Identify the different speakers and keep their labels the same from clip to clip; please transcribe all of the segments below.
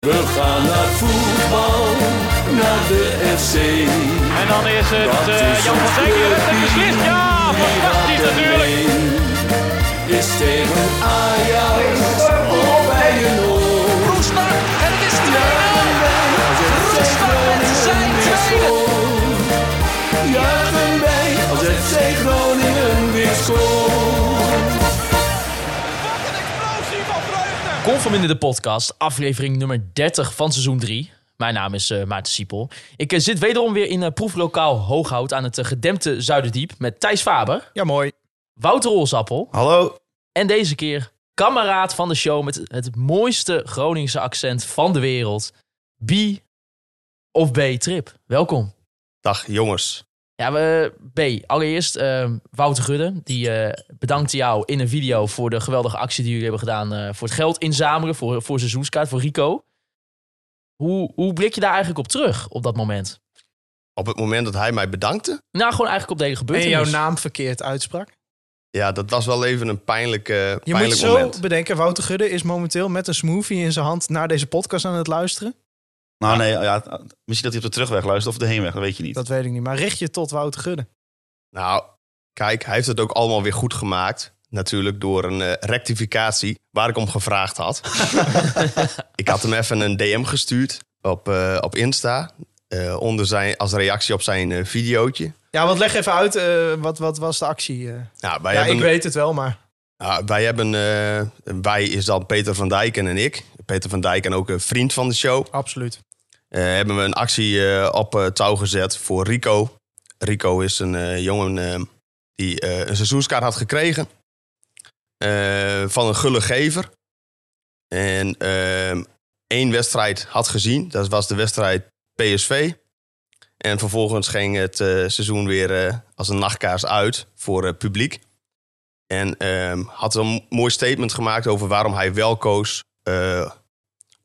Speaker 1: We gaan naar voetbal, naar de FC.
Speaker 2: En dan is het
Speaker 1: Dat
Speaker 2: eh,
Speaker 1: is
Speaker 2: Jan van
Speaker 1: ons
Speaker 2: Dijk die redt en
Speaker 1: clubje.
Speaker 2: beslist. Ja,
Speaker 1: Die
Speaker 2: fantastisch
Speaker 1: gaat er
Speaker 2: natuurlijk.
Speaker 1: mee. Is tegen Ajax of bij een oor.
Speaker 3: Roestak en het is 2-0.
Speaker 1: Nou, Roestak
Speaker 3: met zijn tweede.
Speaker 1: Juichen wij als FC Groningen weer scoort.
Speaker 4: Kom van Binnen de Podcast, aflevering nummer 30 van seizoen 3. Mijn naam is eh, Maarten Siepel. Ik eh, zit wederom weer in eh, proeflokaal Hooghout aan het eh, gedempte Zuiderdiep met Thijs Faber,
Speaker 5: Ja, mooi.
Speaker 4: Wouter Olsappel
Speaker 5: Hallo.
Speaker 4: en deze keer kameraad van de show met het mooiste Groningse accent van de wereld, B of B Trip. Welkom.
Speaker 5: Dag, jongens.
Speaker 4: Ja, we, B, allereerst eh, Wouter Gudde, die eh bedankte jou in een video voor de geweldige actie die jullie hebben gedaan eh, voor het geld inzamelen, voor, voor seizoenskaart, voor Rico. Hoe, hoe blik je daar eigenlijk op terug op dat moment?
Speaker 5: Op het moment dat hij mij bedankte,
Speaker 4: Nou, gewoon eigenlijk op de hele
Speaker 6: En
Speaker 4: gebeurtenis.
Speaker 6: jouw naam verkeerd uitsprak.
Speaker 5: ja, dat was wel even een pijnlijk, eh,
Speaker 6: Je
Speaker 5: pijnlijk
Speaker 6: moet zo
Speaker 5: moment.
Speaker 6: bedenken, Wouter Gudde is momenteel met een smoothie in zijn hand naar deze podcast aan het luisteren.
Speaker 7: Nou nee, ja, misschien dat hij op de terugweg luistert of de heenweg, dat weet je niet.
Speaker 6: Dat weet ik niet, maar richt je tot Wouter Gudde.
Speaker 5: Nou, kijk, hij heeft het ook allemaal weer goed gemaakt. Natuurlijk door een eh, rectificatie waar ik om gevraagd had. ik had hem even een DM gestuurd op, eh, op Insta. eh, onder zijn, als reactie op zijn eh, videootje.
Speaker 6: Ja, want leg even uit, eh, wat, wat was de actie? eh?
Speaker 5: Nou, wij
Speaker 6: ja,
Speaker 5: hebben,
Speaker 6: ik weet het wel, maar
Speaker 5: nou, wij hebben, eh, wij is dan Peter van Dijken en ik. Peter van Dijken, ook een vriend van de show.
Speaker 6: absoluut.
Speaker 5: Eh, hebben we een actie eh, op eh, touw gezet voor Rico. Rico is een eh, jongen eh, die eh, een seizoenskaart had gekregen eh, van een gulle gever. En ehm, één wedstrijd had gezien, dat was de wedstrijd PSV. En vervolgens ging het eh, seizoen weer eh, als een nachtkaars uit voor het publiek. En ehm, had een mooi statement gemaakt over waarom hij wel koos eh,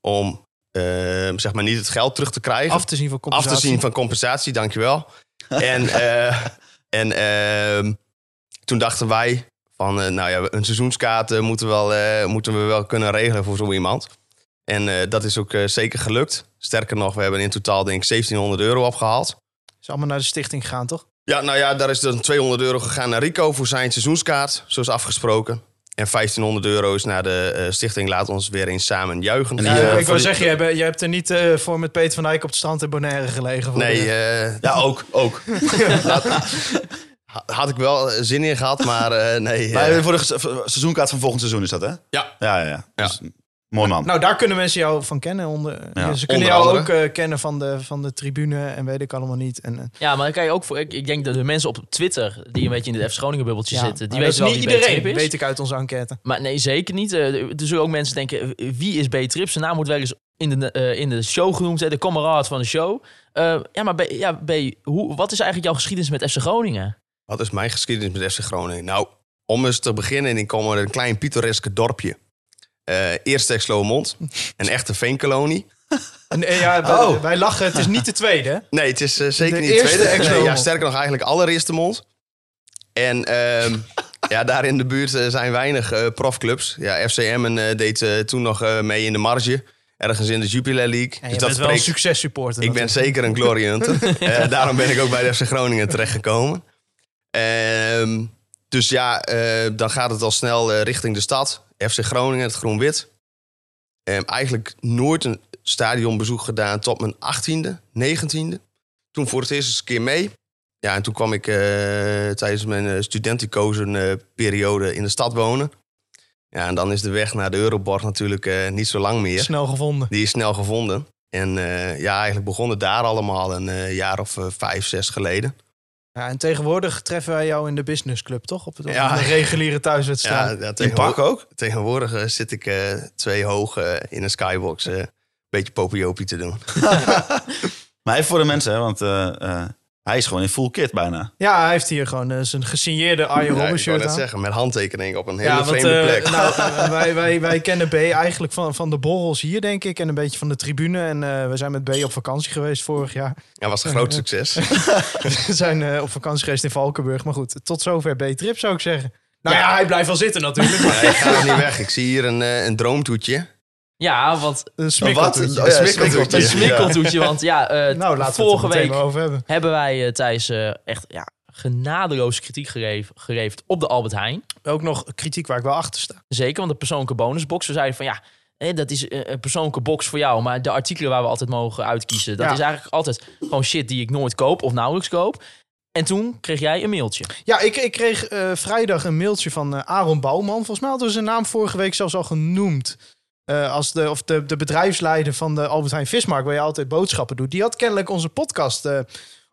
Speaker 5: om ehm, zeg maar niet het geld terug te krijgen.
Speaker 6: Af te zien van
Speaker 5: Af
Speaker 6: compensatie.
Speaker 5: te zien van compensatie, dankjewel. en eh, en ehm, toen dachten wij van, eh, nou ja, een seizoenskaart eh, moeten, we wel, eh, moeten we wel kunnen regelen voor zo iemand. En eh, dat is ook eh, zeker gelukt. Sterker nog, we hebben in totaal denk ik 1700 euro opgehaald.
Speaker 6: Is allemaal naar de stichting gegaan, toch?
Speaker 5: Ja, nou ja, daar is dan 200 euro gegaan naar Rico voor zijn seizoenskaart, zoals afgesproken. En 1500 euro is naar de eh, stichting Laat ons weer eens samen juichen.
Speaker 7: En die,
Speaker 6: Ja,
Speaker 7: eh,
Speaker 6: ik
Speaker 7: voor
Speaker 6: wil
Speaker 7: die-
Speaker 6: zeggen, je hebt, je hebt er niet eh, voor met Peter van Dijk op het strand in Bonaire gelegen. voor
Speaker 5: nee,
Speaker 6: de-
Speaker 5: eh,
Speaker 7: Ja, ook, ook.
Speaker 5: ha- had ik wel eh, zin in gehad, maar eh, nee. eh,
Speaker 7: Maar voor de ge- voor de seizoenkaart van volgend seizoen is dat, hè? Ja,
Speaker 5: ja,
Speaker 7: ja, ja. Dus, mooi man.
Speaker 6: Nou, daar kunnen mensen jou van kennen. Onder,
Speaker 7: Ja,
Speaker 6: ze kunnen
Speaker 5: onder
Speaker 6: jou ook
Speaker 5: andere.
Speaker 6: eh, kennen van de, van de tribune en weet ik allemaal niet. En, eh,
Speaker 4: Ja, maar dan kan je ook voor. Ik, ik denk dat de mensen op Twitter die een beetje in het F Groningen bubbeltje
Speaker 6: ja,
Speaker 4: zitten, die
Speaker 6: maar dat
Speaker 4: weten
Speaker 6: is
Speaker 4: wel
Speaker 6: niet
Speaker 4: wie B
Speaker 6: iedereen,
Speaker 4: Trip is.
Speaker 6: weet ik uit onze enquête.
Speaker 4: Maar nee, zeker niet. Eh, er zullen ook mensen denken, eh, wie is B-Trip? Zijn naam wordt wel eens in de, eh, in de show genoemd, hè, de kameraad van de show. Eh, ja, maar B, ja, B hoe, wat is eigenlijk jouw geschiedenis met FC Groningen?
Speaker 5: Wat is mijn geschiedenis met FC Groningen? Nou, om eens te beginnen, ik kom uit een klein pittoreske dorpje. Eh eerst Ex Lomond, een echte veenkolonie.
Speaker 6: En, eh, ja, wij,
Speaker 5: Oh.
Speaker 6: wij lachen, het is niet de tweede. hè?
Speaker 5: Nee, het is eh, zeker
Speaker 6: De
Speaker 5: niet
Speaker 6: eerste
Speaker 5: tweede.
Speaker 6: Ex
Speaker 5: Nee, ja,
Speaker 6: Lomond.
Speaker 5: sterker nog, eigenlijk allereerste mond. En ehm, ja, daar in de buurt eh, zijn weinig eh, profclubs. Ja, FCM en, eh, deed eh, toen nog eh, mee in de marge. Ergens in de Jupiler League. Dus
Speaker 6: En je
Speaker 5: dat
Speaker 6: bent wel een
Speaker 5: spreekt-
Speaker 6: successupporter.
Speaker 5: Ik ben zeker een glory hunter. Eh, daarom ben ik ook bij de FC Groningen terechtgekomen. Ehm, dus ja, eh, dan gaat het al snel eh, richting de stad. FC Groningen, het groen-wit. Ehm, eigenlijk nooit een stadionbezoek gedaan tot mijn 18e, 19e. Toen voor het eerst eens een keer mee. Ja, en toen kwam ik eh, tijdens mijn eh, studentenkozenperiode in de stad wonen. Ja, en dan is de weg naar de Euroborg natuurlijk eh, niet zo lang meer.
Speaker 6: snel gevonden.
Speaker 5: Die is snel gevonden. En eh, ja, eigenlijk begon het daar allemaal een eh, jaar of eh, vijf, zes geleden.
Speaker 6: Ja, en tegenwoordig treffen wij jou in de businessclub, toch? Op, het, op
Speaker 5: Ja.
Speaker 6: de reguliere thuiswedstrijd.
Speaker 5: ja,
Speaker 7: in
Speaker 5: tegenwo-
Speaker 7: pak ook?
Speaker 5: tegenwoordig eh, zit ik eh, twee hoog eh, in een skybox. eh, een beetje popiopie te doen.
Speaker 7: Maar even voor de mensen, hè, want eh, eh, hij is gewoon in full kit bijna.
Speaker 6: Ja, hij heeft hier gewoon eh, zijn gesigneerde Arjen
Speaker 5: Ja,
Speaker 6: Robben
Speaker 5: ik wou
Speaker 6: shirt
Speaker 5: net
Speaker 6: aan.
Speaker 5: zeggen, met handtekening op een hele
Speaker 6: Ja, want
Speaker 5: vreemde
Speaker 6: eh,
Speaker 5: plek.
Speaker 6: nou, eh, wij, wij, wij kennen B eigenlijk van, van de borrels hier, denk ik. En een beetje van de tribune. En eh, we zijn met B op vakantie geweest vorig jaar.
Speaker 5: ja, was een groot succes.
Speaker 6: we zijn eh, op vakantie geweest in Valkenburg. Maar goed, tot zover B-trip zou ik zeggen. Nou ja, hij blijft wel zitten natuurlijk.
Speaker 5: Maar ik ga er niet weg. Ik zie hier een, eh, een droomtoetje.
Speaker 4: Ja, want
Speaker 6: Een
Speaker 5: Wat?
Speaker 6: smikkeltoetje.
Speaker 5: Oh ja,
Speaker 6: Een
Speaker 5: smikkeltoetje.
Speaker 4: een smikkeltoetje. Want ja, eh,
Speaker 6: Nou, laten we het
Speaker 4: vorige
Speaker 6: er meteen
Speaker 4: week
Speaker 6: maar over hebben.
Speaker 4: hebben wij eh, Thijs eh, echt ja, genadeloos kritiek gegeven, gegeven op de Albert Heijn.
Speaker 6: Ook nog kritiek waar ik wel achter sta.
Speaker 4: Zeker, want de persoonlijke bonusbox. We zeiden van ja, hè, dat is eh, een persoonlijke box voor jou. Maar de artikelen waar we altijd mogen uitkiezen, dat
Speaker 6: Ja.
Speaker 4: is eigenlijk altijd gewoon shit die ik nooit koop of nauwelijks koop. En toen kreeg jij een mailtje.
Speaker 6: Ja, ik, ik kreeg eh, vrijdag een mailtje van eh, Aaron Bouwman. Volgens mij hadden we zijn naam vorige week zelfs al genoemd. Eh, als de, of de, de bedrijfsleider van de Albert Heijn Vismarkt, waar je altijd boodschappen doet. Die had kennelijk onze podcast eh,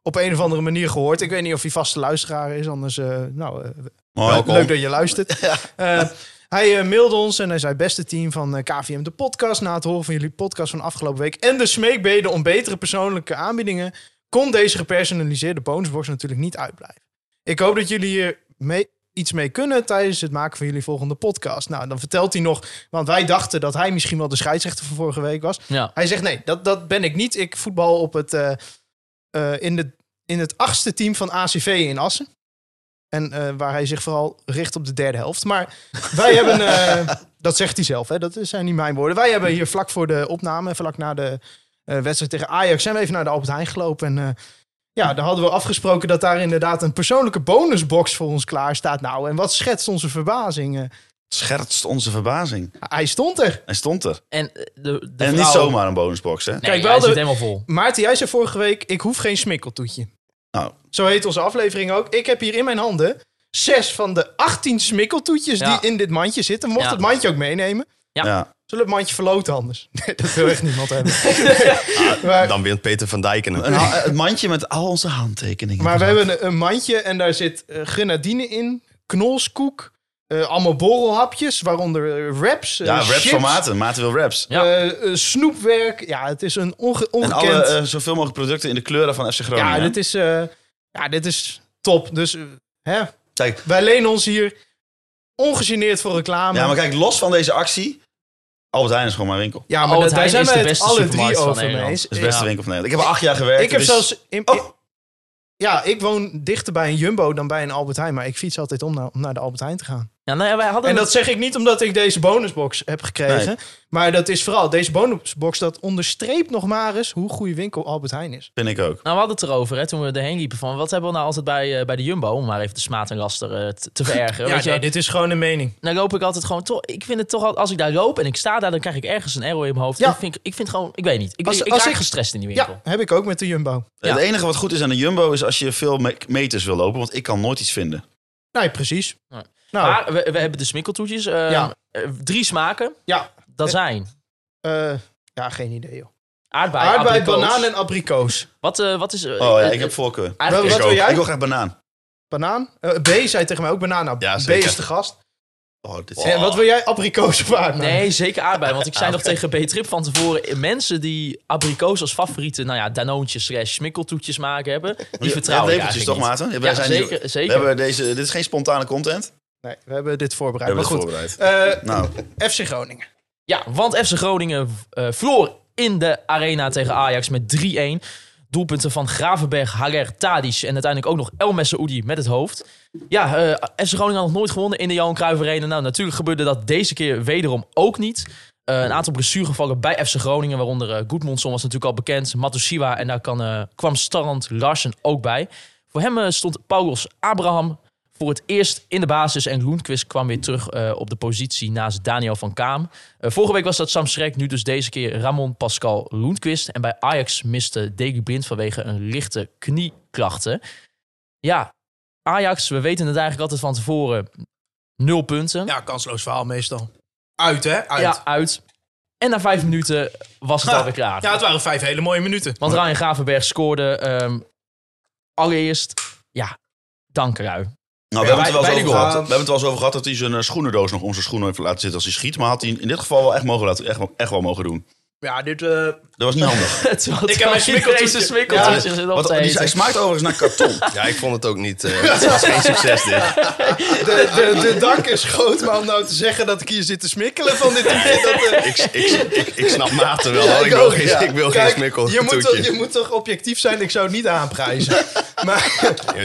Speaker 6: op een of andere manier gehoord. Ik weet niet of hij vaste luisteraar is, anders... eh, nou, eh,
Speaker 7: Mooi.
Speaker 6: Leuk dat je luistert. Eh, hij eh, mailde ons en hij zei: Beste team van eh, KVM, de podcast. Na het horen van jullie podcast van afgelopen week en de smeekbeden om betere persoonlijke aanbiedingen, kon deze gepersonaliseerde bonusbox natuurlijk niet uitblijven. Ik hoop dat jullie hier mee, iets mee kunnen tijdens het maken van jullie volgende podcast. Nou, dan vertelt hij nog, want wij dachten dat hij misschien wel de scheidsrechter van vorige week was.
Speaker 4: Ja.
Speaker 6: Hij zegt: Nee, dat, dat ben ik niet. Ik voetbal op het, eh, eh, in, de, in het achtste team van ACV in Assen. En eh, waar hij zich vooral richt op de derde helft. Maar wij hebben, eh, dat zegt hij zelf, hè, dat zijn niet mijn woorden. Wij hebben hier vlak voor de opname, vlak na de eh, wedstrijd tegen Ajax, zijn we even naar de Albert Heijn gelopen. En eh, ja, daar hadden we afgesproken dat daar inderdaad een persoonlijke bonusbox voor ons klaar staat. Nou, en wat schetst onze verbazing? eh,
Speaker 7: Schertst onze verbazing.
Speaker 6: hij stond er.
Speaker 7: Hij stond er.
Speaker 4: En eh, de, de
Speaker 7: En
Speaker 4: vrouw-
Speaker 7: niet zomaar een bonusbox, hè?
Speaker 4: Nee, hij
Speaker 6: Kijk, wel de-
Speaker 4: zit helemaal vol.
Speaker 6: Maarten, jij zei vorige week, ik hoef geen smikkeltoetje.
Speaker 7: Nou.
Speaker 6: Zo heet onze aflevering ook. Ik heb hier in mijn handen zes van de 18 smikkeltoetjes
Speaker 4: Ja.
Speaker 6: die in dit mandje zitten. Mocht
Speaker 4: Ja.
Speaker 6: het mandje ook meenemen.
Speaker 4: Ja.
Speaker 7: Ja.
Speaker 6: Zullen we het mandje verloten anders? Nee, dat wil echt niemand hebben. maar,
Speaker 5: Dan wint Peter van Dijk en
Speaker 7: Een
Speaker 5: hem.
Speaker 7: ha- het mandje met al onze handtekeningen.
Speaker 6: maar we hebben een, een mandje en daar zit eh, grenadine in, knolskoek, eh, allemaal borrelhapjes, waaronder eh, wraps, eh,
Speaker 7: Ja, raps
Speaker 6: chips,
Speaker 7: van Maarten. Maarten wil raps.
Speaker 4: Ja.
Speaker 6: eh, eh, snoepwerk. Ja, het is een onge
Speaker 7: En
Speaker 6: ongekend...
Speaker 7: alle, eh, zoveel mogelijk producten in de kleuren van FC Groningen.
Speaker 6: ja,
Speaker 7: hè?
Speaker 6: dit is, eh, ja, dit is top. Dus eh, hè,
Speaker 7: Kijk,
Speaker 6: wij lenen ons hier ongegeneerd voor reclame.
Speaker 7: ja, maar kijk, los van deze actie... Albert Heijn is gewoon mijn winkel.
Speaker 6: Ja,
Speaker 4: Albert
Speaker 6: dat- daar
Speaker 4: Heijn
Speaker 6: zijn
Speaker 4: is
Speaker 6: we
Speaker 4: de
Speaker 6: het
Speaker 4: beste
Speaker 6: alle
Speaker 4: supermarkt
Speaker 6: drie
Speaker 4: van
Speaker 6: over mee
Speaker 4: Nederland. Dus
Speaker 6: eens.
Speaker 7: Dat is de beste
Speaker 4: Ja.
Speaker 7: winkel van Nederland. Ik heb er acht jaar gewerkt.
Speaker 6: Ik heb
Speaker 7: dus-
Speaker 6: zelfs... in-
Speaker 7: Oh.
Speaker 6: Ja, ik woon dichter bij een Jumbo dan bij een Albert Heijn. Maar ik fiets altijd om naar, om naar de Albert Heijn te gaan.
Speaker 4: Ja, nou ja, wij hadden
Speaker 6: En dat zeg ik niet omdat ik deze bonusbox heb gekregen.
Speaker 7: Nee.
Speaker 6: Maar dat is vooral... Deze bonusbox, dat onderstreept nog maar eens hoe goede winkel Albert Heijn is.
Speaker 7: Vind ik ook.
Speaker 4: Nou, we hadden het erover hè, toen we erheen liepen. Van, wat hebben we nou altijd bij, eh, bij de Jumbo? Om maar even de smaad en laster eh, te, te verergeren. weet je?
Speaker 6: dit is gewoon een mening.
Speaker 4: Dan loop ik altijd gewoon... Toch, ik vind het toch al, als ik daar loop en ik sta daar... dan krijg ik ergens een arrow in mijn hoofd.
Speaker 6: Ja.
Speaker 4: Ik, vind, ik vind gewoon... Ik weet niet. Ik,
Speaker 6: Als-
Speaker 4: ik, ik
Speaker 6: als
Speaker 4: raak
Speaker 6: ik-
Speaker 4: gestrest in die winkel.
Speaker 6: Ja, heb ik ook met de Jumbo.
Speaker 4: Ja.
Speaker 7: Het enige wat goed is aan de Jumbo is als je veel me- meters wil lopen, want ik kan nooit iets vinden.
Speaker 6: Nee, precies.
Speaker 4: Nee.
Speaker 6: Nou,
Speaker 4: Maar we, we hebben de smikkeltoetjes. eh,
Speaker 6: Ja.
Speaker 4: eh, drie smaken.
Speaker 6: ja.
Speaker 4: Dat zijn
Speaker 6: eh, ja, geen idee joh.
Speaker 4: aardbei,
Speaker 6: Aardbei,
Speaker 4: abrikoos.
Speaker 6: banaan en abrikoos.
Speaker 4: Wat, eh, wat is... eh,
Speaker 7: Oh ja,
Speaker 4: eh,
Speaker 7: ik heb voorkeur.
Speaker 4: eigenlijk
Speaker 6: Wat-
Speaker 4: is-
Speaker 6: wat wil jij?
Speaker 7: Ik wil graag banaan.
Speaker 6: Banaan? Eh, B zei tegen mij ook banaan. Nou,
Speaker 5: Ja,
Speaker 6: B
Speaker 5: zeker.
Speaker 6: is de gast.
Speaker 7: Oh, dit
Speaker 6: En wat wil jij? Abrikoos of aardbei?
Speaker 4: Nee, zeker aardbei. Want ik
Speaker 6: Ah,
Speaker 4: zei nog tegen B-Trip van tevoren... eh, mensen die abrikoos als favoriete... nou ja, danoontjes slash smikkeltoetjes maken hebben... die vertrouwen ik
Speaker 7: lepeltjes
Speaker 4: eigenlijk
Speaker 7: toch, Maarten?
Speaker 4: niet.
Speaker 7: Wij
Speaker 4: Ja,
Speaker 7: zijn hier-
Speaker 4: zeker,
Speaker 7: we
Speaker 4: zeker.
Speaker 7: hebben deze, dit is geen spontane content. We
Speaker 6: Nee, we hebben dit voorbereid.
Speaker 7: hebben
Speaker 6: Maar
Speaker 7: dit
Speaker 6: goed.
Speaker 7: voorbereid.
Speaker 6: Eh,
Speaker 7: Nou,
Speaker 6: FC Groningen.
Speaker 4: Ja, want FC Groningen eh vloor in de arena tegen Ajax met 3-1. Doelpunten van Gravenberg, Haller, Tadic en uiteindelijk ook nog El Messaoudi met het hoofd. Ja, eh FC Groningen had nog nooit gewonnen in de Johan Cruijff Arena. Nou, natuurlijk gebeurde dat deze keer wederom ook niet. Eh, een aantal blessuregevallen bij FC Groningen, waaronder eh Goedmondson was natuurlijk al bekend. Matosiwa en daar kan, eh, kwam Starrand Larsen ook bij. Voor hem eh, stond Paulus Abraham voor het eerst in de basis. En Loenquist kwam weer terug eh, op de positie naast Daniel van Kaam. Eh, vorige week was dat Sam Schrek, nu dus deze keer Ramon Pascal Loenquist. En bij Ajax miste Degu Blind vanwege een lichte knieklachten. Ja, Ajax, we weten het eigenlijk altijd van tevoren. Nul punten.
Speaker 6: Ja, kansloos verhaal meestal. Uit, hè? Uit.
Speaker 4: Ja, uit. En na vijf minuten was het
Speaker 6: Ha.
Speaker 4: alweer klaar.
Speaker 6: het waren vijf hele mooie minuten.
Speaker 4: Want Ryan Gravenberg scoorde ehm, allereerst, ja, dankerui.
Speaker 7: nou we,
Speaker 6: Ja,
Speaker 7: hebben het er wel eens
Speaker 6: bij- bij
Speaker 7: over
Speaker 6: de goal.
Speaker 7: gehad, we hebben het wel eens over gehad dat hij zijn eh, schoenendoos nog om zijn schoenen heeft laten zitten als hij schiet. Maar had hij in dit geval wel echt, mogen laten, echt, wel- echt wel mogen doen.
Speaker 6: Ja, dit... eh,
Speaker 7: Dat was niet handig.
Speaker 4: ik
Speaker 6: heb mijn smikkeltoetje.
Speaker 4: smikkeltjes
Speaker 7: Ja,
Speaker 4: in het
Speaker 7: Want
Speaker 4: opzetten.
Speaker 7: die, hij smaakt overigens naar karton.
Speaker 5: Ja, ik vond het ook niet. eh, het was geen succes dit.
Speaker 6: de, de, de dank is groot, maar om nou te zeggen dat ik hier zit te smikkelen van dit toetje, dat... eh,
Speaker 5: Ik, ik, ik, ik snap Maarten wel.
Speaker 7: Oh,
Speaker 5: hoor.
Speaker 6: ja,
Speaker 5: ik, wil
Speaker 6: ook,
Speaker 5: geen,
Speaker 6: ja.
Speaker 5: ik wil
Speaker 6: Kijk,
Speaker 5: geen smikkel.
Speaker 6: Je moet, toch,
Speaker 5: toetje.
Speaker 6: je moet toch objectief zijn? Ik zou het niet aanprijzen. maar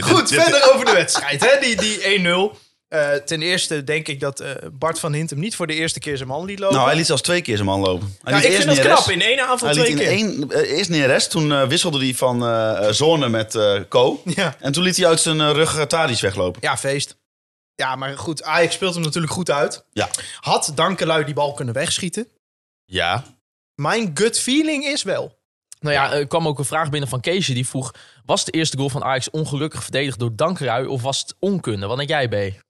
Speaker 6: goed,
Speaker 5: dit-
Speaker 6: verder over de wedstrijd. Hè? Die, die 1-0. Eh, ten eerste denk ik dat eh, Bart van Hintem niet voor de eerste keer zijn man liet lopen.
Speaker 7: Nou, hij liet zelfs twee keer zijn man lopen. Hij
Speaker 6: ja,
Speaker 7: liet
Speaker 6: ik
Speaker 7: eerst
Speaker 6: vind dat
Speaker 7: Neres.
Speaker 6: knap. In één avond
Speaker 7: Hij liet
Speaker 6: twee
Speaker 7: in
Speaker 6: keer.
Speaker 7: één, eh, eerst Neres, toen eh, wisselde hij van eh, eh, zone met eh Co.
Speaker 6: Ja.
Speaker 7: En toen liet hij uit zijn eh, rug eh, Tadic weglopen.
Speaker 6: ja, feest. Ja, maar goed, Ajax speelt hem natuurlijk goed uit.
Speaker 7: Ja.
Speaker 6: Had Dankelui die bal kunnen wegschieten?
Speaker 5: Ja.
Speaker 6: Mijn gut feeling is wel.
Speaker 4: Nou ja, er kwam ook een vraag binnen van Keesje. Die vroeg, was de eerste goal van Ajax ongelukkig verdedigd door Dankerui of was het onkunde? Wat denk jij, B?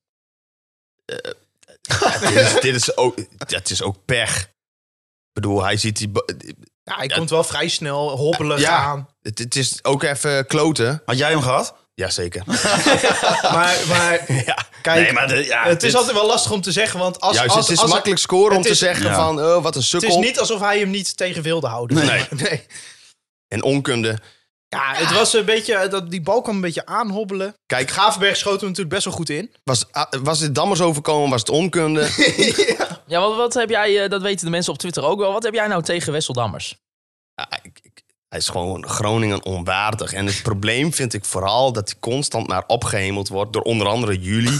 Speaker 5: dit, is, dit is ook, dat is ook pech. Ik bedoel, hij ziet die... ba-
Speaker 6: Ja, hij komt wel vrij snel hobbelig
Speaker 5: Ja.
Speaker 6: aan.
Speaker 5: Het, het is ook even kloten.
Speaker 7: Had jij hem gehad?
Speaker 5: Jazeker.
Speaker 6: Maar, maar
Speaker 5: ja.
Speaker 6: kijk,
Speaker 7: nee, maar de- ja,
Speaker 6: het is
Speaker 7: dit-
Speaker 6: altijd wel lastig om te zeggen. Want als,
Speaker 5: Juist,
Speaker 6: als,
Speaker 5: het is
Speaker 6: als-
Speaker 5: makkelijk scoren om
Speaker 6: het
Speaker 5: te
Speaker 6: is-
Speaker 5: zeggen
Speaker 7: Ja.
Speaker 5: van... eh, wat een
Speaker 6: Het
Speaker 5: sukkel.
Speaker 6: is niet alsof hij hem niet tegen wilde houden.
Speaker 7: Nee.
Speaker 6: nee.
Speaker 5: En onkunde.
Speaker 6: Ja, het was een beetje, eh, dat, die bal kwam een beetje aanhobbelen.
Speaker 5: Kijk,
Speaker 6: Gravenberg schoot hem natuurlijk best wel goed in.
Speaker 5: was, ah, was dit dammers overkomen? Was het onkunde?
Speaker 4: Ja, wat, wat heb jij, eh, dat weten de mensen op Twitter ook wel. Wat heb jij nou tegen Wesseldammers?
Speaker 5: Ja, ik- ik- hij is gewoon Groningen onwaardig. En het probleem vind ik vooral dat hij constant maar opgehemeld wordt door onder andere jullie.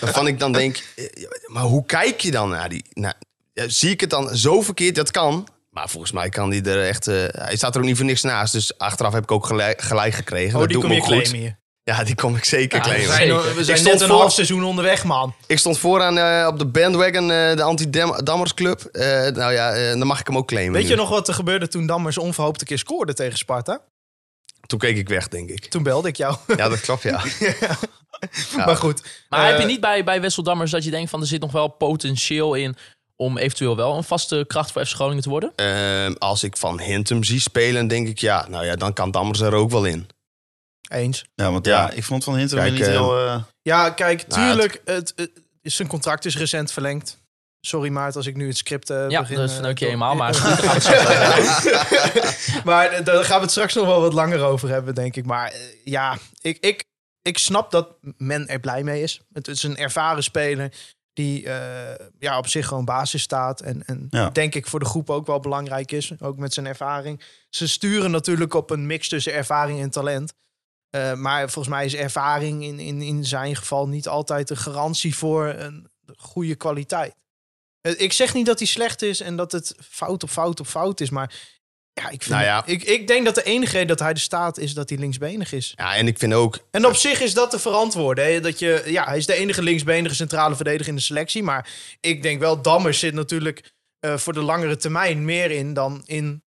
Speaker 5: Waarvan ik dan denk, eh, maar hoe kijk je dan naar die... Naar, ja, zie ik het dan zo verkeerd? Dat kan. Maar volgens mij kan hij er echt... eh, hij staat er ook niet voor niks naast. Dus achteraf heb ik ook gelijk, gelijk gekregen.
Speaker 6: Oh,
Speaker 5: Dat
Speaker 6: die
Speaker 5: doet
Speaker 6: kom je
Speaker 5: me ook goed.
Speaker 6: claimen hier.
Speaker 5: Ja, die kom ik zeker
Speaker 4: Ja,
Speaker 5: claimen.
Speaker 4: dat
Speaker 6: We zijn, we
Speaker 4: Zeker.
Speaker 6: zijn
Speaker 5: Ik stond
Speaker 6: net een
Speaker 5: voor-
Speaker 6: half seizoen onderweg, man.
Speaker 5: Ik stond vooraan eh, op de bandwagon, eh, de anti-dammers club. nou ja, eh, dan mag ik hem ook claimen
Speaker 6: Weet
Speaker 5: nu.
Speaker 6: je nog wat er gebeurde toen Dammers onverhoopt een keer scoorde tegen Sparta?
Speaker 5: Toen keek ik weg, denk ik.
Speaker 6: Toen belde ik jou.
Speaker 5: Ja, dat klopt, ja.
Speaker 6: maar goed.
Speaker 4: Maar
Speaker 6: Eh,
Speaker 4: heb je niet bij, bij Wesseldammers dat je denkt van... er zit nog wel potentieel in om eventueel wel een vaste kracht voor FC Groningen te worden?
Speaker 5: Ehm, als ik Van Hintem zie spelen, denk ik, ja, nou ja, dan kan Dammers er ook wel in.
Speaker 6: Eens.
Speaker 7: Ja, want ja, ik vond Van Hintem weer
Speaker 5: Kijk,
Speaker 7: niet
Speaker 5: eh,
Speaker 7: heel... eh,
Speaker 6: Ja, kijk,
Speaker 5: Nou,
Speaker 6: tuurlijk, het, het- zijn contract is recent verlengd. Sorry Maart, als ik nu het script eh,
Speaker 4: ja,
Speaker 6: begin...
Speaker 4: dat
Speaker 6: eh,
Speaker 4: verneuk je
Speaker 6: door-
Speaker 4: helemaal, maar...
Speaker 6: maar eh, daar gaan we het straks nog wel wat langer over hebben, denk ik. Maar eh, ja, ik, ik, ik snap dat men er blij mee is. Het is een ervaren speler die eh, ja, op zich gewoon basis staat. En, en
Speaker 7: Ja.
Speaker 6: denk ik voor de groep ook wel belangrijk is. Ook met zijn ervaring. Ze sturen natuurlijk op een mix tussen ervaring en talent. Eh, maar volgens mij is ervaring in, in, in zijn geval niet altijd een garantie voor een goede kwaliteit. Eh, Ik zeg niet dat hij slecht is en dat het fout op fout op fout is. Maar ja, ik, vind,
Speaker 5: Nou ja.
Speaker 6: Ik, ik denk dat de enige reden dat hij er staat is dat hij linksbenig is.
Speaker 5: Ja, en ik vind ook,
Speaker 6: En op zich is dat te verantwoorden. Hè? Dat je, ja, hij is de enige linksbenige centrale verdediger in de selectie. Maar ik denk wel, Dammers zit natuurlijk eh, voor de langere termijn meer in dan in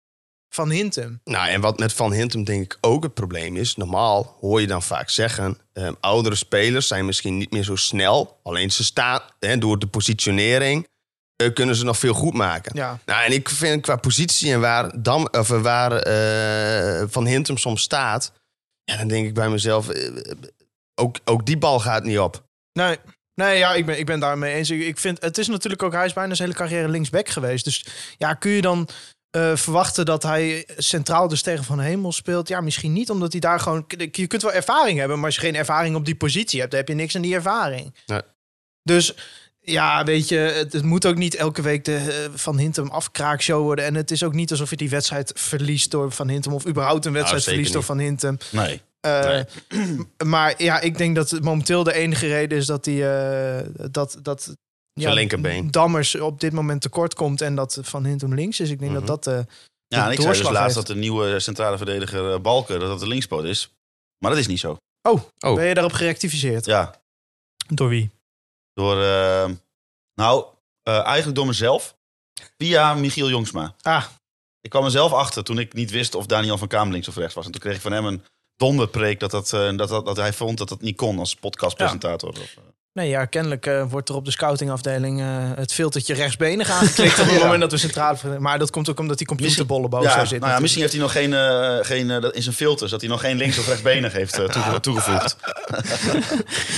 Speaker 6: Van Hintem.
Speaker 5: nou en wat met Van Hintem denk ik ook het probleem is, normaal hoor je dan vaak zeggen, ehm, oudere spelers zijn misschien niet meer zo snel, alleen ze staan, hè, door de positionering eh, kunnen ze nog veel goed maken.
Speaker 6: Ja.
Speaker 5: Nou, en ik vind qua positie en waar, Dam, of eh, waar eh, Van Hintem soms staat... Ja, dan denk ik bij mezelf, eh, ook, ook die bal gaat niet op.
Speaker 6: Nee, nee ja, ik ben, ik ben daarmee eens. Ik, ik vind, het is natuurlijk ook, hij is bijna zijn hele carrière linksback geweest. Dus ja, kun je dan eh, verwachten dat hij centraal dus tegen Van Hemel speelt? Ja, misschien niet, omdat hij daar gewoon... Je kunt wel ervaring hebben, maar als je geen ervaring op die positie hebt... dan heb je niks aan die ervaring.
Speaker 5: Nee.
Speaker 6: Dus ja, weet je, het, het moet ook niet elke week de eh, Van Hintem afkraakshow worden. En het is ook niet alsof je die wedstrijd verliest door Van Hintem... of überhaupt een wedstrijd
Speaker 5: Nou, zeker
Speaker 6: verliest door
Speaker 5: niet.
Speaker 6: Van Hintem.
Speaker 7: nee.
Speaker 6: Eh, Maar ja, ik denk dat het momenteel de enige reden is dat die, eh, dat, dat ja,
Speaker 5: linkerbeen.
Speaker 6: Dammers op dit moment tekort komt en dat Van Hintem links is. Ik denk dat dat... eh,
Speaker 7: Ja, en ik zei dus
Speaker 6: doorslag
Speaker 7: laatst
Speaker 6: heeft.
Speaker 7: dat de nieuwe centrale verdediger eh, Balken, dat dat de linkspoot is. Maar dat is niet zo.
Speaker 5: Oh.
Speaker 6: Ben je daarop gerectificeerd?
Speaker 7: Ja,
Speaker 6: Door wie?
Speaker 7: door... eh, nou, eh, eigenlijk door mezelf. Via Michiel Jongsma.
Speaker 6: Ah,
Speaker 7: Ik kwam mezelf achter toen ik niet wist of Daniel van Kaam links of rechts was. En toen kreeg ik van hem een donderpreek dat, dat, eh, dat, dat, dat hij vond dat dat niet kon als podcastpresentator. Of, eh,
Speaker 6: nee, ja, kennelijk eh, wordt er op de scoutingafdeling eh, het filtertje rechtsbenig aangeklikt op het moment dat we centraal... Maar dat komt ook omdat die computerbollen boven
Speaker 7: ja,
Speaker 6: zou
Speaker 7: nou
Speaker 6: zitten.
Speaker 7: ja, misschien heeft hij nog geen, eh, geen eh, dat- in zijn filters, dat hij nog geen links- of rechtsbenig heeft eh, toege- toegevoegd.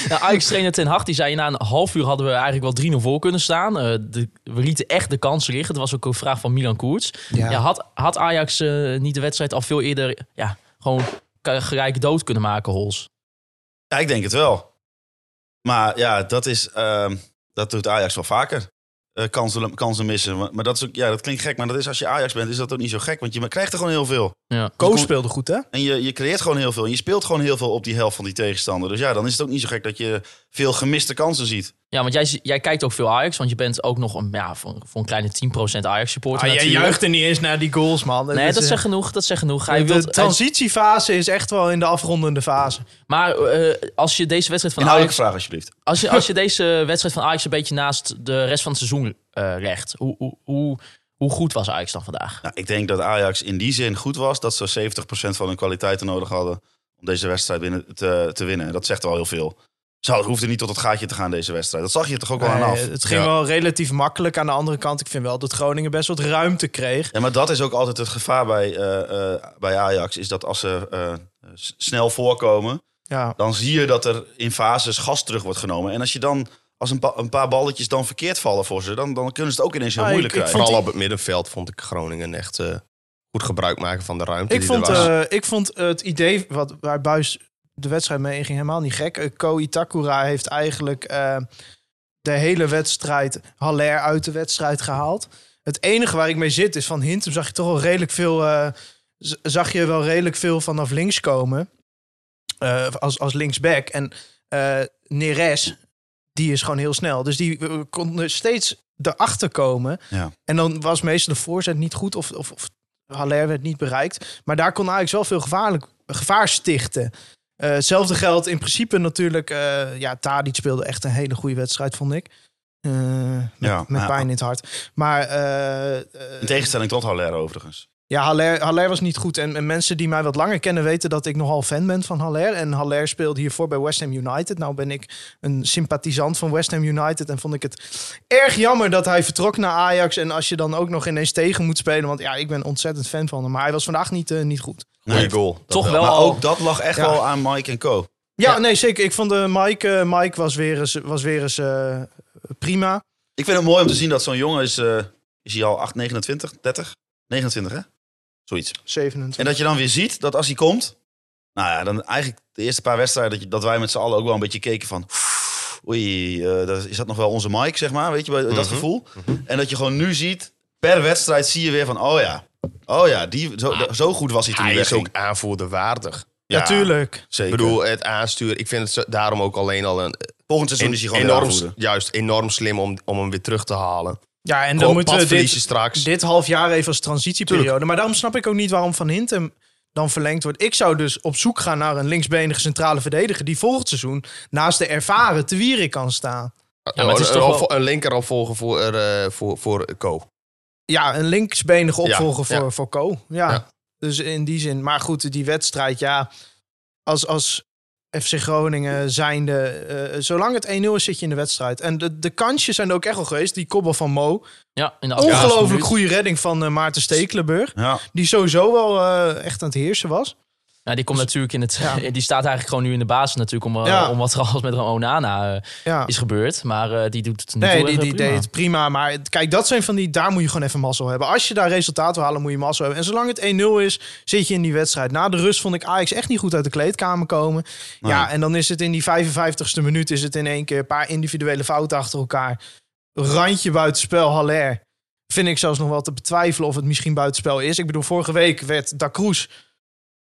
Speaker 4: Nou, Ajax-trainer Ten Hag die zei na een half uur hadden we eigenlijk wel 3-0 voor kunnen staan. Eh, de, we lieten echt de kans liggen. Het was ook een vraag van Milan Koerts. Ja.
Speaker 6: Ja.
Speaker 4: had, had Ajax eh, niet de wedstrijd al veel eerder ja, gewoon k- gelijk dood kunnen maken, Hols?
Speaker 7: Ja, ik denk het wel. Maar ja, dat is. ehm, dat doet Ajax wel vaker. Eh, kansen, kansen missen. Maar, maar dat, is ook, ja, dat klinkt gek, maar dat is als je Ajax bent, is dat ook niet zo gek. Want je krijgt er gewoon heel veel.
Speaker 4: Ja.
Speaker 6: Koos speelde goed, hè?
Speaker 7: En je, je creëert gewoon heel veel. En je speelt gewoon heel veel op die helft van die tegenstander. Dus ja, dan is het ook niet zo gek dat je veel gemiste kansen ziet.
Speaker 4: Ja, want jij, jij kijkt ook veel Ajax, want je bent ook nog een, ja, voor, voor een kleine 10% Ajax supporter.
Speaker 6: Ah, jij
Speaker 4: natuurlijk.
Speaker 6: juicht er niet eens naar die goals, man.
Speaker 4: Nee, dat
Speaker 6: is, eh,
Speaker 4: zegt genoeg. Dat zegt genoeg. Hij
Speaker 6: De,
Speaker 4: wil,
Speaker 6: de transitiefase is echt wel in de afrondende fase.
Speaker 4: maar eh, als je deze wedstrijd van Ajax
Speaker 7: Inhoudelijke vraag alsjeblieft.
Speaker 4: Als je, als je deze wedstrijd van Ajax een beetje naast de rest van het seizoen eh, legt, hoe, hoe, hoe, hoe goed was Ajax dan vandaag?
Speaker 7: Nou, ik denk dat Ajax in die zin goed was dat ze 70% van hun kwaliteiten nodig hadden om deze wedstrijd binnen te, te winnen. Dat zegt wel heel veel. Ze hadden- hoefden niet tot het gaatje te gaan deze wedstrijd. Dat zag je toch ook wel aan
Speaker 6: Nee,
Speaker 7: af.
Speaker 6: het ging
Speaker 7: ja.
Speaker 6: wel relatief makkelijk. Aan de andere kant, ik vind wel dat Groningen best wat ruimte kreeg.
Speaker 7: Ja, maar dat is ook altijd het gevaar bij, eh, eh, bij Ajax. Is dat als ze eh, s- snel voorkomen,
Speaker 6: Ja,
Speaker 7: dan zie je dat er in fases gas terug wordt genomen. En als je dan als een, pa- een paar balletjes dan verkeerd vallen voor ze, dan, dan kunnen ze het ook ineens heel
Speaker 6: Ah, ik-
Speaker 7: moeilijk
Speaker 6: ik
Speaker 7: krijgen.
Speaker 6: vond
Speaker 5: Vooral
Speaker 6: die-
Speaker 5: op het middenveld vond ik Groningen echt eh, goed gebruik maken van de ruimte
Speaker 6: ik
Speaker 5: die
Speaker 6: vond,
Speaker 5: er was.
Speaker 6: eh, ik vond het idee wat, waar Buis de wedstrijd mee inging helemaal niet gek. Eh, Ko Itakura heeft eigenlijk eh, de hele wedstrijd Haller uit de wedstrijd gehaald. Het enige waar ik mee zit is van Hintem zag je toch wel redelijk veel, eh, z- zag je wel redelijk veel vanaf links komen. Eh, als, als linksback. En eh Neres, die is gewoon heel snel. Dus die eh, kon er steeds erachter komen.
Speaker 7: Ja.
Speaker 6: En dan was meestal de voorzet niet goed of, of, of Haller werd niet bereikt. Maar daar kon Ajax wel veel gevaarlijk, gevaar stichten. Eh, hetzelfde geldt in principe natuurlijk. eh, ja, Tadic speelde echt een hele goede wedstrijd, vond ik. Eh, met,
Speaker 7: Ja,
Speaker 6: met
Speaker 7: maar-
Speaker 6: pijn in het hart. Maar eh, eh,
Speaker 7: In tegenstelling tot Haller overigens.
Speaker 6: ja, Haller, Haller was niet goed. En, en mensen die mij wat langer kennen weten dat ik nogal fan ben van Haller. En Haller speelde hiervoor bij West Ham United. Nou ben ik een sympathisant van West Ham United. En vond ik het erg jammer dat hij vertrok naar Ajax. En als je dan ook nog ineens tegen moet spelen. Want ja, ik ben ontzettend fan van hem. Maar hij was vandaag niet, eh, niet goed.
Speaker 7: Goeie goal. Dat
Speaker 4: Toch wel
Speaker 7: Maar
Speaker 4: al-
Speaker 7: ook dat lag echt
Speaker 6: Ja.
Speaker 7: wel aan Mike en Co.
Speaker 6: Ja, nee, zeker. Ik vond eh, Mike, eh, Mike was weer eens, was weer eens eh, prima.
Speaker 7: Ik vind het mooi om te zien dat zo'n jongen is... eh, is hij al 8, 29, 30? 29, hè? Zoiets.
Speaker 6: 27.
Speaker 7: En dat je dan weer ziet dat als hij komt... Nou ja, dan eigenlijk de eerste paar wedstrijden... dat, je, dat wij met z'n allen ook wel een beetje keken van... Oei, eh, dat, is dat nog wel onze Mike, zeg maar? Weet je, dat
Speaker 6: Mhm.
Speaker 7: gevoel. En dat je gewoon nu ziet... Per wedstrijd zie je weer van... Oh ja, oh ja, die, zo,
Speaker 6: Ah,
Speaker 7: zo goed was hij toen
Speaker 5: Hij is ook
Speaker 7: wegging.
Speaker 5: aanvoerder waardig.
Speaker 7: Ja,
Speaker 6: Natuurlijk.
Speaker 5: Ik
Speaker 7: Zeker.
Speaker 5: bedoel, het aansturen. Ik vind het zo- daarom ook alleen al een,
Speaker 7: volgend seizoen is hij gewoon weer
Speaker 5: enorm,
Speaker 7: aanvoerder.
Speaker 5: juist, enorm slim om, om hem weer terug te halen.
Speaker 6: Ja, en dan
Speaker 5: Gewoon
Speaker 6: moeten we
Speaker 5: padverliezen
Speaker 6: dit,
Speaker 5: straks.
Speaker 6: dit half jaar even als transitieperiode.
Speaker 5: Tuurlijk.
Speaker 6: Maar daarom snap ik ook niet waarom Van Hintem dan verlengd wordt. Ik zou dus op zoek gaan naar een linksbenige centrale verdediger... die volgend seizoen naast de ervaren te wieren kan staan.
Speaker 4: maar het is
Speaker 5: een,
Speaker 4: toch
Speaker 5: een
Speaker 4: wel-
Speaker 5: opvo- een linker opvolger voor, eh, voor, voor Co.
Speaker 6: Ja, een linksbenige opvolger
Speaker 5: Ja, ja.
Speaker 6: voor, voor Co. Ja.
Speaker 5: Ja.
Speaker 6: dus in die zin. Maar goed, die wedstrijd, ja... Als, als FC Groningen zijnde... eh, zolang het 1-0 is, zit je in de wedstrijd. En de, de kansjes zijn er ook echt wel geweest. Die kobbel van Mo.
Speaker 4: Ja, in de afgelopen
Speaker 6: Ongelooflijk
Speaker 4: minuut.
Speaker 6: goede redding van eh, Maarten Stekelenburg.
Speaker 7: Ja.
Speaker 6: Die sowieso wel eh, echt aan het heersen was.
Speaker 4: Ja, die komt natuurlijk in het.
Speaker 6: Ja.
Speaker 4: Die staat eigenlijk gewoon nu in de basis natuurlijk om, eh,
Speaker 6: Ja.
Speaker 4: om wat er alles met Onana eh,
Speaker 6: Ja.
Speaker 4: is gebeurd. Maar eh, die doet het nu
Speaker 6: Nee,
Speaker 4: toe
Speaker 6: die,
Speaker 4: echt
Speaker 6: die
Speaker 4: prima.
Speaker 6: deed het prima. Maar het- kijk, dat zijn van die... Daar moet je gewoon even mazzel hebben. Als je daar resultaat wil halen, moet je mazzel hebben. En zolang het 1-0 is, zit je in die wedstrijd. Na de rust vond ik Ajax echt niet goed uit de kleedkamer komen. Ja, en dan is het in die 55ste minuut... is het in één keer een paar individuele fouten achter elkaar. Randje buitenspel, Haller. Vind ik zelfs nog wel te betwijfelen of het misschien buitenspel is. Ik bedoel, vorige week werd Da Cruz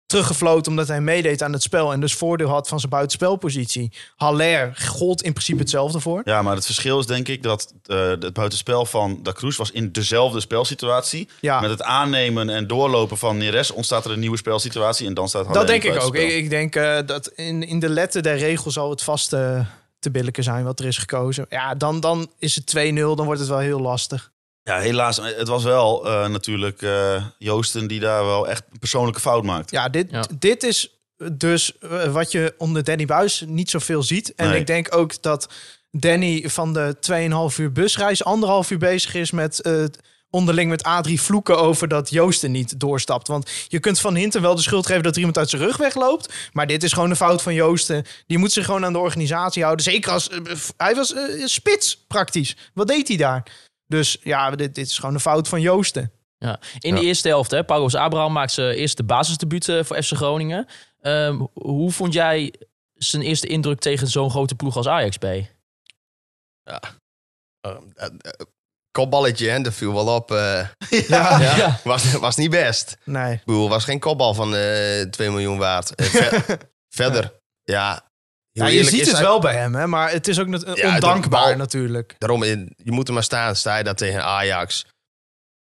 Speaker 6: teruggefloten omdat hij meedeed aan het spel... en dus voordeel had van zijn buitenspelpositie. Haller gold in principe hetzelfde voor.
Speaker 7: Ja, maar het verschil is denk ik dat eh, het buitenspel van Da Cruz was in dezelfde spelsituatie.
Speaker 6: Ja.
Speaker 7: Met het aannemen en doorlopen van Neres ontstaat er een nieuwe spelsituatie en dan staat Haller
Speaker 6: Dat
Speaker 7: in het
Speaker 6: denk ik ook. Ik,
Speaker 7: buitenspel.
Speaker 6: ik denk eh, dat in, in de letter der regel zal het vast eh, te billijken zijn wat er is gekozen. Ja, dan, dan is het 2-0, dan wordt het wel heel lastig.
Speaker 7: Ja, helaas. Het was wel eh, natuurlijk eh, Joosten die daar wel echt een persoonlijke fout maakt.
Speaker 6: Ja, dit,
Speaker 4: Ja.
Speaker 6: dit is dus eh, wat je onder Danny Buis niet zoveel ziet. En
Speaker 7: Nee.
Speaker 6: ik denk ook dat Danny van de 2,5 uur busreis anderhalf uur bezig is met... eh, Onderling met Adrie vloeken over dat Joosten niet doorstapt. Want je kunt van Hinten wel de schuld geven dat er iemand uit zijn rug wegloopt. Maar dit is gewoon een fout van Joosten. Die moet zich gewoon aan de organisatie houden. Zeker als... eh, f- hij was eh, spits, praktisch. Wat deed hij daar? Dus ja, dit, dit is gewoon een fout van Joosten.
Speaker 4: Ja. In de eerste helft, hè, Paulus Abraham maakt zijn eerste basisdebuut eh, voor FC Groningen. Ehm, hoe vond jij zijn eerste indruk tegen zo'n grote ploeg als Ajax bij?
Speaker 5: Eh, eh, eh, kopballetje, hè, dat viel wel op. eh,
Speaker 6: Ja.
Speaker 5: ja. Was, was niet best.
Speaker 6: Nee.
Speaker 5: Ik bedoel, was geen kopbal van eh 2 miljoen waard. Eh, ver- verder, ja. heel
Speaker 6: Ja, Nou, je
Speaker 5: Nou, eerlijk
Speaker 6: ziet
Speaker 5: is
Speaker 6: het
Speaker 5: hij-
Speaker 6: wel bij hem, hè? maar het is ook nat-
Speaker 5: Ja,
Speaker 6: ondankbaar
Speaker 5: de-
Speaker 6: natuurlijk.
Speaker 5: Daarom, in- je moet er maar staan. Sta je daar tegen Ajax.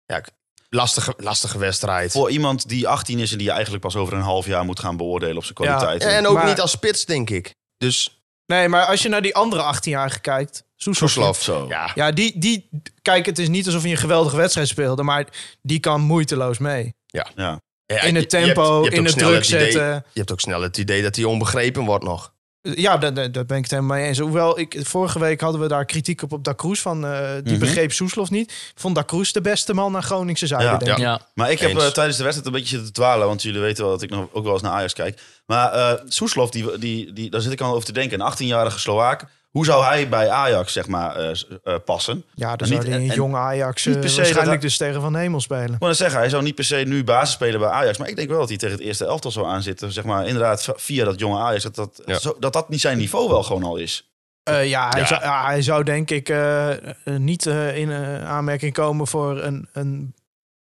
Speaker 5: Ja, k- lastige, lastige wedstrijd.
Speaker 7: Voor iemand die 18 is en die je eigenlijk pas over een half jaar moet gaan beoordelen op zijn kwaliteit.
Speaker 5: Ja, en ook
Speaker 6: Maar-
Speaker 5: niet als spits, denk ik. Dus,
Speaker 6: Nee, maar als je naar die andere 18-jarige kijkt, Soeslof.
Speaker 5: Soeslof.
Speaker 7: Zo.
Speaker 5: Ja,
Speaker 6: Ja, die, die, kijk, het is niet alsof je een geweldige wedstrijd speelde, maar die kan moeiteloos mee.
Speaker 5: Ja,
Speaker 6: In het
Speaker 5: je- je hebt-
Speaker 6: tempo,
Speaker 5: je hebt
Speaker 6: in
Speaker 5: ook
Speaker 6: het
Speaker 5: snel
Speaker 6: druk
Speaker 5: idee-
Speaker 6: zetten.
Speaker 5: je hebt ook snel het idee dat hij onbegrepen wordt nog.
Speaker 6: Ja, daar, daar daar ben ik het helemaal mee eens. Hoewel, ik, vorige week hadden we daar kritiek op op Dacroes. Van, eh, die
Speaker 7: Mhm.
Speaker 6: begreep Soeslof niet. Ik Vond Dacroes de beste man naar Groningse zijde,
Speaker 7: Ja,
Speaker 6: denk ik.
Speaker 5: ja.
Speaker 4: Ja.
Speaker 7: Maar ik heb
Speaker 5: Eens.
Speaker 7: eh, tijdens de wedstrijd een beetje zitten dwalen. Want jullie weten wel dat ik nog ook wel eens naar Ajax kijk. Maar eh Soeslof, die, die, die, daar zit ik al over te denken. Een 18-jarige Sloaak. Hoe zou hij bij Ajax zeg maar, eh, s- eh, passen?
Speaker 6: Ja, dan
Speaker 7: En
Speaker 6: zou
Speaker 7: niet-
Speaker 6: die een
Speaker 7: en-
Speaker 6: jonge Ajax eh,
Speaker 7: niet per se
Speaker 6: waarschijnlijk
Speaker 7: dat-
Speaker 6: dus tegen Van Hemel spelen.
Speaker 7: Ik wil net zeggen, hij zou niet per se nu basis spelen bij Ajax. Maar ik denk wel dat hij tegen het eerste elftal zou aanzitten. Zeg maar, inderdaad, v- via dat jonge Ajax. Dat dat,
Speaker 5: Ja.
Speaker 7: zo- dat, dat niet zijn niveau wel gewoon al is.
Speaker 6: Eh, ja, hij
Speaker 5: Ja.
Speaker 6: Zou, ja, hij zou denk ik eh, eh, niet eh, in eh, aanmerking komen voor een, een...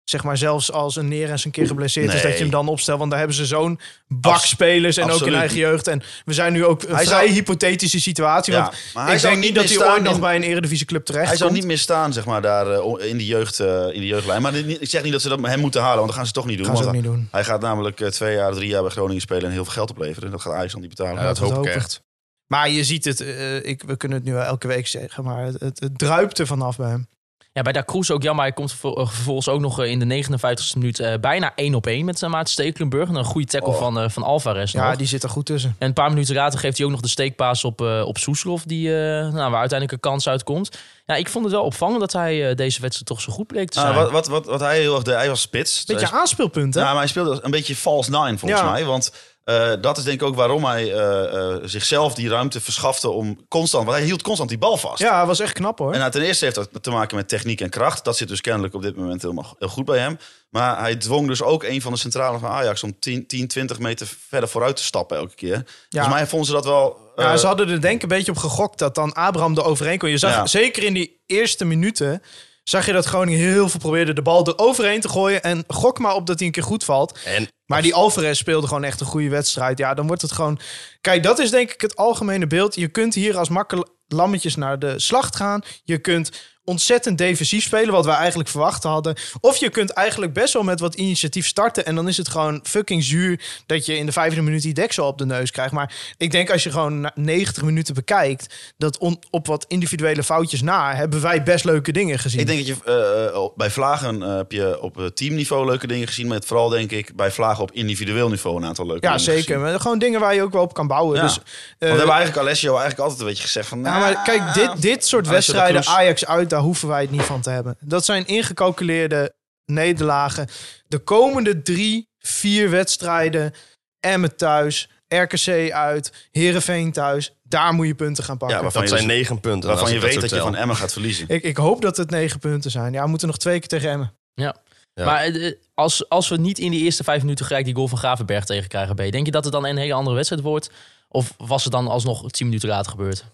Speaker 6: Zeg maar zelfs als een Neres een keer geblesseerd is,
Speaker 7: Nee.
Speaker 6: dat je hem dan opstelt. Want daar hebben ze zo'n bak
Speaker 7: Abs-
Speaker 6: spelers en ook
Speaker 7: absoluut.
Speaker 6: in eigen jeugd. En we zijn nu ook een
Speaker 7: Hij
Speaker 6: vrij
Speaker 7: zou-
Speaker 6: hypothetische situatie.
Speaker 7: Ja,
Speaker 6: want
Speaker 7: maar
Speaker 6: ik denk niet dat
Speaker 7: meer
Speaker 6: hij ooit
Speaker 7: staan
Speaker 6: nog
Speaker 7: in-
Speaker 6: bij een eredivisie club terecht
Speaker 7: Hij zou niet meer staan zeg maar, daar, eh, o- in, de jeugd, eh, in de jeugdlijn. Maar dit niet- ik zeg niet dat ze dat hem moeten halen. Want dat gaan ze toch niet doen.
Speaker 6: Gaan ze ook
Speaker 7: want
Speaker 6: niet doen.
Speaker 7: Hij gaat namelijk eh, twee jaar, drie jaar bij Groningen spelen en heel veel geld opleveren. Dat gaat Ajax dan niet betalen.
Speaker 5: Ja, dat
Speaker 6: Laten we het
Speaker 5: hoop ik
Speaker 6: hopen.
Speaker 5: echt.
Speaker 6: Maar je ziet het, eh, ik, we kunnen het nu wel elke week zeggen, maar het, het, het druipt er vanaf bij hem.
Speaker 4: ja, bij Dacroes ook jammer. Hij komt vervol- eh, vervolgens ook nog eh, in de 59e minuut eh, bijna 1 op 1 met zijn maat Stekelenburg. En een goede tackle
Speaker 7: Oh.
Speaker 4: van, eh, van Alvarez
Speaker 6: Ja,
Speaker 4: nog.
Speaker 6: die zit er goed tussen.
Speaker 4: En een paar minuten later geeft hij ook nog de steekpaas op, eh op Soeslof, die, eh, nou, waar uiteindelijk een kans uitkomt. Ja, ik vond het wel opvallend dat hij eh, deze wedstrijd toch zo goed bleek te
Speaker 7: Ah,
Speaker 4: zijn.
Speaker 7: wat, wat, wat, wat hij heel erg deed, hij was spits.
Speaker 6: Beetje
Speaker 7: Hij-
Speaker 6: aanspeelpunt, hè?
Speaker 7: ja, maar hij speelde een beetje false nine volgens
Speaker 6: Ja.
Speaker 7: mij. Want eh, dat is denk ik ook waarom hij eh, eh, zichzelf die ruimte verschafte om constant... Want hij hield constant die bal vast.
Speaker 6: Ja, was echt knap hoor.
Speaker 7: En nou, ten eerste heeft dat te maken met techniek en kracht. Dat zit dus kennelijk op dit moment helemaal heel goed bij hem. Maar hij dwong dus ook een van de centralen van Ajax om 10, 10 20 meter verder vooruit te stappen elke keer. Volgens mij vonden ze dat wel... eh,
Speaker 6: ja, ze hadden er denk ik een beetje op gegokt dat dan Abraham er overheen kon. Je zag
Speaker 7: Ja.
Speaker 6: zeker in die eerste minuten, zag je dat Groningen heel veel probeerde de bal er overheen te gooien. En gok maar op dat hij een keer goed valt.
Speaker 5: En
Speaker 6: Maar die Alvarez speelde gewoon echt een goede wedstrijd. Ja, dan wordt het gewoon... Kijk, dat is denk ik het algemene beeld. Je kunt hier als makkelijk lammetjes naar de slacht gaan. Je kunt ontzettend defensief spelen, wat wij eigenlijk verwacht hadden. Of je kunt eigenlijk best wel met wat initiatief starten. En dan is het gewoon fucking zuur dat je in de vijfde minuut die deksel op de neus krijgt. Maar ik denk als je gewoon na 90 minuten bekijkt... dat on- op wat individuele foutjes na hebben wij best leuke dingen gezien.
Speaker 7: Ik denk dat je eh, eh, bij Vlagen eh, heb je op eh, teamniveau leuke dingen gezien. Maar het vooral denk ik bij Vlagen op individueel niveau een aantal leuke
Speaker 6: ja,
Speaker 7: dingen
Speaker 6: zeker.
Speaker 7: gezien.
Speaker 6: Maar gewoon dingen waar je ook wel op kan bouwen.
Speaker 7: Ja.
Speaker 6: Dus,
Speaker 7: Want
Speaker 6: eh,
Speaker 7: we hebben eigenlijk Alessio eigenlijk altijd een beetje gezegd van... "Nou,
Speaker 6: Ja, Nou, maar kijk, dit, dit soort
Speaker 7: Als je dat
Speaker 6: wedstrijden,
Speaker 7: doet-
Speaker 6: Ajax uit, daar hoeven wij het niet van te hebben. Dat zijn ingecalculeerde nederlagen. De komende drie, vier wedstrijden, Emmen thuis, RKC uit, Herenveen thuis, daar moet je punten gaan pakken.
Speaker 7: Ja, waarvan
Speaker 5: dat
Speaker 7: je,
Speaker 5: zijn negen punten.
Speaker 7: waarvan
Speaker 5: als
Speaker 7: je
Speaker 5: ik
Speaker 7: weet
Speaker 5: zo
Speaker 7: dat, je
Speaker 5: tel.
Speaker 7: van Emmen gaat verliezen.
Speaker 6: ik, ik hoop dat het negen punten zijn. Ja, we moeten nog twee keer tegen Emmen.
Speaker 5: Ja.
Speaker 4: Maar eh, als, als we niet in de eerste vijf minuten gelijk die goal van Gravenberg tegenkrijgen, B, denk je dat het dan een hele andere wedstrijd wordt? Of was het dan alsnog tien minuten later gebeurd?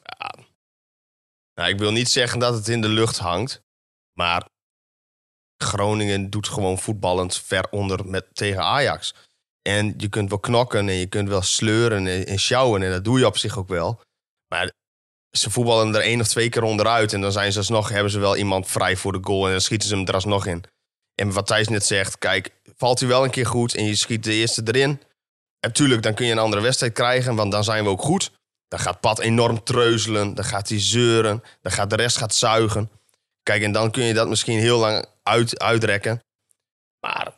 Speaker 5: Nou, ik wil niet zeggen dat het in de lucht hangt. Maar Groningen doet gewoon voetballend ver onder met, tegen Ajax. En je kunt wel knokken en je kunt wel sleuren en, en sjouwen. En dat doe je op zich ook wel. Maar ze voetballen er één of twee keer onderuit. En dan zijn ze alsnog, hebben ze wel iemand vrij voor de goal. En dan schieten ze hem er alsnog in. En wat Thijs net zegt, kijk, valt hij wel een keer goed en je schiet de eerste erin. En tuurlijk, dan kun je een andere wedstrijd krijgen, want dan zijn we ook goed. Dan gaat Pat enorm treuzelen, dan gaat hij zeuren, dan gaat de rest gaat zuigen. Kijk, en dan kun je dat misschien heel lang uit, uitrekken. Maar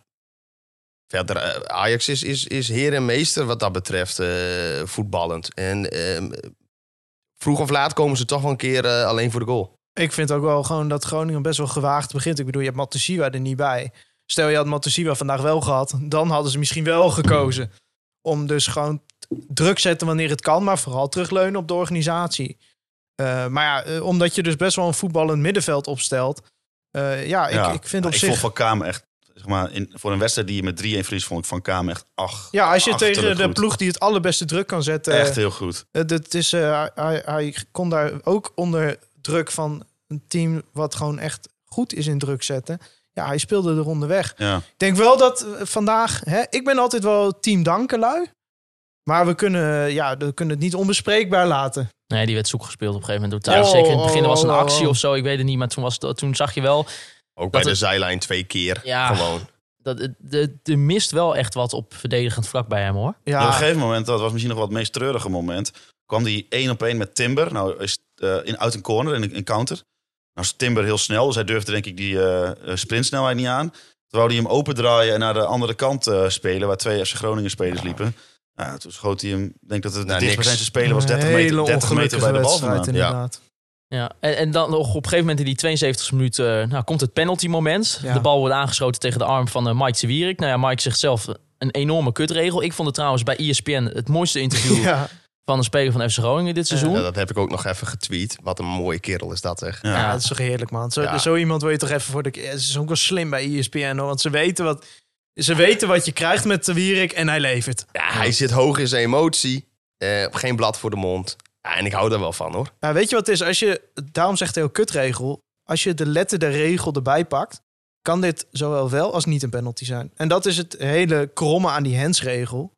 Speaker 5: verder, eh, Ajax is, is, is heer en meester wat dat betreft eh, voetballend. En ehm, vroeg of laat komen ze toch wel een keer eh, alleen voor de goal.
Speaker 6: Ik vind ook wel gewoon dat Groningen best wel gewaagd begint. Ik bedoel, je hebt Matusiwa er niet bij. Stel je had Matusiwa vandaag wel gehad, dan hadden ze misschien wel gekozen. Om dus gewoon druk zetten wanneer het kan, maar vooral terugleunen op de organisatie. Eh, maar ja, eh, omdat je dus best wel een voetballend middenveld opstelt. eh, ja, ik,
Speaker 7: Ja. nou,
Speaker 6: ik vind op
Speaker 7: ik
Speaker 6: zich.
Speaker 7: vond Van Kamer echt... Zeg maar, in, voor een wedstrijd die je met 3-1 verliest, vond ik Van Kamer echt... Ach,
Speaker 6: Ja, als je
Speaker 7: achterlijk
Speaker 6: tegen de
Speaker 7: goed.
Speaker 6: ploeg die het allerbeste druk kan zetten.
Speaker 7: Echt heel goed.
Speaker 6: eh, dat is, eh, hij, hij kon daar ook onder druk van een team wat gewoon echt goed is in druk zetten. Ja, hij speelde de ronde weg.
Speaker 7: Ja.
Speaker 6: Ik denk wel dat eh, vandaag... Hè, ik ben altijd wel team dankelui. Maar we kunnen, eh, ja, we kunnen het niet onbespreekbaar laten.
Speaker 4: Nee, die werd zoek gespeeld op een gegeven moment door Thijs.
Speaker 6: Oh,
Speaker 4: Zeker in het
Speaker 6: oh,
Speaker 4: begin er was een
Speaker 6: oh, oh,
Speaker 4: actie
Speaker 6: oh.
Speaker 4: of zo, ik weet het niet. Maar toen, was, het- toen zag je wel
Speaker 5: Ook bij
Speaker 4: Dat
Speaker 5: de
Speaker 4: het-
Speaker 5: zijlijn twee keer.
Speaker 4: Ja.
Speaker 5: Gewoon.
Speaker 4: dat het- de, de mist wel echt wat op verdedigend vlak bij hem hoor.
Speaker 7: Op een
Speaker 6: Ja,
Speaker 7: gegeven moment, dat was misschien nog wel het meest treurige moment, kwam die één op één met Timber. Nou, is, eh, in, uit een corner, in een counter. Nou is Timber heel snel, dus hij durfde denk ik die eh, eh, sprintsnelheid niet aan. Toen wou hij hem opendraaien en naar de andere kant eh, spelen, waar twee FC Groningen spelers liepen. Nou, toen schoot hij hem, ik denk dat het de
Speaker 5: Nou, niks.
Speaker 7: dichtstbijzijnde speler was 30 meter, 30 meter bij de bal vandaan.
Speaker 5: ja.
Speaker 6: inderdaad.
Speaker 4: Ja. En, en dan nog op een gegeven moment in die 72 minuut eh, nou, komt het penalty moment.
Speaker 6: Ja.
Speaker 4: De bal wordt aangeschoten tegen de arm van eh, Mike Zwierik. Nou ja, Mike zegt zelf eh, een enorme kutregel. Ik vond het trouwens bij E ESPN het mooiste interview
Speaker 6: Ja.
Speaker 4: van een speler van FC Groningen dit seizoen.
Speaker 5: Ja, Eh, dat heb ik ook nog even getweet. Wat een mooie kerel is dat, zeg.
Speaker 7: Ja.
Speaker 6: Ja, dat is toch heerlijk, man. Zo,
Speaker 5: Ja.
Speaker 6: zo iemand wil je toch even voor de... Het is ook wel slim bij E ESPN, hoor. Want ze weten wat, ze weten wat je krijgt met de Wierik en hij levert.
Speaker 5: Ja, hij zit hoog in zijn emotie. Eh, geen blad voor de mond. Ja, en ik hou daar wel van, hoor.
Speaker 6: Ja, Nou, weet je wat het is? Als je, daarom zegt hij ook kutregel. Als je de letter de regel erbij pakt, kan dit zowel wel als niet een penalty zijn. En dat is het hele kromme aan die handsregel.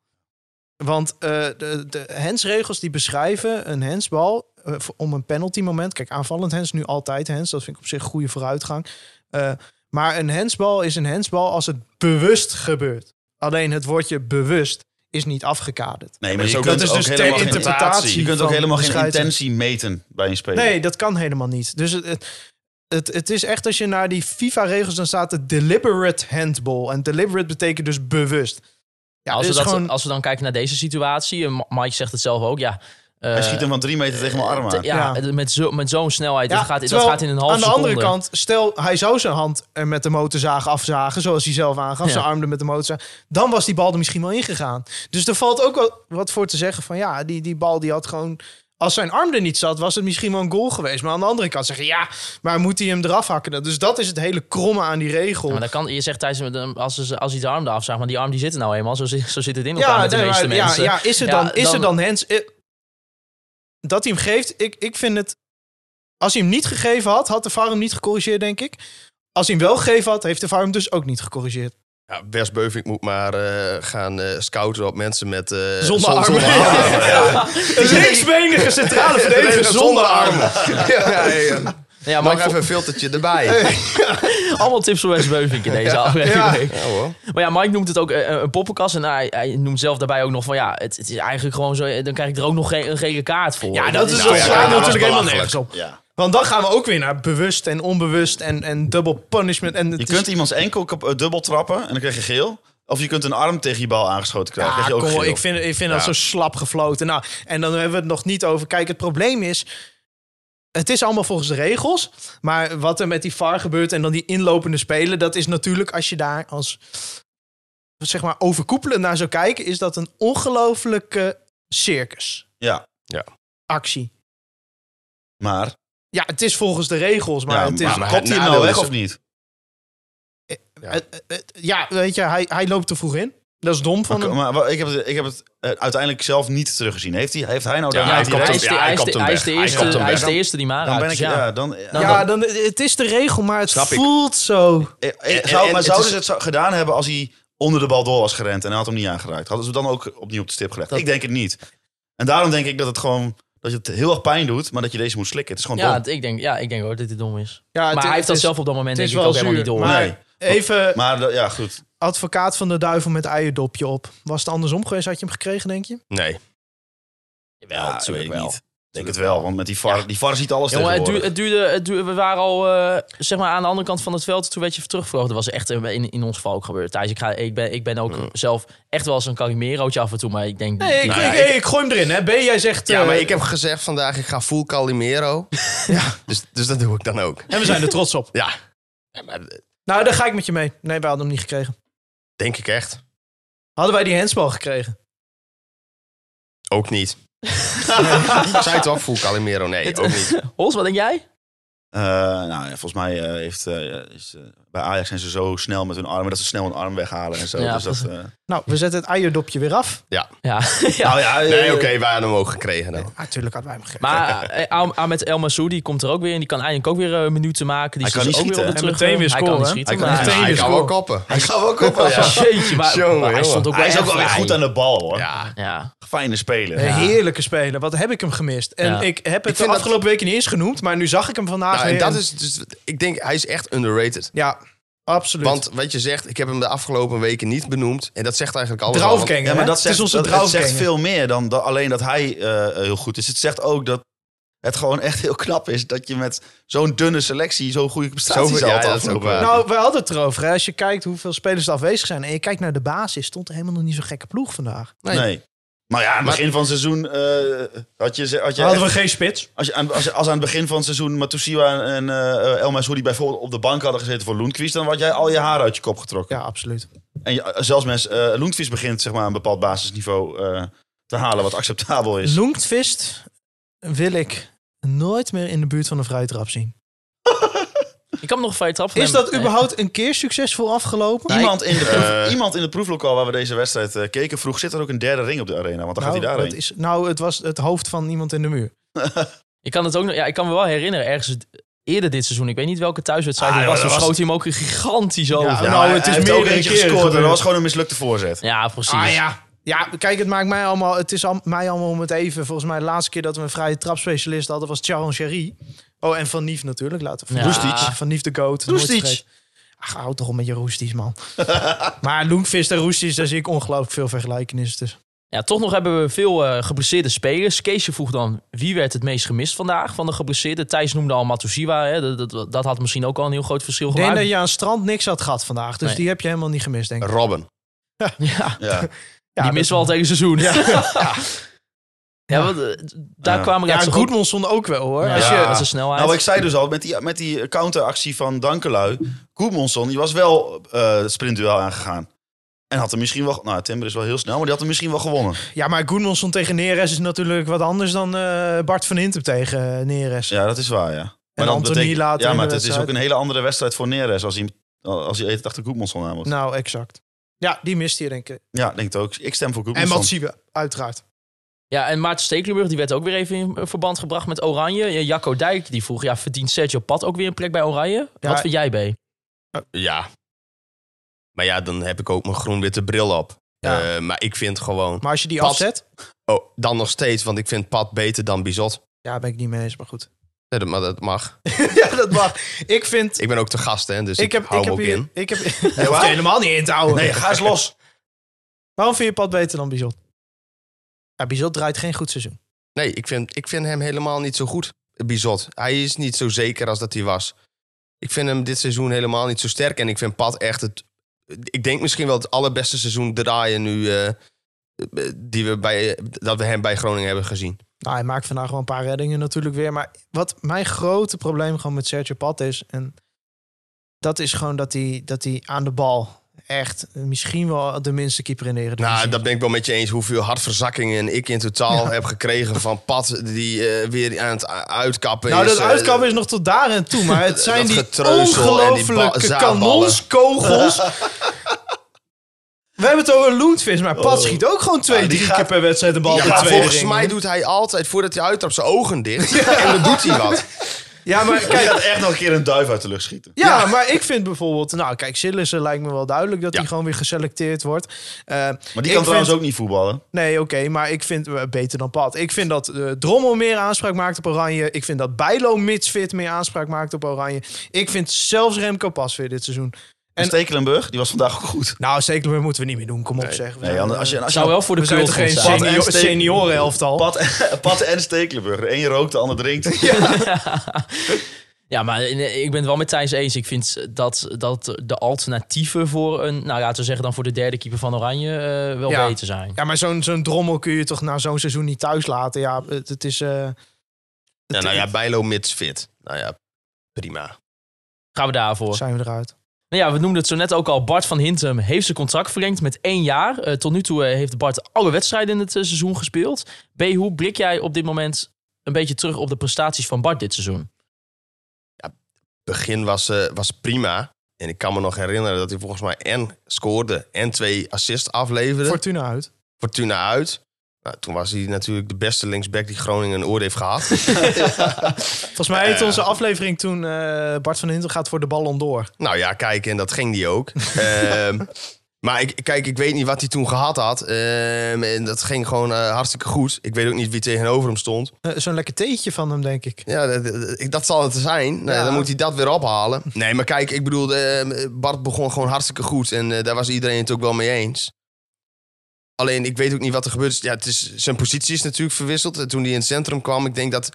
Speaker 6: Want eh, de, de handsregels die beschrijven een handsbal eh, voor- om een penalty moment. Kijk, aanvallend hands nu altijd hands. Dat vind ik op zich een goede vooruitgang. Eh, maar een handsbal is een handsbal als het bewust gebeurt. Alleen het woordje bewust is niet afgekaderd.
Speaker 7: Nee,
Speaker 5: Maar
Speaker 7: maar je
Speaker 5: dat
Speaker 7: kunt
Speaker 5: is
Speaker 7: ook
Speaker 5: dus ter
Speaker 7: helemaal geen-
Speaker 6: interpretatie
Speaker 7: Je kunt ook
Speaker 6: van
Speaker 7: helemaal geen
Speaker 6: bescheiden.
Speaker 7: intentie meten bij een speler.
Speaker 6: Nee, dat kan helemaal niet. Dus het, het, het, het is echt als je naar die FIFA-regels... dan staat het deliberate handball. En deliberate betekent dus bewust. Ja,
Speaker 4: als, we
Speaker 6: dus
Speaker 4: dat,
Speaker 6: gewoon,
Speaker 4: als we dan kijken naar deze situatie, en Ma- Mike zegt het zelf ook, ja. eh,
Speaker 7: Hij schiet hem van drie meter tegen mijn arm
Speaker 4: te-
Speaker 7: aan.
Speaker 4: ja,
Speaker 6: Ja.
Speaker 4: met zo'n met zo'n snelheid,
Speaker 6: ja,
Speaker 4: dat, gaat, dat
Speaker 6: terwijl
Speaker 4: gaat in een half
Speaker 6: Aan de
Speaker 4: seconde.
Speaker 6: andere kant, stel hij zou zijn hand er met de motorzaag afzagen... zoals hij zelf aangaf,
Speaker 4: Ja.
Speaker 6: zijn arm er met de motorzaag... dan was die bal er misschien wel ingegaan. Dus er valt ook wel wat voor te zeggen van... ja, die, die bal die had gewoon... Als zijn arm er niet zat, was het misschien wel een goal geweest. Maar aan de andere kant zeggen, ja, maar moet hij hem eraf hakken? dan? Dus dat is het hele kromme aan die regel.
Speaker 4: Ja, maar dat kan, je zegt tijdens een- als, ze- als hij de arm eraf zag, maar die arm die zit er nou eenmaal. Zo, zit- zo zit het in elkaar met de
Speaker 6: nee,
Speaker 4: meeste
Speaker 6: maar- ja,
Speaker 4: mensen.
Speaker 6: ja, is er
Speaker 4: Ja,
Speaker 6: dan, is
Speaker 4: dan-
Speaker 6: er dan hands? eh, Dat hij hem geeft, ik, ik vind het... Als hij hem niet gegeven had, had de VAR hem niet gecorrigeerd, denk ik. Als hij hem wel gegeven had, heeft de VAR hem dus ook niet gecorrigeerd.
Speaker 5: Ja, Wes Beuving moet maar eh, gaan eh, scouten op mensen met... eh, zon-
Speaker 6: Zonder armen. Een linksbenige centrale verdediger zonder armen.
Speaker 5: ja, ja, ja.
Speaker 4: Ja, maar
Speaker 5: Nog even een filtertje erbij.
Speaker 4: allemaal tips voor Wes Beuvink in deze aflevering.
Speaker 5: Ja, hoor.
Speaker 4: Maar ja, Mike noemt het ook eh, een poppenkast. En hij, hij noemt zelf daarbij ook nog van ja, het, het is eigenlijk gewoon zo. eh, Dan krijg ik er ook nog geen, een gele kaart voor.
Speaker 6: Ja, dat is
Speaker 5: Nou
Speaker 6: dat
Speaker 5: ja, dat
Speaker 6: slaat
Speaker 5: was
Speaker 6: natuurlijk helemaal
Speaker 5: belachelijk.
Speaker 6: nergens op.
Speaker 7: Ja.
Speaker 6: Want dan gaan we ook weer naar bewust en onbewust en, en double punishment. En het
Speaker 7: Je
Speaker 6: is-
Speaker 7: kunt iemands enkel kap- eh, dubbel trappen en dan krijg je geel. Of je kunt een arm tegen je bal aangeschoten krijgen.
Speaker 6: Ja,
Speaker 7: krijg je ook
Speaker 6: Ah, kom,
Speaker 7: geel.
Speaker 6: ik vind, ik vind dat
Speaker 5: Ja.
Speaker 6: zo slap gefloten. Nou, en dan hebben we het nog niet over. Kijk, het probleem is. Het is allemaal volgens de regels. Maar wat er met die VAR gebeurt en dan die inlopende spelen. Dat is natuurlijk als je daar als. zeg maar overkoepelend naar zou kijken. Is dat een ongelofelijke circusactie.
Speaker 7: Ja, maar,
Speaker 6: Ja, het is volgens de regels. Maar
Speaker 7: ja,
Speaker 6: het is.
Speaker 7: maar,
Speaker 5: maar het
Speaker 7: kopt hij hem nou
Speaker 5: nadeel
Speaker 7: weg
Speaker 5: is-
Speaker 7: of niet?
Speaker 6: het- het- het- ja, weet je, hij, hij loopt te vroeg in. Dat is dom van
Speaker 7: Maar,
Speaker 6: hem.
Speaker 7: maar wa- ik heb het, ik heb het eh, uiteindelijk zelf niet teruggezien. Heeft hij, heeft hij nou
Speaker 5: Ja,
Speaker 7: daarna
Speaker 5: hij
Speaker 7: direct-
Speaker 5: kopt
Speaker 4: hij
Speaker 5: hem-
Speaker 4: is de-
Speaker 5: ja, hij
Speaker 4: hij is
Speaker 5: kopt
Speaker 4: de-
Speaker 5: hem
Speaker 4: hij is
Speaker 5: weg.
Speaker 4: de
Speaker 5: Hij kopt
Speaker 4: eerste-
Speaker 5: hem
Speaker 4: hij is
Speaker 5: weg.
Speaker 4: de eerste die maar
Speaker 7: Dan ben ik,
Speaker 4: ja.
Speaker 7: ja, dan, eh,
Speaker 4: Nou,
Speaker 6: Ja, dan, het is de regel, maar het
Speaker 5: Snap ik.
Speaker 6: voelt zo.
Speaker 7: eh, eh,
Speaker 5: en-
Speaker 7: zou,
Speaker 5: en
Speaker 7: maar
Speaker 5: het
Speaker 7: zouden
Speaker 5: is-
Speaker 7: ze het zo- gedaan hebben als hij onder de bal door was gerend en hij had hem niet aangeraakt? Hadden ze hem dan ook opnieuw op de stip gelegd? ik denk het niet. En daarom denk ik dat het gewoon dat je het heel erg pijn doet, maar dat je deze moet slikken. Het is gewoon
Speaker 4: Ja,
Speaker 7: dom.
Speaker 4: het- ik denk, ja, ik denk ook dat dit dom is.
Speaker 6: Ja,
Speaker 4: maar
Speaker 6: het-
Speaker 4: hij
Speaker 6: het
Speaker 4: heeft dat
Speaker 6: is-
Speaker 4: zelf op dat moment
Speaker 6: het
Speaker 4: denk
Speaker 6: is
Speaker 4: ik ook
Speaker 6: wel
Speaker 4: helemaal
Speaker 6: zuur,
Speaker 4: niet door.
Speaker 6: maar-
Speaker 7: Nee.
Speaker 6: Even
Speaker 7: Maar dat- ja, goed.
Speaker 6: advocaat van de duivel met eierdopje op. Was het andersom geweest? Had je hem gekregen, denk je?
Speaker 5: Nee.
Speaker 4: Jawel,
Speaker 7: Ja,
Speaker 4: natuurlijk
Speaker 7: weet ik
Speaker 4: wel.
Speaker 7: niet. Ik denk het wel, want met die VAR, die VAR ziet alles
Speaker 4: Jongen, het, duurde,
Speaker 7: tegenwoordig.
Speaker 4: het, duurde, het duurde- we waren al eh, zeg maar aan de andere kant van het veld. Toen werd je teruggevlogen. Dat was echt eh, in, in ons geval ook gebeurd. Thijs, ik, ga, ik, ben, ik ben ook zelf echt wel eens een Calimerootje af en toe. Maar ik denk...
Speaker 6: Nee, ik,
Speaker 5: Nou
Speaker 6: ik,
Speaker 5: ja,
Speaker 6: ik, ik gooi hem erin. Hè. B, jij zegt...
Speaker 5: Ja,
Speaker 6: eh,
Speaker 5: maar ik heb gezegd vandaag, ik ga full Calimero. ja. dus, dus dat doe ik dan ook.
Speaker 6: En we zijn er trots op.
Speaker 5: Ja. Ja, maar, eh,
Speaker 6: Nou, daar ga ik met je mee. Nee, wij hadden hem niet gekregen.
Speaker 5: denk ik echt.
Speaker 6: Hadden wij die handsbal gekregen?
Speaker 5: Ook niet. Ik zei toch, full Calimero? Nee, ook niet.
Speaker 4: Hols, wat denk jij?
Speaker 7: Eh, nou, ja, volgens mij eh, heeft, eh, is, eh, bij Ajax zijn ze zo snel met hun armen dat ze snel een arm weghalen en zo.
Speaker 4: Ja,
Speaker 7: dus dat, eh,
Speaker 6: Nou, we zetten het eierdopje weer af.
Speaker 4: Ja.
Speaker 7: nou ja, eh,
Speaker 5: Nee, oké, wij hadden hem ook gekregen. Nou.
Speaker 6: Natuurlijk hadden wij hem gegeven.
Speaker 4: Maar eh, Ahmed met El Massoudi komt er ook weer in. Die kan eindelijk ook weer eh, minuten maken. Die
Speaker 7: Hij
Speaker 4: zitten
Speaker 7: kan
Speaker 4: ze
Speaker 7: niet
Speaker 4: ook weer op de
Speaker 2: schieten. En meteen
Speaker 4: terug.
Speaker 2: weer scoren,
Speaker 4: Hij kan
Speaker 2: hè?
Speaker 4: niet schieten.
Speaker 5: Hij
Speaker 4: maar-
Speaker 5: kan, hij,
Speaker 2: meteen weer
Speaker 5: kan wel
Speaker 2: scoren.
Speaker 5: koppen.
Speaker 7: hij gaat ook op.
Speaker 4: Ja, Jeetje, maar,
Speaker 5: Jongen,
Speaker 4: maar hij
Speaker 5: jongen.
Speaker 4: stond ook
Speaker 7: Hij is ook wel weer
Speaker 4: vrij.
Speaker 7: goed aan de bal hoor.
Speaker 5: Ja,
Speaker 4: Ja,
Speaker 7: Fijne speler.
Speaker 6: Een Heerlijke speler. Wat heb ik hem gemist? En
Speaker 4: Ja.
Speaker 6: ik heb het
Speaker 5: vind
Speaker 6: de
Speaker 5: dat-
Speaker 6: afgelopen weken niet eens genoemd, maar nu zag ik hem vandaag
Speaker 5: nou, en
Speaker 6: weer.
Speaker 5: dat
Speaker 6: en-
Speaker 5: is dus, ik denk, hij is echt underrated.
Speaker 6: Ja, absoluut.
Speaker 5: Want wat je zegt, ik heb hem de afgelopen weken niet benoemd. En dat zegt eigenlijk alles. al, want-
Speaker 6: Draufgänger,
Speaker 7: Ja,
Speaker 6: hè?
Speaker 7: maar dat zegt,
Speaker 6: het is onze
Speaker 7: dat- het zegt
Speaker 6: draufgänger.
Speaker 7: veel meer dan, dan alleen dat hij eh, eh, heel goed is. Het zegt ook dat het gewoon echt heel knap is dat je met zo'n dunne selectie zo'n goede prestaties
Speaker 5: Zoveel- ja,
Speaker 7: haalt.
Speaker 5: dat is
Speaker 7: afgelopen
Speaker 5: ook waar.
Speaker 7: jaar.
Speaker 6: Nou, we hadden het erover. Hè. Als je kijkt hoeveel spelers er afwezig zijn en je kijkt naar de basis, stond er helemaal nog niet zo'n gekke ploeg vandaag.
Speaker 7: nee. Maar ja, aan het
Speaker 5: Maar-
Speaker 7: begin van het seizoen eh, had je... ze- Had je echt-
Speaker 6: geen spits?
Speaker 7: als, je aan, als, je- als aan het begin van het seizoen Matusiwa en eh El Masoudi bijvoorbeeld op de bank hadden gezeten voor Lundqvist... dan had jij al je haar uit je kop getrokken.
Speaker 6: Ja, absoluut.
Speaker 7: En je- zelfs mens, eh Lundqvist begint zeg maar, een bepaald basisniveau eh, te halen wat acceptabel is.
Speaker 6: Lundqvist wil ik nooit meer in de buurt van een vrije trap zien.
Speaker 4: ik kan hem nog een vrije trap van
Speaker 6: Is
Speaker 4: hem-
Speaker 6: dat überhaupt een keer succesvol afgelopen? Nou,
Speaker 7: Iemand in, de proef-
Speaker 5: Eh.
Speaker 7: iemand in het proeflokaal waar we deze wedstrijd eh, keken vroeg... zit er ook een derde ring op de arena? Want dan gaat hij
Speaker 6: nou, dat
Speaker 7: daarheen.
Speaker 6: is, nou, het was het hoofd van iemand in de muur.
Speaker 4: Ik kan het ook nog, ja, ik kan me wel herinneren, ergens eerder dit seizoen, ik weet niet welke thuiswedstrijd
Speaker 7: Ah,
Speaker 4: het
Speaker 7: joh,
Speaker 4: was, toen
Speaker 7: dat was-
Speaker 4: schoot hij hem ook gigantisch over. Ja,
Speaker 7: Ja,
Speaker 6: nou,
Speaker 7: maar
Speaker 6: het
Speaker 7: hij
Speaker 6: is
Speaker 7: heeft ook
Speaker 6: meerdere
Speaker 7: eentje
Speaker 6: keren
Speaker 7: gescoord. en Dat
Speaker 6: gebeurd.
Speaker 7: was gewoon een mislukte voorzet.
Speaker 4: precies.
Speaker 6: Ah ja. Ja, kijk, het maakt mij allemaal, het is al, mij allemaal om het even. Volgens mij de laatste keer dat we een vrije trapspecialist hadden was Charon Sherry. Oh, en Van Nief natuurlijk. Laten we Ah,
Speaker 4: Ja. Roestic.
Speaker 6: Van Nief de goat. nooit
Speaker 7: Roestic.
Speaker 6: vergeten. Ach, houd toch op met je roesties, man. maar Loenvist en roesties, daar zie ik ongelooflijk veel vergelijkenissen tussen.
Speaker 4: Ja, toch nog hebben we veel eh, geblesseerde spelers. Keesje vroeg dan, wie werd het meest gemist vandaag van de geblesseerden? Thijs noemde al Matusiwa, hè? Dat, dat, dat had misschien ook al een heel groot verschil
Speaker 6: Ik denk
Speaker 4: gemaakt.
Speaker 6: dat je aan het strand niks had gehad vandaag. Dus
Speaker 4: Nee.
Speaker 6: die heb je helemaal niet gemist, denk ik.
Speaker 5: Robin.
Speaker 4: Ja,
Speaker 7: Ja.
Speaker 6: Ja,
Speaker 4: die
Speaker 6: dat-
Speaker 4: missen we al tegen seizoen. Ja, want, eh, daar
Speaker 7: Ja.
Speaker 4: kwamen
Speaker 6: Ja,
Speaker 4: er ook...
Speaker 6: Goedmondson ook wel, hoor.
Speaker 4: Ja,
Speaker 6: Als je,
Speaker 4: met zijn snelheid.
Speaker 7: Nou, wat ik zei dus al, met die, met die counteractie van Dankelui... Koemonson, die was wel eh, het sprintduel aangegaan. En had hem misschien wel... Nou, Timber is wel heel snel, maar die had hem misschien wel gewonnen.
Speaker 6: ja, maar Goedmondson tegen Neres is natuurlijk wat anders dan eh, Bart van Hintem tegen eh, Neres.
Speaker 7: Ja, dat is waar, ja. Maar
Speaker 6: Anthony later
Speaker 7: Ja,
Speaker 6: in
Speaker 7: maar
Speaker 6: de
Speaker 7: het is ook
Speaker 6: wedstrijd.
Speaker 7: een hele andere wedstrijd voor Neres... als hij, als hij eten achter Koemonson aan moet.
Speaker 6: Nou, exact. Ja, die mist hier, denk ik.
Speaker 7: Ja, ik denk het ook. Ik stem voor
Speaker 6: En wat
Speaker 7: Koemonson.
Speaker 6: zien we, uiteraard.
Speaker 4: Ja, en Maarten Stekelenburg die werd ook weer even in eh, verband gebracht met Oranje. Ja, Jacco Dijk die vroeg, ja, verdient Sergio Pat ook weer een plek bij Oranje?
Speaker 6: Ja.
Speaker 4: Wat vind jij, bij?
Speaker 5: Ja. Maar ja, dan heb ik ook mijn groen-witte bril op.
Speaker 6: Ja.
Speaker 5: Eh, maar ik vind gewoon...
Speaker 6: Maar als je die
Speaker 5: Pat.
Speaker 6: afzet...
Speaker 5: Oh, dan nog steeds, want ik vind Pat beter dan Bizot.
Speaker 6: Ja, ben ik niet mee eens, maar goed.
Speaker 5: Nee, dat- maar dat mag.
Speaker 6: ja, dat mag. Ik vind...
Speaker 5: Ik ben ook te gast, hè, dus ik,
Speaker 6: Ik heb,
Speaker 5: hou
Speaker 6: ik
Speaker 5: hem
Speaker 6: heb,
Speaker 5: ook
Speaker 6: hier,
Speaker 5: in.
Speaker 6: ik heb
Speaker 7: Ja,
Speaker 6: hoeft helemaal niet in te houden.
Speaker 7: Nee, ga eens los.
Speaker 6: Waarom vind je Pat beter dan Bizot? Ja, Bizot draait geen goed seizoen.
Speaker 5: Nee, ik vind, ik vind hem helemaal niet zo goed, Bizot. Hij is niet zo zeker als dat hij was. Ik vind hem dit seizoen helemaal niet zo sterk. En ik vind Pat echt het... Ik denk misschien wel het allerbeste seizoen draaien nu... eh, die we bij, dat we hem bij Groningen hebben gezien.
Speaker 6: Nou, hij maakt vandaag wel een paar reddingen natuurlijk weer. Maar wat mijn grote probleem gewoon met Sergio Pat is... en dat is gewoon dat hij, dat hij aan de bal echt misschien wel de minste keeper in de Eredivisie
Speaker 5: Nou,
Speaker 6: is.
Speaker 5: dat ben ik wel met je eens. Hoeveel hartverzakkingen ik in totaal heb gekregen van Pat... die eh, weer aan het u- uitkappen
Speaker 6: Nou,
Speaker 5: is.
Speaker 6: dat
Speaker 5: eh,
Speaker 6: uitkappen is nog tot daar en toe. Maar het zijn die
Speaker 5: getreuzel en die ba-
Speaker 6: ongelofelijke
Speaker 5: zaadballen.
Speaker 6: kanonskogels. We hebben het over Loentvis, maar
Speaker 5: Oh.
Speaker 6: Pat schiet ook gewoon twee,
Speaker 7: Ja, die
Speaker 6: drie
Speaker 7: gaat-
Speaker 6: keer per wedstrijd de bal
Speaker 5: Ja,
Speaker 6: door twee
Speaker 5: volgens
Speaker 6: ringen.
Speaker 5: mij doet hij altijd, voordat hij uittrapt, zijn ogen dicht. En dan doet hij wat.
Speaker 6: Ja, maar
Speaker 7: Hij
Speaker 6: kijk...
Speaker 7: gaat echt nog een keer een duif uit de lucht schieten.
Speaker 6: Ja, maar ik vind bijvoorbeeld... Nou, kijk, Sillissen lijkt me wel duidelijk dat
Speaker 5: Ja.
Speaker 6: hij gewoon weer geselecteerd wordt. Eh,
Speaker 7: Maar die
Speaker 6: ik
Speaker 7: kan trouwens
Speaker 6: vind-
Speaker 7: ook niet voetballen.
Speaker 6: Nee, oké, maar ik vind eh, beter dan Pat. Ik vind dat eh, Drommel meer aanspraak maakt op Oranje. Ik vind dat Bijlo Mitsfit meer aanspraak maakt op Oranje. Ik vind zelfs Remco Pasveer dit seizoen.
Speaker 7: En
Speaker 6: En-
Speaker 7: Stekelenburg, die was vandaag ook goed.
Speaker 6: Nou, zeker moeten we niet meer doen. Kom op, zeg. We
Speaker 7: Nee,
Speaker 6: zijn,
Speaker 7: Jan, als je, als je
Speaker 4: Zou wel voor de
Speaker 6: we zijn
Speaker 4: cult
Speaker 6: toch geen
Speaker 4: gaan
Speaker 7: Pat
Speaker 4: staan.
Speaker 7: en
Speaker 6: senior,
Speaker 7: Steen-
Speaker 6: seniorenelftal?
Speaker 7: Pat en, Pat en Stekelenburg. De een rookt, de ander drinkt.
Speaker 4: Ja, maar eh, ik ben het wel met Thijs eens. Ik vind dat, dat de alternatieven voor een... Nou, laten we zeggen dan voor de derde keeper van Oranje eh, wel
Speaker 6: Ja.
Speaker 4: beter zijn.
Speaker 6: Ja, maar zo'n zo'n drommel kun je toch na zo'n seizoen niet thuis laten? Ja, het, het is... eh,
Speaker 5: Ja, nou ja, Bijlo mits fit. Nou ja, prima.
Speaker 4: Gaan we daarvoor.
Speaker 6: zijn we eruit.
Speaker 4: Nou ja, we noemden het zo net ook al. Bart van Hintem heeft zijn contract verlengd met één jaar. Eh, tot nu toe eh, heeft Bart alle wedstrijden in het eh, seizoen gespeeld. B, hoe blik jij op dit moment een beetje terug op de prestaties van Bart dit seizoen?
Speaker 5: Ja, begin was, eh, was prima. En ik kan me nog herinneren dat hij volgens mij en scoorde en twee assists
Speaker 7: Eh.
Speaker 5: afleverde.
Speaker 6: Fortuna uit.
Speaker 5: Fortuna uit. Nou, toen was hij natuurlijk de beste linksback die Groningen ooit heeft gehad.
Speaker 6: Volgens mij heet onze aflevering toen eh, Bart van Hintel gaat voor de ballon door.
Speaker 5: Nou ja, kijk, en dat ging die ook. Ehm, maar ik, kijk, ik weet niet wat hij toen gehad had. Ehm, en dat ging gewoon eh, hartstikke goed. Ik weet ook niet wie tegenover hem stond.
Speaker 6: Eh, Zo'n lekker theetje van hem, denk ik.
Speaker 5: Ja, dat, dat- ik- dat zal het zijn. Nee,
Speaker 6: Ja.
Speaker 5: Dan moet hij dat weer ophalen. Nee, maar kijk, ik bedoel, ehm, Bart begon gewoon hartstikke goed. En eh, daar was iedereen het ook wel mee eens. Alleen, ik weet ook niet wat er gebeurd is. Ja, het is zijn positie is natuurlijk verwisseld. En toen hij in het centrum kwam, ik denk dat...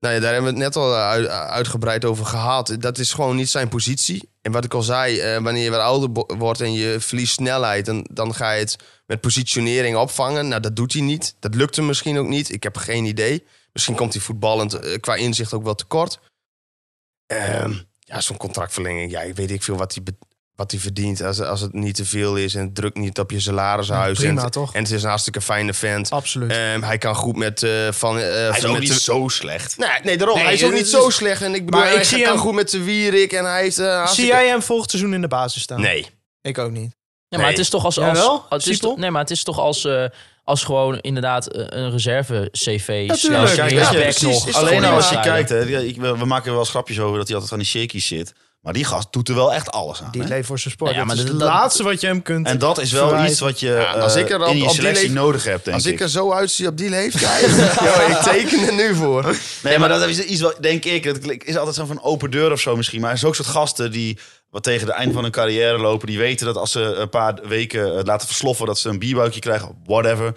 Speaker 5: Nou ja, daar hebben we het net al eh, uit- uitgebreid over gehad. Dat is gewoon niet zijn positie. En wat ik al zei, eh, wanneer je wat ouder bo- wordt en je verliest snelheid... Dan, dan ga je het met positionering opvangen. Nou, dat doet hij niet. Dat lukt hem misschien ook niet. Ik heb geen idee. Misschien komt hij voetballend eh, qua inzicht ook wel tekort. Ehm, ja, zo'n contractverlenging. Ja, ik weet ik veel wat hij, be- wat hij verdient. Als, als het niet te veel is en het drukt niet op je salarishuis.
Speaker 6: Prima,
Speaker 5: en, het-
Speaker 6: toch?
Speaker 5: En het is een hartstikke fijne vent.
Speaker 6: Absoluut.
Speaker 5: Ehm, hij kan goed met... eh, van, eh,
Speaker 7: Hij is
Speaker 5: van
Speaker 7: ook
Speaker 5: met
Speaker 7: niet
Speaker 5: de-
Speaker 7: zo slecht.
Speaker 5: Nee, nee, daarom.
Speaker 6: Nee,
Speaker 5: hij is ook
Speaker 6: het
Speaker 5: niet
Speaker 6: is-
Speaker 5: zo slecht. En ik bedoel,
Speaker 6: Maar ik
Speaker 5: hij
Speaker 6: zie
Speaker 5: kan
Speaker 6: hem-
Speaker 5: goed met de Wierik en hij heeft... eh,
Speaker 6: Zie
Speaker 5: hartstikke-
Speaker 6: jij hem volgend seizoen in de basis staan?
Speaker 5: Nee.
Speaker 6: Ik ook niet.
Speaker 4: Nee, maar het is toch als... als
Speaker 6: Jawel,
Speaker 4: het is,
Speaker 6: Siepel?
Speaker 4: toch- nee, maar het is toch als, eh, als gewoon inderdaad eh, een reserve-cv.
Speaker 6: Natuurlijk.
Speaker 4: slash
Speaker 6: Kijk,
Speaker 7: Kijk, weet
Speaker 6: ja,
Speaker 7: je,
Speaker 4: linksback
Speaker 6: precies.
Speaker 4: nog.
Speaker 6: Is toch
Speaker 7: Alleen
Speaker 6: gewoon
Speaker 7: als je
Speaker 6: een
Speaker 7: kijkt, hè, die- ik- we we maken er wel eens grapjes over dat hij altijd van die shakies zit. Maar die gast doet er wel echt alles aan.
Speaker 6: Die
Speaker 7: hè?
Speaker 6: leeft voor zijn sport.
Speaker 4: Ja,
Speaker 6: dat
Speaker 4: maar
Speaker 6: is
Speaker 4: dat-
Speaker 6: het
Speaker 4: dat-
Speaker 6: laatste wat je hem kunt...
Speaker 7: En dat is wel
Speaker 6: Verwijt.
Speaker 7: iets wat je
Speaker 5: Ja, als
Speaker 7: eh,
Speaker 5: ik er op-
Speaker 7: in je
Speaker 5: op die
Speaker 7: selectie
Speaker 5: leef-
Speaker 7: nodig hebt, denk
Speaker 5: Als
Speaker 7: ik.
Speaker 5: ik er zo uitzie op die leeftijd... joh, ik teken er nu voor.
Speaker 7: Nee, maar dat is iets wat, denk ik, dat klinkt- is altijd zo van open deur of zo misschien. Maar er zijn ook soort gasten die wat tegen het eind van hun carrière lopen. Die weten dat als ze een paar weken eh, laten versloffen, dat ze een bierbuikje krijgen, whatever.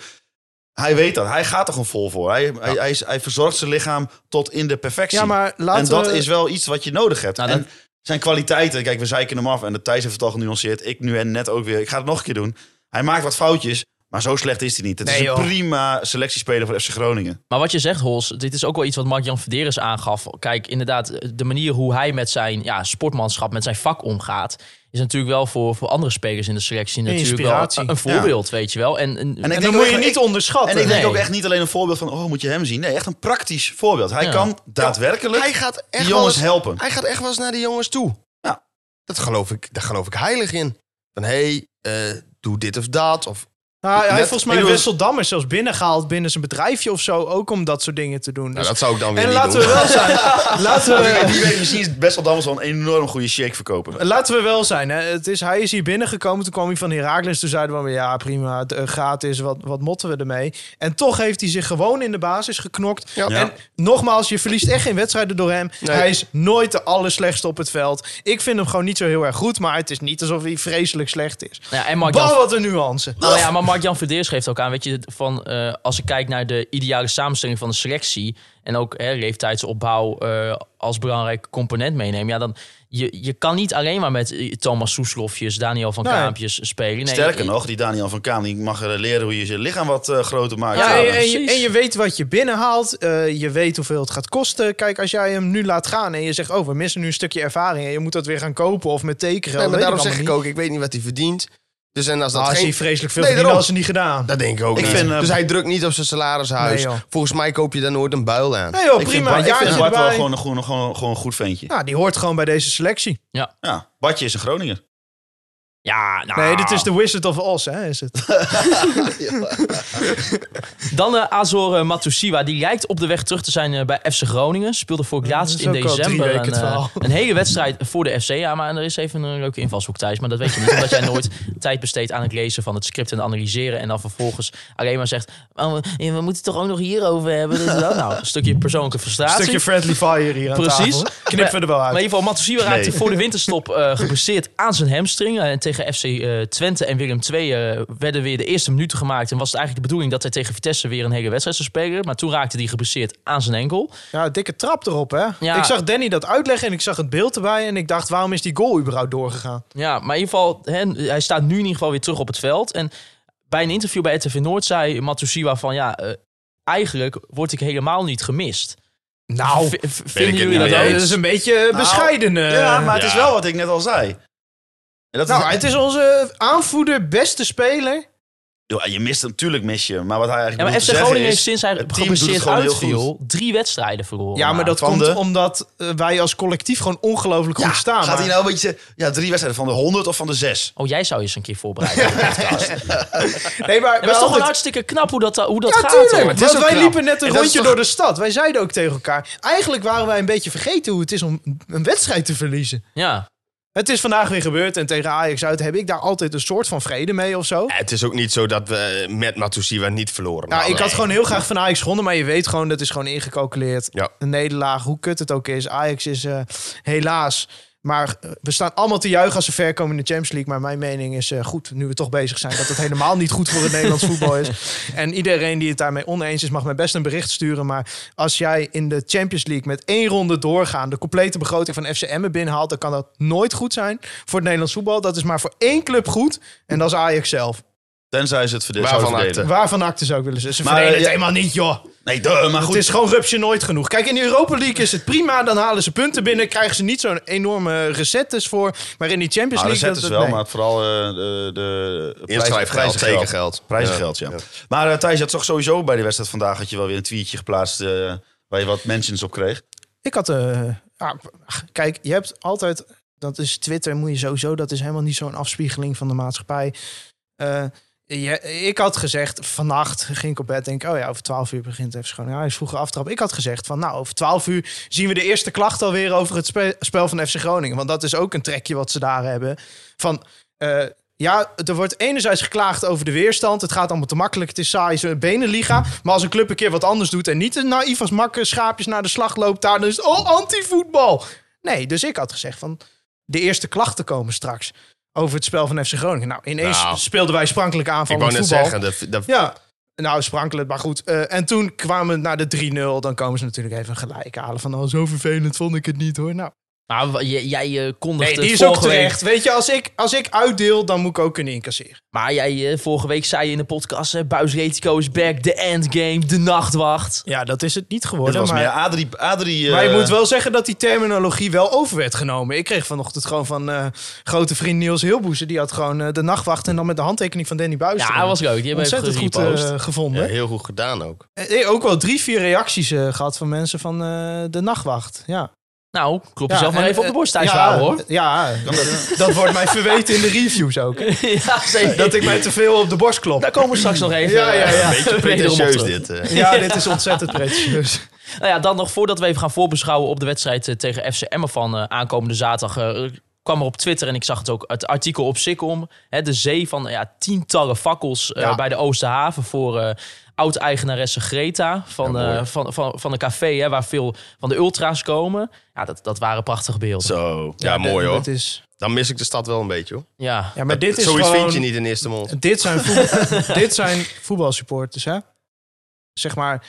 Speaker 7: Hij weet dat. Hij gaat er gewoon vol voor. Hij, hij, hij, is- hij verzorgt zijn lichaam tot in de perfectie.
Speaker 6: ja, maar laten
Speaker 7: en dat
Speaker 6: we...
Speaker 7: is wel iets wat je nodig hebt.
Speaker 4: Nou,
Speaker 7: en
Speaker 4: dat-
Speaker 7: zijn kwaliteiten, kijk, we zeiken hem af. En de Thijs heeft het al genuanceerd. Ik nu en net ook weer. Ik ga het nog een keer doen. Hij maakt wat foutjes, maar zo slecht is hij niet. Het
Speaker 6: Nee,
Speaker 7: is een
Speaker 6: joh.
Speaker 7: prima selectiespeler voor FC Groningen.
Speaker 4: Maar wat je zegt, Hols, dit is ook wel iets wat Mark-Jan Verderes aangaf. Kijk, inderdaad, eh, de manier hoe hij met zijn ja, sportmanschap, met zijn vak omgaat... is natuurlijk wel voor, voor andere spelers in de selectie natuurlijk wel
Speaker 6: Inspiratie.
Speaker 4: een voorbeeld, weet je wel. En, en,
Speaker 7: En ik
Speaker 6: En
Speaker 7: denk
Speaker 6: dan moet
Speaker 7: ook-
Speaker 6: je niet
Speaker 7: ik-
Speaker 6: onderschatten.
Speaker 7: En ik denk
Speaker 4: Nee.
Speaker 7: ook echt niet alleen een voorbeeld van, oh, moet je hem zien. Nee, echt een praktisch voorbeeld. Hij
Speaker 4: Ja.
Speaker 7: kan daadwerkelijk
Speaker 5: Hij gaat echt
Speaker 7: die
Speaker 5: wel
Speaker 7: jongens
Speaker 5: eens-
Speaker 7: helpen.
Speaker 5: Hij gaat echt wel eens naar die jongens toe.
Speaker 7: Ja.
Speaker 5: Dat geloof ik, daar geloof ik heilig in. Van, hé, hey, eh, doe dit of dat. Of,
Speaker 6: Nou, hij
Speaker 5: Net-
Speaker 6: heeft volgens
Speaker 5: ik
Speaker 6: mij
Speaker 5: bedoel-
Speaker 6: Wesseldam is zelfs binnengehaald binnen zijn bedrijfje of zo. Ook om dat soort dingen te doen.
Speaker 5: nou,
Speaker 6: Dus-
Speaker 5: dat zou ik dan weer
Speaker 6: en
Speaker 5: niet
Speaker 6: laten
Speaker 5: doen.
Speaker 6: we wel zijn. laten we...
Speaker 7: Die weet misschien is best wel dan wel een enorm goede shake verkopen.
Speaker 6: Laten we wel zijn. Hè? Het is, hij is hier binnengekomen. Toen kwam hij van Herakles. Toen zeiden we, ja prima, het, eh, gratis. Wat, wat motten we ermee? En toch heeft hij zich gewoon in de basis geknokt.
Speaker 5: Ja.
Speaker 6: En nogmaals, je verliest echt geen wedstrijden door hem.
Speaker 5: Nee.
Speaker 6: Hij is nooit de allerslechtste op het veld. Ik vind hem gewoon niet zo heel erg goed. Maar het is niet alsof hij vreselijk slecht is.
Speaker 4: ja, en Mark-Jan
Speaker 6: Bal wat een nuance.
Speaker 4: Nou ja, maar Mark-Jan Verdeers geeft ook aan, weet je, van, eh, als ik kijk naar de ideale samenstelling van de selectie en ook hè, leeftijdsopbouw eh, als belangrijk component meenemen, ja, dan je, je kan niet alleen maar met eh, Thomas Soeslofjes, Daniel van
Speaker 6: Nee.
Speaker 4: Kaampjes spelen. Nee,
Speaker 7: Sterker
Speaker 4: eh,
Speaker 7: nog, die Daniel van Kaan die mag eh, leren hoe je je lichaam wat eh, groter maakt.
Speaker 6: Ja,
Speaker 4: Ja,
Speaker 6: en, en, je,
Speaker 4: precies.
Speaker 6: en je weet wat je binnenhaalt. eh, je weet hoeveel het gaat kosten. Kijk, als jij hem nu laat gaan en je zegt... oh, we missen nu een stukje ervaring... en je moet dat weer gaan kopen of met tekenen.
Speaker 5: Nee, maar daarom zeg ik ook, ik weet niet wat hij verdient. Dus en als dat
Speaker 6: Nou, als
Speaker 5: geen...
Speaker 6: hij vreselijk veel
Speaker 5: Nee,
Speaker 6: verdienen,
Speaker 5: daarom.
Speaker 6: had ze niet gedaan.
Speaker 5: Dat denk ik ook
Speaker 7: Ik
Speaker 5: niet.
Speaker 7: vind, eh,
Speaker 5: dus hij drukt niet op zijn salarishuis.
Speaker 6: Nee, joh.
Speaker 5: Volgens mij koop je daar nooit een buil aan.
Speaker 6: Nee joh,
Speaker 7: Ik vind
Speaker 6: prima.
Speaker 7: Bart- ik
Speaker 6: jaartje
Speaker 7: vind Bart wel
Speaker 6: erbij.
Speaker 7: gewoon, een- gewoon, gewoon, gewoon een goed ventje.
Speaker 6: Nou, die hoort gewoon bij deze selectie.
Speaker 7: Ja, Bartje is een Groninger.
Speaker 4: Ja, nou,
Speaker 6: Nee, dit is de Wizard of Oz, hè, is het.
Speaker 4: Dan eh Azor eh, Matusiwa, die lijkt op de weg terug te zijn eh, bij FC Groningen. Speelde voor het laatst
Speaker 6: dat is
Speaker 4: in
Speaker 6: ook al drie
Speaker 4: december
Speaker 6: weken
Speaker 4: een,
Speaker 6: het
Speaker 4: eh,
Speaker 6: verhaal.
Speaker 4: een hele wedstrijd voor de FC. Ja, maar er is even een leuke invalshoek thuis. Maar dat weet je niet, omdat jij nooit tijd besteedt aan het lezen van het script en analyseren. En dan vervolgens alleen maar zegt, oh, we, ja, we moeten het toch ook nog hierover hebben. Dit en dat. Nou, een stukje persoonlijke frustratie.
Speaker 6: Stukje friendly fire hier aan
Speaker 4: Precies.
Speaker 6: tafel. Knippen we er wel
Speaker 4: Maar in
Speaker 6: uit.
Speaker 4: ieder geval, Matusiwa raakte voor de winterstop eh geblesseerd aan zijn hamstring. En tegen FC eh, Twente en Willem II eh, werden weer de eerste minuten gemaakt. En was het eigenlijk de bedoeling dat hij tegen Vitesse weer een hele wedstrijd zou spelen. Maar toen raakte hij geblesseerd aan zijn enkel.
Speaker 6: Ja, dikke trap erop, hè.
Speaker 4: Ja.
Speaker 6: Ik zag Danny dat uitleggen en ik zag het beeld erbij... en ik dacht, waarom is die goal überhaupt doorgegaan?
Speaker 4: Ja, maar in ieder geval, hè, hij staat nu in ieder geval weer terug op het veld. En bij een interview bij RTV Noord zei Matusiwa van ja... eh, Eigenlijk word ik helemaal niet gemist.
Speaker 6: Nou,
Speaker 4: V- v- vinden
Speaker 5: het
Speaker 4: jullie dat
Speaker 5: niet
Speaker 4: ook?
Speaker 5: eens.
Speaker 6: dat is een beetje eh, bescheiden. eh.
Speaker 7: ja, maar het is
Speaker 5: ja.
Speaker 7: wel wat ik net al zei. En dat
Speaker 6: Nou, het is onze aanvoerder, beste speler.
Speaker 7: joh, je mist hem, natuurlijk mis je hem. Maar wat hij
Speaker 4: Ja,
Speaker 7: eigenlijk
Speaker 4: maar
Speaker 7: bedoelt te
Speaker 4: FC
Speaker 7: zeggen
Speaker 4: Groningen heeft
Speaker 7: is,
Speaker 4: sinds hij
Speaker 7: het team doet het
Speaker 4: geblesseerd
Speaker 7: gewoon heel
Speaker 4: uitviel drie wedstrijden verloren.
Speaker 6: Ja, maar dat
Speaker 7: van
Speaker 6: komt
Speaker 7: de-
Speaker 6: omdat eh, wij als collectief gewoon ongelooflijk goed staan.
Speaker 7: Gaat hij
Speaker 6: maar-
Speaker 7: nou een beetje zeggen, ja, drie wedstrijden van de 100 of van de 6?
Speaker 4: Oh, jij zou je eens een keer voorbereiden. op de podcast. Maar
Speaker 6: Nee, nou- maar
Speaker 4: Het is toch
Speaker 6: wel
Speaker 4: wel hartstikke knap hoe dat, eh, hoe dat
Speaker 6: Ja,
Speaker 4: gaat.
Speaker 6: tuurlijk.
Speaker 4: hoor.
Speaker 6: Want wij
Speaker 7: knap.
Speaker 6: liepen net een
Speaker 7: En dat is
Speaker 6: rondje
Speaker 7: toch-
Speaker 6: door de stad. Wij zeiden ook tegen elkaar. Eigenlijk waren wij een beetje vergeten hoe het is om een wedstrijd te verliezen.
Speaker 4: Ja.
Speaker 6: Het is vandaag weer gebeurd en tegen Ajax uit heb ik daar altijd een soort van vrede mee of zo.
Speaker 5: Ja, Het is ook niet zo dat we eh, met Matusiwa niet verloren
Speaker 6: Nou,
Speaker 5: hadden.
Speaker 6: ik had gewoon heel graag van Ajax gewonnen, maar je weet gewoon, dat is gewoon ingecalculeerd.
Speaker 5: Ja.
Speaker 6: Een nederlaag, hoe kut het ook is. Ajax is eh, helaas. Maar eh, we staan allemaal te juichen als ze ver komen in de Champions League. Maar mijn mening is eh, goed, nu we toch bezig zijn, dat het helemaal niet goed voor het Nederlands voetbal is. En iedereen die het daarmee oneens is, mag mij best een bericht sturen. Maar als jij in de Champions League met één ronde doorgaan de complete begroting van FC Emmen binnenhaalt, dan kan dat nooit goed zijn voor het Nederlands voetbal. Dat is maar voor één club goed en dat is Ajax zelf.
Speaker 7: Tenzij ze het verdedigen.
Speaker 5: Waarvan
Speaker 7: zouden verdedigen.
Speaker 6: Waarvan acten zou ik willen zeggen? Ze
Speaker 7: Maar,
Speaker 6: verdelen het
Speaker 7: eh, ja-
Speaker 6: helemaal niet, joh.
Speaker 7: Nee, duh, maar
Speaker 6: Het
Speaker 7: goed.
Speaker 6: is gewoon rupsje nooit genoeg. Kijk, in de Europa League is het prima. Dan halen ze punten binnen. Krijgen ze niet zo'n enorme recettes voor. Maar in die Champions
Speaker 7: Ah, de set
Speaker 6: League... dat-
Speaker 7: is
Speaker 6: dat-
Speaker 7: wel,
Speaker 6: nee.
Speaker 7: maar vooral eh, de, de prijs-
Speaker 5: Inschrijfgeld,
Speaker 7: prijzengeld.
Speaker 5: tekengeld.
Speaker 7: Prijzengeld, ja. Maar eh, Thijs, je had toch sowieso bij de wedstrijd vandaag... had je wel weer een tweetje geplaatst eh, waar je wat mentions op kreeg.
Speaker 6: Ik had... eh, ah, ach, kijk, je hebt altijd... Dat is Twitter, moet je sowieso... Dat is helemaal niet zo'n afspiegeling van de maatschappij. Eh, je- ik had gezegd, vannacht ging ik op bed. Denk, oh ja, over 12 uur begint even schoon. Ja, hij is vroeger aftrap. Ik had gezegd van, nou, over 12 uur zien we de eerste klacht alweer over het spe- spel van FC Groningen. Want dat is ook een trekje wat ze daar hebben. Van, eh, ja, er wordt enerzijds geklaagd over de weerstand. Het gaat allemaal te makkelijk. Het is saai, zo'n benenliga. Maar als een club een keer wat anders doet en niet een naïef als makke schaapjes naar de slag loopt daar, dan is het, oh, antivoetbal. Nee, dus ik had gezegd van, de eerste klachten komen straks over het spel van FC Groningen. Nou, ineens
Speaker 5: Nou.
Speaker 6: speelden wij sprankelijk aan van
Speaker 5: Ik wou net
Speaker 6: voetbal.
Speaker 5: zeggen, dat, dat,
Speaker 6: Ja, nou, sprankelend, maar goed. Eh, en toen kwamen we naar de 3-0. Dan komen ze natuurlijk even gelijk halen van... Oh, zo vervelend vond ik het niet, hoor. Nou,
Speaker 4: Maar w- j- jij eh, kondigde
Speaker 6: nee, die is ook
Speaker 4: vorige week-
Speaker 6: terecht. Weet je, als ik, als ik uitdeel, dan moet ik ook kunnen incasseren.
Speaker 4: Maar jij, eh, vorige week zei je in de podcast... eh, Buis Retico is back, de endgame, de nachtwacht.
Speaker 6: Ja, dat is het niet
Speaker 7: Het
Speaker 6: geworden,
Speaker 7: was
Speaker 6: maar...
Speaker 7: meer Adrie... Adrie eh,
Speaker 6: Maar je moet wel zeggen dat die terminologie wel over werd genomen. Ik kreeg vanochtend gewoon van eh, grote vriend Niels Hilboezen. Die had gewoon eh, de nachtwacht en dan met de handtekening van Danny Buis.
Speaker 4: Ja,
Speaker 6: erin.
Speaker 4: dat was leuk. Die hebben we even
Speaker 6: ontzettend goed
Speaker 4: gerepost.
Speaker 6: eh, gevonden.
Speaker 5: ja, heel goed gedaan ook.
Speaker 6: Eh, eh, ook wel drie, vier reacties eh, gehad van mensen van eh, de nachtwacht. Ja.
Speaker 4: Nou, klop
Speaker 6: Ja,
Speaker 4: jezelf maar
Speaker 6: en,
Speaker 4: even op de
Speaker 6: eh,
Speaker 4: borst thuis
Speaker 6: ja,
Speaker 4: houden, hoor.
Speaker 6: Ja, dat, dat wordt mij verweten in de reviews ook.
Speaker 4: ja, zeker.
Speaker 6: Dat ik mij te veel op de borst klop.
Speaker 4: Daar komen we straks nog even.
Speaker 6: Ja, ja, ja.
Speaker 4: eh, wederom op
Speaker 5: Pretentieus
Speaker 4: terug.
Speaker 5: dit. eh.
Speaker 6: Ja, dit is ontzettend pretentieus.
Speaker 4: Nou ja, dan nog voordat we even gaan voorbeschouwen op de wedstrijd eh, tegen FC Emmen van eh, aankomende zaterdag. eh, kwam er op Twitter en ik zag het ook, het artikel op Sikkom. Hè, de zee van ja, tientallen fakkels eh,
Speaker 6: Ja.
Speaker 4: bij de Oosterhaven voor eh, oud-eigenaresse Greta van, eh, van, van, van een café hè, waar veel van de ultra's komen. Ja, dat, dat waren prachtige beelden.
Speaker 5: Zo. Ja, mooi hoor.
Speaker 6: Dat is,
Speaker 5: Dan mis ik de stad wel een beetje hoor.
Speaker 4: Ja.
Speaker 6: ja, maar dit is
Speaker 5: Zoiets
Speaker 6: gewoon,
Speaker 5: vind je niet in eerste mond.
Speaker 6: Dit zijn, voetbal, dit zijn voetbalsupporters, hè? Zeg maar,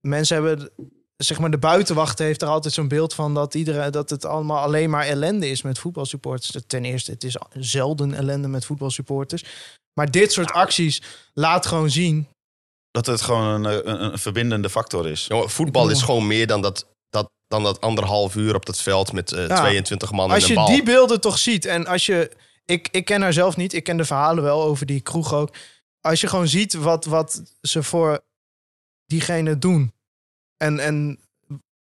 Speaker 6: mensen hebben... Zeg maar, de buitenwacht heeft er altijd zo'n beeld van... Dat, iedereen, dat het allemaal alleen maar ellende is met voetbalsupporters. Ten eerste, het is zelden ellende met voetbalsupporters. Maar dit soort acties laat gewoon zien...
Speaker 7: Dat het gewoon een, eh, een, een verbindende factor is.
Speaker 5: Jongen, voetbal is gewoon meer dan dat, dat, dan dat anderhalf uur op dat veld met eh,
Speaker 6: Ja.
Speaker 5: 22 man
Speaker 6: Als
Speaker 5: en een
Speaker 6: je
Speaker 5: bal.
Speaker 6: die beelden toch ziet en als je... Ik, ik ken haar zelf niet, ik ken de verhalen wel over die kroeg ook. Als je gewoon ziet wat, wat ze voor diegene doen. En, en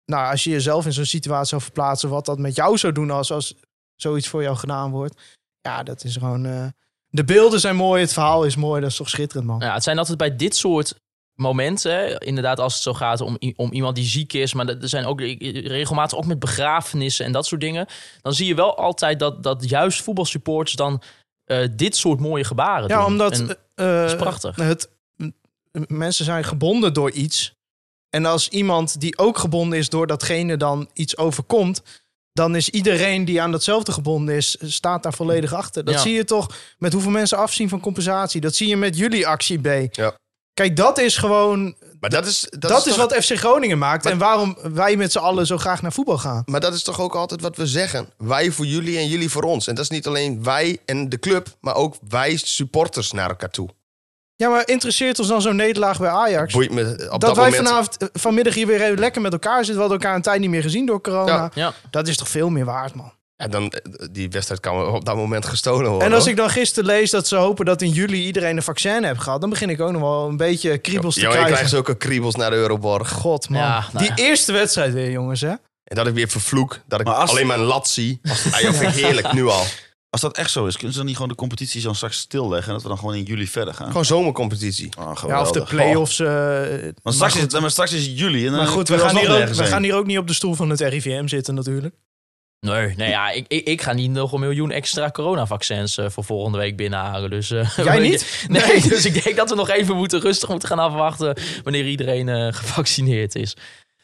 Speaker 6: nou, als je jezelf in zo'n situatie zou verplaatsen... wat dat met jou zou doen als, als zoiets voor jou gedaan wordt. Ja, dat is gewoon... eh, de beelden zijn mooi, het verhaal is mooi. Dat is toch schitterend, man.
Speaker 4: Nou Ja, het zijn altijd bij dit soort momenten, hè, inderdaad als het zo gaat om, i- om iemand die ziek is, maar dat- er zijn ook re- regelmatig ook met begrafenissen en dat soort dingen, dan zie je wel altijd dat, dat juist voetbalsupporters dan eh, dit soort mooie gebaren
Speaker 6: Ja,
Speaker 4: doen.
Speaker 6: omdat
Speaker 4: En-
Speaker 6: eh,
Speaker 4: is
Speaker 6: eh,
Speaker 4: prachtig.
Speaker 6: Het, m- mensen zijn gebonden door iets. En als iemand die ook gebonden is door datgene dan iets overkomt, dan is iedereen die aan datzelfde gebonden is, eh, staat daar volledig achter. Dat
Speaker 4: Ja.
Speaker 6: zie je toch met hoeveel mensen afzien van compensatie. Dat zie je met jullie actie B.
Speaker 5: Ja.
Speaker 6: Kijk, dat is gewoon.
Speaker 5: Maar dat is, dat
Speaker 6: Dat,
Speaker 5: is,
Speaker 6: is,
Speaker 5: toch-
Speaker 6: wat FC Groningen maakt. en waarom wij met z'n allen zo graag naar voetbal gaan.
Speaker 5: Maar dat is toch ook altijd wat we zeggen. Wij voor jullie en jullie voor ons. En dat is niet alleen wij en de club, maar ook wij supporters naar elkaar toe.
Speaker 6: Ja, maar interesseert ons dan zo'n nederlaag bij Ajax?
Speaker 5: Boeit me op dat,
Speaker 6: dat, wij
Speaker 5: moment.
Speaker 6: vanavond, eh, vanmiddag hier weer even lekker met elkaar zitten. We hadden elkaar een tijd niet meer gezien door corona.
Speaker 5: Ja.
Speaker 4: ja.
Speaker 6: Dat is toch veel meer waard, man.
Speaker 5: En dan, eh, die wedstrijd kan op dat moment gestolen worden.
Speaker 6: En als
Speaker 5: hoor.
Speaker 6: ik dan gisteren lees dat ze hopen dat in juli iedereen een vaccin heeft gehad, dan begin ik ook nog wel een beetje kriebels te
Speaker 5: Jongen, je
Speaker 6: krijgen.
Speaker 5: krijgt zulke kriebels naar de Euroborg.
Speaker 6: God man,
Speaker 4: Ja, nou ja.
Speaker 6: die eerste wedstrijd weer jongens hè.
Speaker 5: En dat ik weer vervloek. Dat ik
Speaker 7: Maar als-
Speaker 5: alleen maar een lat zie. Ah, joh, vind ik heerlijk, nu al.
Speaker 7: Als dat echt zo is, kunnen ze dan niet gewoon de competitie zo straks stilleggen... en dat we dan gewoon in juli verder gaan?
Speaker 5: Gewoon zomercompetitie.
Speaker 7: Ah, geweldig.
Speaker 6: Ja, of de play-offs. eh, maar
Speaker 7: Want straks,
Speaker 6: goed,
Speaker 7: is, het- eh, maar straks is het juli en dan
Speaker 6: maar goed, we,
Speaker 7: kunnen
Speaker 6: gaan hier,
Speaker 7: alsnog
Speaker 6: ook, we
Speaker 7: nergens
Speaker 6: gaan
Speaker 7: heen.
Speaker 6: hier ook niet op de stoel van het RIVM zitten natuurlijk.
Speaker 4: Nee, nee ja, ik, ik, ik ga niet nog een miljoen extra coronavaccins eh, voor volgende week binnenhalen. Dus, eh,
Speaker 6: Jij
Speaker 4: weet
Speaker 6: niet?
Speaker 4: je- Nee, dus ik denk dat we nog even moeten rustig moeten gaan afwachten wanneer iedereen eh, gevaccineerd is.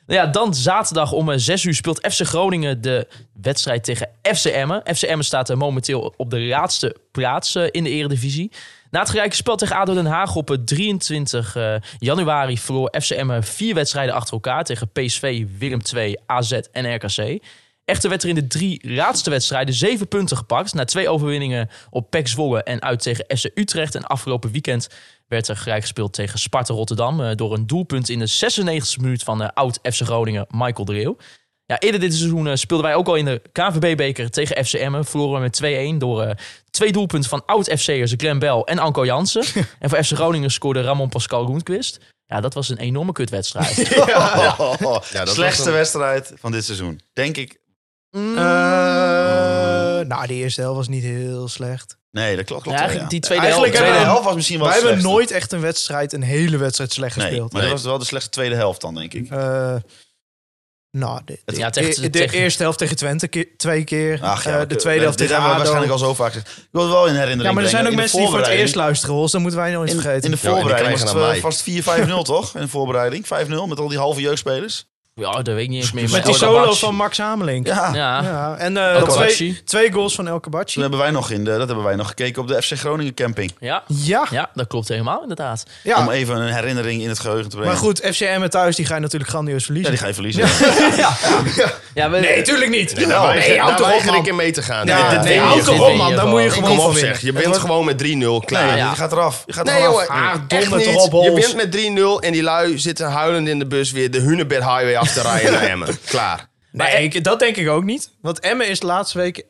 Speaker 4: Nou ja, dan zaterdag om eh, 6 uur speelt FC Groningen de wedstrijd tegen FC Emmen. FC Emmen staat eh, momenteel op de laatste plaats eh, in de eredivisie. Na het gelijke spel tegen ADO Den Haag op eh, 23 eh, januari verloor FC Emmen vier wedstrijden achter elkaar tegen PSV, Willem II, AZ en RKC. Echter werd er in de drie laatste wedstrijden zeven punten gepakt. Na twee overwinningen op PEC Zwolle en uit tegen FC Utrecht. En afgelopen weekend werd er gelijk gespeeld tegen Sparta Rotterdam... eh, door een doelpunt in de 96e minuut van eh, oud FC Groningen Michael de Leeuw. Ja, eerder dit seizoen eh, speelden wij ook al in de KVB-beker tegen FC Emmen. Verloren we met 2-1 door eh, twee doelpunten van oud-FC'ers Glenn Bell en Anko Jansen. en voor FC Groningen scoorde Ramon Pascal Roenquist. Ja, dat was een enorme kutwedstrijd.
Speaker 7: Ja.
Speaker 6: Oh,
Speaker 5: Ja, dat
Speaker 7: Slechtste
Speaker 5: was een-
Speaker 7: wedstrijd van dit seizoen. Denk ik. Mm.
Speaker 6: Eh, nou, de eerste helft was niet heel slecht.
Speaker 7: Nee, dat klopt. klopt
Speaker 4: Ja,
Speaker 7: wel,
Speaker 4: eigenlijk
Speaker 7: ja.
Speaker 4: die tweede
Speaker 6: Eigenlijk
Speaker 4: helft.
Speaker 7: de tweede
Speaker 6: hebben
Speaker 7: helft was misschien wel
Speaker 6: Wij
Speaker 7: de
Speaker 6: hebben
Speaker 7: slechtste.
Speaker 6: nooit echt een wedstrijd, een hele wedstrijd slecht
Speaker 7: Nee,
Speaker 6: gespeeld.
Speaker 7: maar dat was wel de slechtste tweede helft dan, denk ik.
Speaker 6: Eh, nou, de, de-
Speaker 4: Ja, tegen-
Speaker 6: de
Speaker 4: tegen-
Speaker 6: eerste helft tegen Twente keer- twee keer.
Speaker 7: Ach ja,
Speaker 6: Eh,
Speaker 7: oké.
Speaker 6: de tweede helft
Speaker 7: Dit
Speaker 6: tegen
Speaker 7: hebben we waarschijnlijk
Speaker 6: ADO.
Speaker 7: al zo vaak gezegd. Ik wil het wel in herinnering
Speaker 6: Ja, maar
Speaker 7: brengen.
Speaker 6: er zijn ook
Speaker 7: In de
Speaker 6: mensen die voor het
Speaker 7: voorbereiding-
Speaker 6: eerst luisteren, Hols. Dat moeten wij nooit
Speaker 7: In,
Speaker 6: vergeten.
Speaker 7: in de
Speaker 5: Ja, en die
Speaker 7: voorbereiding was
Speaker 5: krijgen
Speaker 7: het
Speaker 5: dan
Speaker 7: eh,
Speaker 5: mij.
Speaker 7: vast 4-5-0, toch? In de voorbereiding. 5-0 met al die halve jeugdspelers.
Speaker 4: Ja, dat weet ik niet eens meer. maar
Speaker 6: Met die
Speaker 4: El
Speaker 6: solo
Speaker 4: Kabachi.
Speaker 6: van Max Hamelink.
Speaker 7: Ja.
Speaker 4: Ja.
Speaker 6: Ja, en eh,
Speaker 4: El Kabachi.
Speaker 6: twee, twee goals van El
Speaker 7: Toen
Speaker 6: Kabachi.
Speaker 7: hebben wij nog in de, dat hebben wij nog gekeken op de FC Groningen camping.
Speaker 4: Ja.
Speaker 6: Ja,
Speaker 4: ja, dat klopt helemaal inderdaad.
Speaker 6: ja.
Speaker 7: Om even een herinnering in het geheugen te brengen.
Speaker 6: maar goed, FCM thuis, die ga je natuurlijk grandioos
Speaker 7: Ja,
Speaker 6: verliezen.
Speaker 7: die ga je verliezen. Ja.
Speaker 4: Ja, we,
Speaker 6: nee, tuurlijk niet.
Speaker 5: Nee, daar weiger- daar weiger ik in mee te gaan.
Speaker 6: Ja,
Speaker 5: Dit- dit
Speaker 6: nee,
Speaker 5: weet
Speaker 6: houd
Speaker 5: je
Speaker 6: toch op,
Speaker 5: gewoon.
Speaker 6: man. Daar
Speaker 4: gewoon.
Speaker 6: moet je
Speaker 4: Ik
Speaker 6: gewoon
Speaker 5: Kom
Speaker 6: van
Speaker 5: op
Speaker 6: winnen.
Speaker 5: zeg, je wint gewoon met 3-0, klaar.
Speaker 7: Nee,
Speaker 4: ja.
Speaker 7: je gaat eraf. Je gaat
Speaker 5: Nee,
Speaker 7: eraf.
Speaker 5: jongen.
Speaker 6: Ah,
Speaker 5: Echt
Speaker 6: domme
Speaker 5: niet.
Speaker 6: toch op,
Speaker 5: Je
Speaker 6: Hols.
Speaker 5: wint met 3-0 en die lui zitten huilend in de bus weer de Hunebed Highway af te rijden naar Emmen. Klaar.
Speaker 6: Nee, ik- dat denk ik ook niet. Want Emmen is de laatste week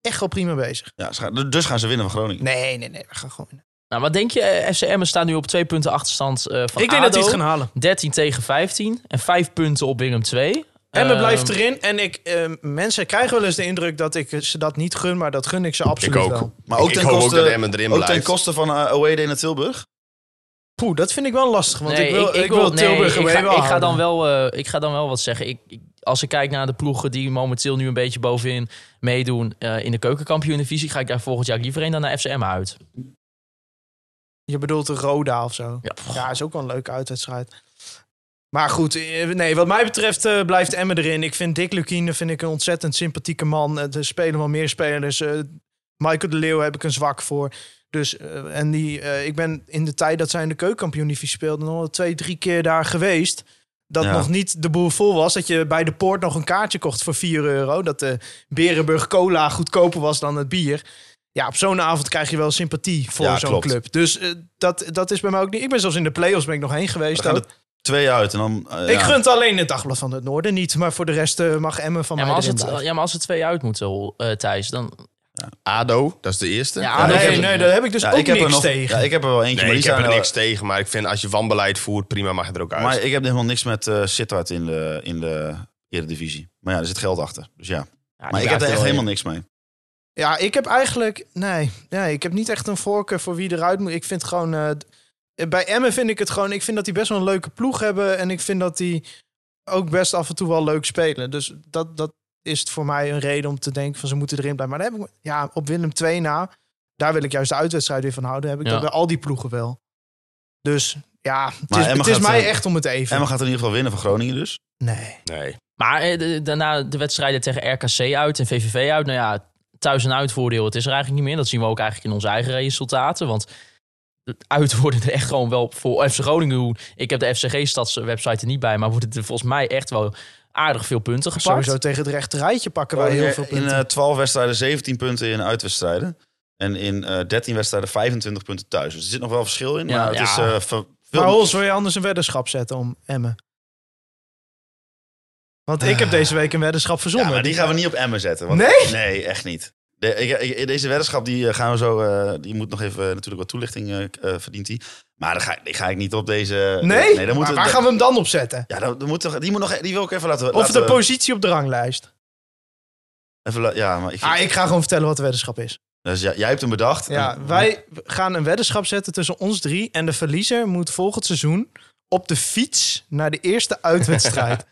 Speaker 6: echt wel prima bezig.
Speaker 7: Ja, ze gaan- dus gaan ze winnen van Groningen.
Speaker 6: Nee, nee, nee. We gaan gewoon winnen.
Speaker 4: nou, wat denk je? Eh, FC Emmen staat nu op twee punten achterstand eh, van
Speaker 6: Ik denk dat
Speaker 4: ADO.
Speaker 6: die het gaan halen.
Speaker 4: 13 tegen 15 en vijf punten op Willem 2.
Speaker 6: Emmen
Speaker 4: Ehm,
Speaker 6: blijft erin. En ik, eh, mensen krijgen wel eens de indruk dat ik ze dat niet gun. Maar dat gun ik ze absoluut wel.
Speaker 7: Maar ook
Speaker 5: Ik
Speaker 7: ten
Speaker 5: hoop ook
Speaker 7: koste,
Speaker 5: dat Emmen erin
Speaker 7: ook ten
Speaker 5: blijft.
Speaker 7: koste van eh, Away Day naar Tilburg.
Speaker 6: Poeh, dat vind ik wel lastig. Want ik, wil, ik, wil,
Speaker 4: nee,
Speaker 6: Tilburg
Speaker 4: ik
Speaker 6: away
Speaker 4: ga,
Speaker 6: wel
Speaker 4: ik ga
Speaker 6: houden.
Speaker 4: dan wel, eh, ik ga dan wel wat zeggen. Ik, ik- als ik kijk naar de ploegen die momenteel nu een beetje bovenin meedoen eh, in de keukenkampioen-divisie, ga ik daar volgend jaar liever heen dan naar FC Emmen uit.
Speaker 6: Je bedoelt de Roda of zo.
Speaker 4: Ja, pff.
Speaker 6: Ja, is ook wel een leuke uitwedstrijd. Maar goed, eh, nee, wat mij betreft eh, blijft Emmen erin. Ik vind Dick Lukine vind ik een ontzettend sympathieke man. Eh, Er spelen wel meer spelers. Eh, Michael de Leeuw heb ik een zwak voor. Dus, eh, en die, eh, ik ben in de tijd dat zij in de keukenkampioen-divisie speelde... nog wel twee, drie keer daar geweest. Dat
Speaker 7: Ja.
Speaker 6: nog niet de boel vol was. Dat je bij de poort nog een kaartje kocht voor 4 euro. Dat de Berenburg Cola goedkoper was dan het bier. Ja, op zo'n avond krijg je wel sympathie voor
Speaker 7: Ja,
Speaker 6: zo'n
Speaker 7: klopt.
Speaker 6: club. Dus eh, dat, dat is bij mij ook niet. Ik ben zelfs in de play-offs ben ik nog heen
Speaker 7: Dan
Speaker 6: geweest.
Speaker 7: gaan
Speaker 6: ook.
Speaker 7: er twee uit. En dan, eh,
Speaker 6: Ik
Speaker 7: ja.
Speaker 6: gun het alleen het Dagblad van het Noorden niet. Maar voor de rest eh, mag Emmen van
Speaker 4: Ja, maar
Speaker 6: mij
Speaker 4: als
Speaker 6: erin
Speaker 4: het,
Speaker 6: blijven.
Speaker 4: ja, maar als er twee uit moeten, eh, Thijs, dan...
Speaker 5: ADO, dat is de eerste.
Speaker 4: Ja, ADO.
Speaker 5: ik heb-
Speaker 6: nee, nee, daar heb ik dus
Speaker 7: Ja,
Speaker 6: ook
Speaker 7: ik heb er
Speaker 6: niks
Speaker 7: nog,
Speaker 6: tegen.
Speaker 7: Ja, ik heb er wel eentje.
Speaker 5: Nee,
Speaker 7: maar
Speaker 5: ik
Speaker 7: die zijn
Speaker 5: heb er
Speaker 7: er wel-
Speaker 5: niks tegen, maar ik vind als je wanbeleid voert, prima, mag je er ook uit.
Speaker 7: Maar ik heb helemaal niks met eh Sittard in de, in de Eredivisie. Maar ja, er zit geld achter. Dus ja.
Speaker 4: Ja,
Speaker 7: Maar ik heb er echt helemaal niks mee.
Speaker 6: Ja, ik heb eigenlijk... Nee, nee, ik heb niet echt een voorkeur voor wie eruit moet. Ik vind gewoon... eh, d- bij Emmen vind ik het gewoon... Ik vind dat die best wel een leuke ploeg hebben. En ik vind dat die ook best af en toe wel leuk spelen. Dus dat, dat is het voor mij een reden om te denken van ze moeten erin blijven. Maar dan heb ik, ja, op Willem 2 na, daar wil ik juist de uitwedstrijd weer van houden. Heb ik
Speaker 4: Ja.
Speaker 6: dat bij al die ploegen wel. Dus ja, het
Speaker 7: Maar
Speaker 6: is,
Speaker 7: Emmen
Speaker 6: het is
Speaker 7: gaat,
Speaker 6: mij
Speaker 7: eh,
Speaker 6: echt om het even.
Speaker 7: Emma gaat in ieder geval winnen van Groningen dus.
Speaker 6: Nee.
Speaker 5: Nee.
Speaker 4: Maar eh, de- daarna de wedstrijden tegen RKC uit en VVV uit. Nou ja, thuis en uit voordeel, het is er eigenlijk niet meer. Dat zien we ook eigenlijk in onze eigen resultaten. Want uit worden er echt gewoon wel voor FC Groningen. hoe- Ik heb de FCG-stadswebsite er niet bij, maar worden er volgens mij echt wel aardig veel punten gepakt.
Speaker 6: Sowieso tegen het rechte rijtje pakken wij heel veel
Speaker 7: In
Speaker 6: punten.
Speaker 7: eh 12 wedstrijden 17 punten in uitwedstrijden. En in eh 13 wedstrijden 25 punten thuis. Dus er zit nog wel verschil in.
Speaker 4: Ja,
Speaker 7: maar het
Speaker 4: ja.
Speaker 7: is eh, ver- veel...
Speaker 6: maar Hols, wil je anders een weddenschap zetten om Emmen? Want ik heb deze week een weddenschap verzonnen.
Speaker 7: Eh. Ja, maar die gaan we niet op Emmen zetten. want-
Speaker 6: Nee?
Speaker 7: Nee, echt niet. De- ik- ik- deze weddenschap die eh, gaan we zo. eh, die moet nog even eh, natuurlijk wat toelichting eh, k- eh, verdient die. Maar daar ga, die ga ik niet op deze.
Speaker 6: Nee?
Speaker 7: nee dan
Speaker 6: Maar
Speaker 7: moeten
Speaker 6: waar
Speaker 7: we-
Speaker 6: gaan we hem dan op zetten?
Speaker 7: Ja, dan, dan moet toch- die, moet nog, die wil ik even laten.
Speaker 6: Of
Speaker 7: laten
Speaker 6: de
Speaker 7: we-
Speaker 6: positie op de ranglijst.
Speaker 7: even la- ja, maar ik,
Speaker 6: Ah, ik ga gewoon vertellen wat de weddenschap is.
Speaker 7: dus ja, jij hebt hem bedacht.
Speaker 6: Ja,
Speaker 7: En-
Speaker 6: wij gaan een weddenschap zetten tussen ons drie. En de verliezer moet volgend seizoen op de fiets naar de eerste uitwedstrijd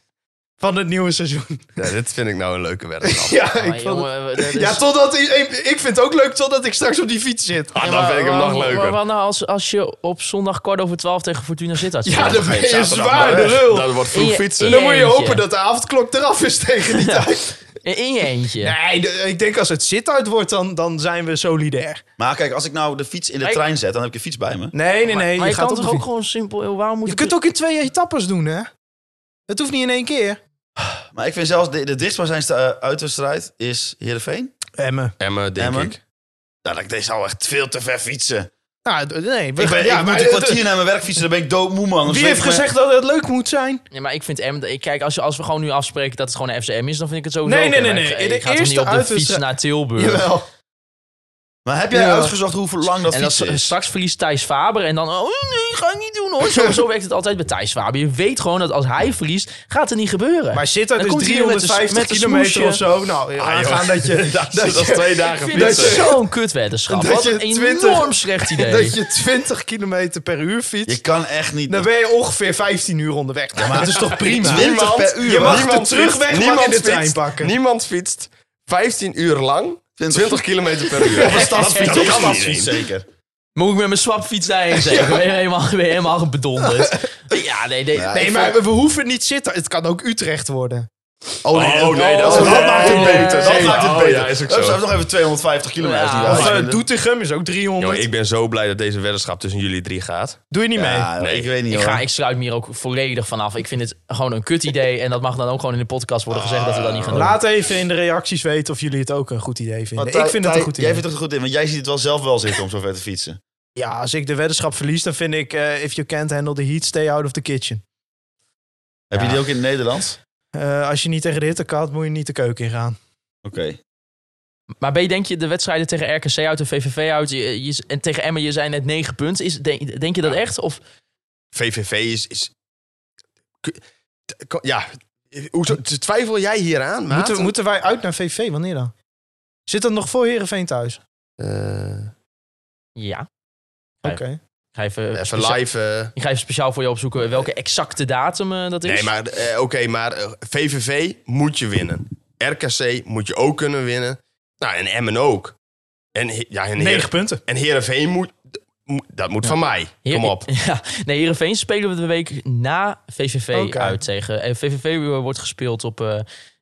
Speaker 6: van het nieuwe seizoen.
Speaker 5: Ja, dit vind ik nou een leuke weddenschap.
Speaker 6: Ja,
Speaker 4: Maar
Speaker 6: ik vond het-
Speaker 4: jongen, dat is-
Speaker 6: ja,
Speaker 5: Dus-
Speaker 6: totdat i- ik, ik vind het ook leuk totdat ik straks op die fiets zit.
Speaker 5: Ah,
Speaker 4: Ja,
Speaker 5: dan
Speaker 4: maar-
Speaker 5: vind ik hem
Speaker 4: maar-
Speaker 5: nog
Speaker 4: maar-
Speaker 5: leuker.
Speaker 4: Maar, nou, als, als je op zondag kwart over twaalf tegen Fortuna zit, had
Speaker 6: Ja, dan ben je
Speaker 7: zaterdag
Speaker 6: zwaar de
Speaker 7: maar weg.
Speaker 6: lul.
Speaker 5: Dat wordt vroeg
Speaker 4: In je-
Speaker 5: fietsen.
Speaker 4: in
Speaker 6: Dan moet je
Speaker 4: Eentje.
Speaker 6: hopen dat de avondklok eraf is tegen die tijd.
Speaker 4: in je eentje.
Speaker 6: Nee, de- ik denk als het zit-uit wordt, dan, dan zijn we solidair.
Speaker 7: Maar kijk, als ik nou de fiets in de
Speaker 4: Ik-
Speaker 7: trein zet, dan heb ik een fiets bij me.
Speaker 6: Nee, nee, nee.
Speaker 4: maar je,
Speaker 6: gaat
Speaker 4: kan
Speaker 6: op
Speaker 4: toch
Speaker 6: de
Speaker 4: ook
Speaker 6: fiets.
Speaker 4: gewoon simpel... joh, Waarom moet
Speaker 6: Je kunt ook in twee etappes doen, hè? Dat hoeft niet in één keer.
Speaker 7: Maar ik vind zelfs de, de dichtstbijzijnde eh, uitwedstrijd is Heerenveen.
Speaker 6: Emme.
Speaker 5: Emmen, denk
Speaker 7: Emmen.
Speaker 5: ik.
Speaker 7: Nou, dat- deze zou echt veel te ver fietsen.
Speaker 6: Nou, d- nee. we
Speaker 7: Ik, ben,
Speaker 6: gaan- ja,
Speaker 7: ik
Speaker 6: maar
Speaker 7: moet een
Speaker 6: het-
Speaker 7: kwartier naar mijn werk fietsen, dan ben ik doodmoe, man.
Speaker 6: Wie heeft gezegd dat het leuk moet zijn?
Speaker 4: Nee, maar ik vind M... Ik, kijk, als, je- als we gewoon nu afspreken dat het gewoon een FCM is, dan vind ik het sowieso...
Speaker 6: Nee, nee,
Speaker 4: oké, maar
Speaker 6: nee, nee.
Speaker 4: Ik,
Speaker 6: In
Speaker 4: ik
Speaker 6: de
Speaker 4: ga toch niet
Speaker 6: eerste
Speaker 4: op de fiets
Speaker 6: uitwedstrijd-
Speaker 4: naar Tilburg.
Speaker 6: Jawel.
Speaker 7: Maar heb jij
Speaker 6: Ja.
Speaker 7: uitgezocht hoe lang dat
Speaker 4: En dan
Speaker 7: fietsen
Speaker 4: s- eh,
Speaker 7: is?
Speaker 4: straks verliest Thijs Faber en dan... Oh nee, ga ik niet doen hoor. Zo, zo werkt het altijd bij Thijs Faber. Je weet gewoon dat als hij verliest, gaat het niet gebeuren.
Speaker 6: Maar zit uit
Speaker 4: Dan
Speaker 6: is
Speaker 4: komt hij hier met een s-
Speaker 6: 350
Speaker 4: met een
Speaker 6: kilometer
Speaker 4: smoesje.
Speaker 6: of zo. Nou, aangaan dat je, dat,
Speaker 5: Dat is
Speaker 6: je,
Speaker 5: twee dagen
Speaker 4: ik vind dat
Speaker 5: fietsen.
Speaker 4: zo'n kutweddenschap.
Speaker 6: Dat
Speaker 4: Wat
Speaker 6: je
Speaker 4: een
Speaker 6: 20
Speaker 4: enorm slecht idee.
Speaker 6: dat je 20 kilometer per uur
Speaker 7: Je
Speaker 6: fietst.
Speaker 7: kan echt niet.
Speaker 6: Dan ben je ongeveer 15 uur onderweg. Nou, dat is toch prima?
Speaker 7: 20 per uur.
Speaker 6: Je mag de
Speaker 5: Niemand fietst.
Speaker 6: terugweg maar in de
Speaker 5: Niemand
Speaker 6: trein
Speaker 5: fietst.
Speaker 6: pakken.
Speaker 5: Niemand fietst 15 uur lang 20 kilometer per uur.
Speaker 7: stadsfiets.
Speaker 5: Dat
Speaker 7: Dat
Speaker 5: kan
Speaker 7: kan
Speaker 5: niet.
Speaker 7: fiets zeker.
Speaker 4: Moet ik met mijn swapfiets daarheen zeggen? Ben je helemaal, ben je helemaal bedonderd? Ja, nee, nee.
Speaker 6: Nee,
Speaker 4: ik
Speaker 6: maar
Speaker 4: vond-
Speaker 6: we hoeven niet zitten. Het kan ook Utrecht worden.
Speaker 7: Oh nee,
Speaker 5: Oh, nee, dat is- dat maakt het beter.
Speaker 7: Dat
Speaker 5: Nee,
Speaker 7: maakt
Speaker 5: oh,
Speaker 7: het beter.
Speaker 5: ja, is ook
Speaker 7: Hup,
Speaker 5: zo.
Speaker 7: ze hebben nog even 250 kilometer. die
Speaker 4: Ja, of,
Speaker 7: we
Speaker 6: Of eh,
Speaker 7: afvinden.
Speaker 6: Doetinchem is ook
Speaker 5: Yo,
Speaker 6: 300.
Speaker 5: ik ben zo blij dat deze weddenschap tussen jullie drie gaat.
Speaker 6: Doe je niet mee.
Speaker 7: Ja,
Speaker 5: Nee.
Speaker 7: ik weet niet
Speaker 4: ik,
Speaker 7: hoor.
Speaker 4: ga, ik sluit me hier ook volledig vanaf. Ik vind het gewoon een kut idee. En dat mag dan ook gewoon in de podcast worden gezegd dat we dat niet gaan doen.
Speaker 6: Laat even in de reacties weten of jullie het ook een goed idee vinden.
Speaker 7: Want Thij-
Speaker 6: ik vind het een
Speaker 7: Thij,
Speaker 6: goed
Speaker 7: Jij
Speaker 6: idee.
Speaker 7: vindt het een goed idee, want jij ziet het wel zelf wel zitten om zo ver te fietsen.
Speaker 6: Ja, als ik de weddenschap verlies, dan vind ik... eh, if you can't handle the heat, stay out of the kitchen.
Speaker 7: Heb je die ook in het Nederlands?
Speaker 6: Eh, als je niet tegen de hitte kan, moet je niet de keuken ingaan.
Speaker 7: Oké.
Speaker 4: Maar B, denk je de wedstrijden tegen RKC uit en VVV uit je, je- en tegen Emmen, je zijn net negen punten. Is, denk, denk je dat echt? Of
Speaker 5: VVV is... is K- t- ko- ja, hoezo twijfel jij hieraan, maat?
Speaker 6: Moeten, moeten wij uit naar VV? Wanneer dan? Zit dat nog voor Herenveen thuis?
Speaker 5: Eh,
Speaker 4: ja,
Speaker 6: Oké.
Speaker 4: Nee. ik ga even,
Speaker 5: even
Speaker 4: specia-
Speaker 5: live... eh,
Speaker 4: Ik ga even speciaal voor je opzoeken welke exacte datum eh, dat is.
Speaker 5: Nee, maar eh, oké, maar eh, VVV moet je winnen. RKC moet je ook kunnen winnen. Nou, en Emmen ook. En, he- ja, en, Heer,
Speaker 6: Negen punten.
Speaker 5: en Heerenveen moet... d- moet- Dat moet van mij. Kom op.
Speaker 4: Ja, nee, Heerenveen spelen we de week na VVV
Speaker 6: Oké.
Speaker 4: uit tegen. eh, En VVV wordt gespeeld op, eh,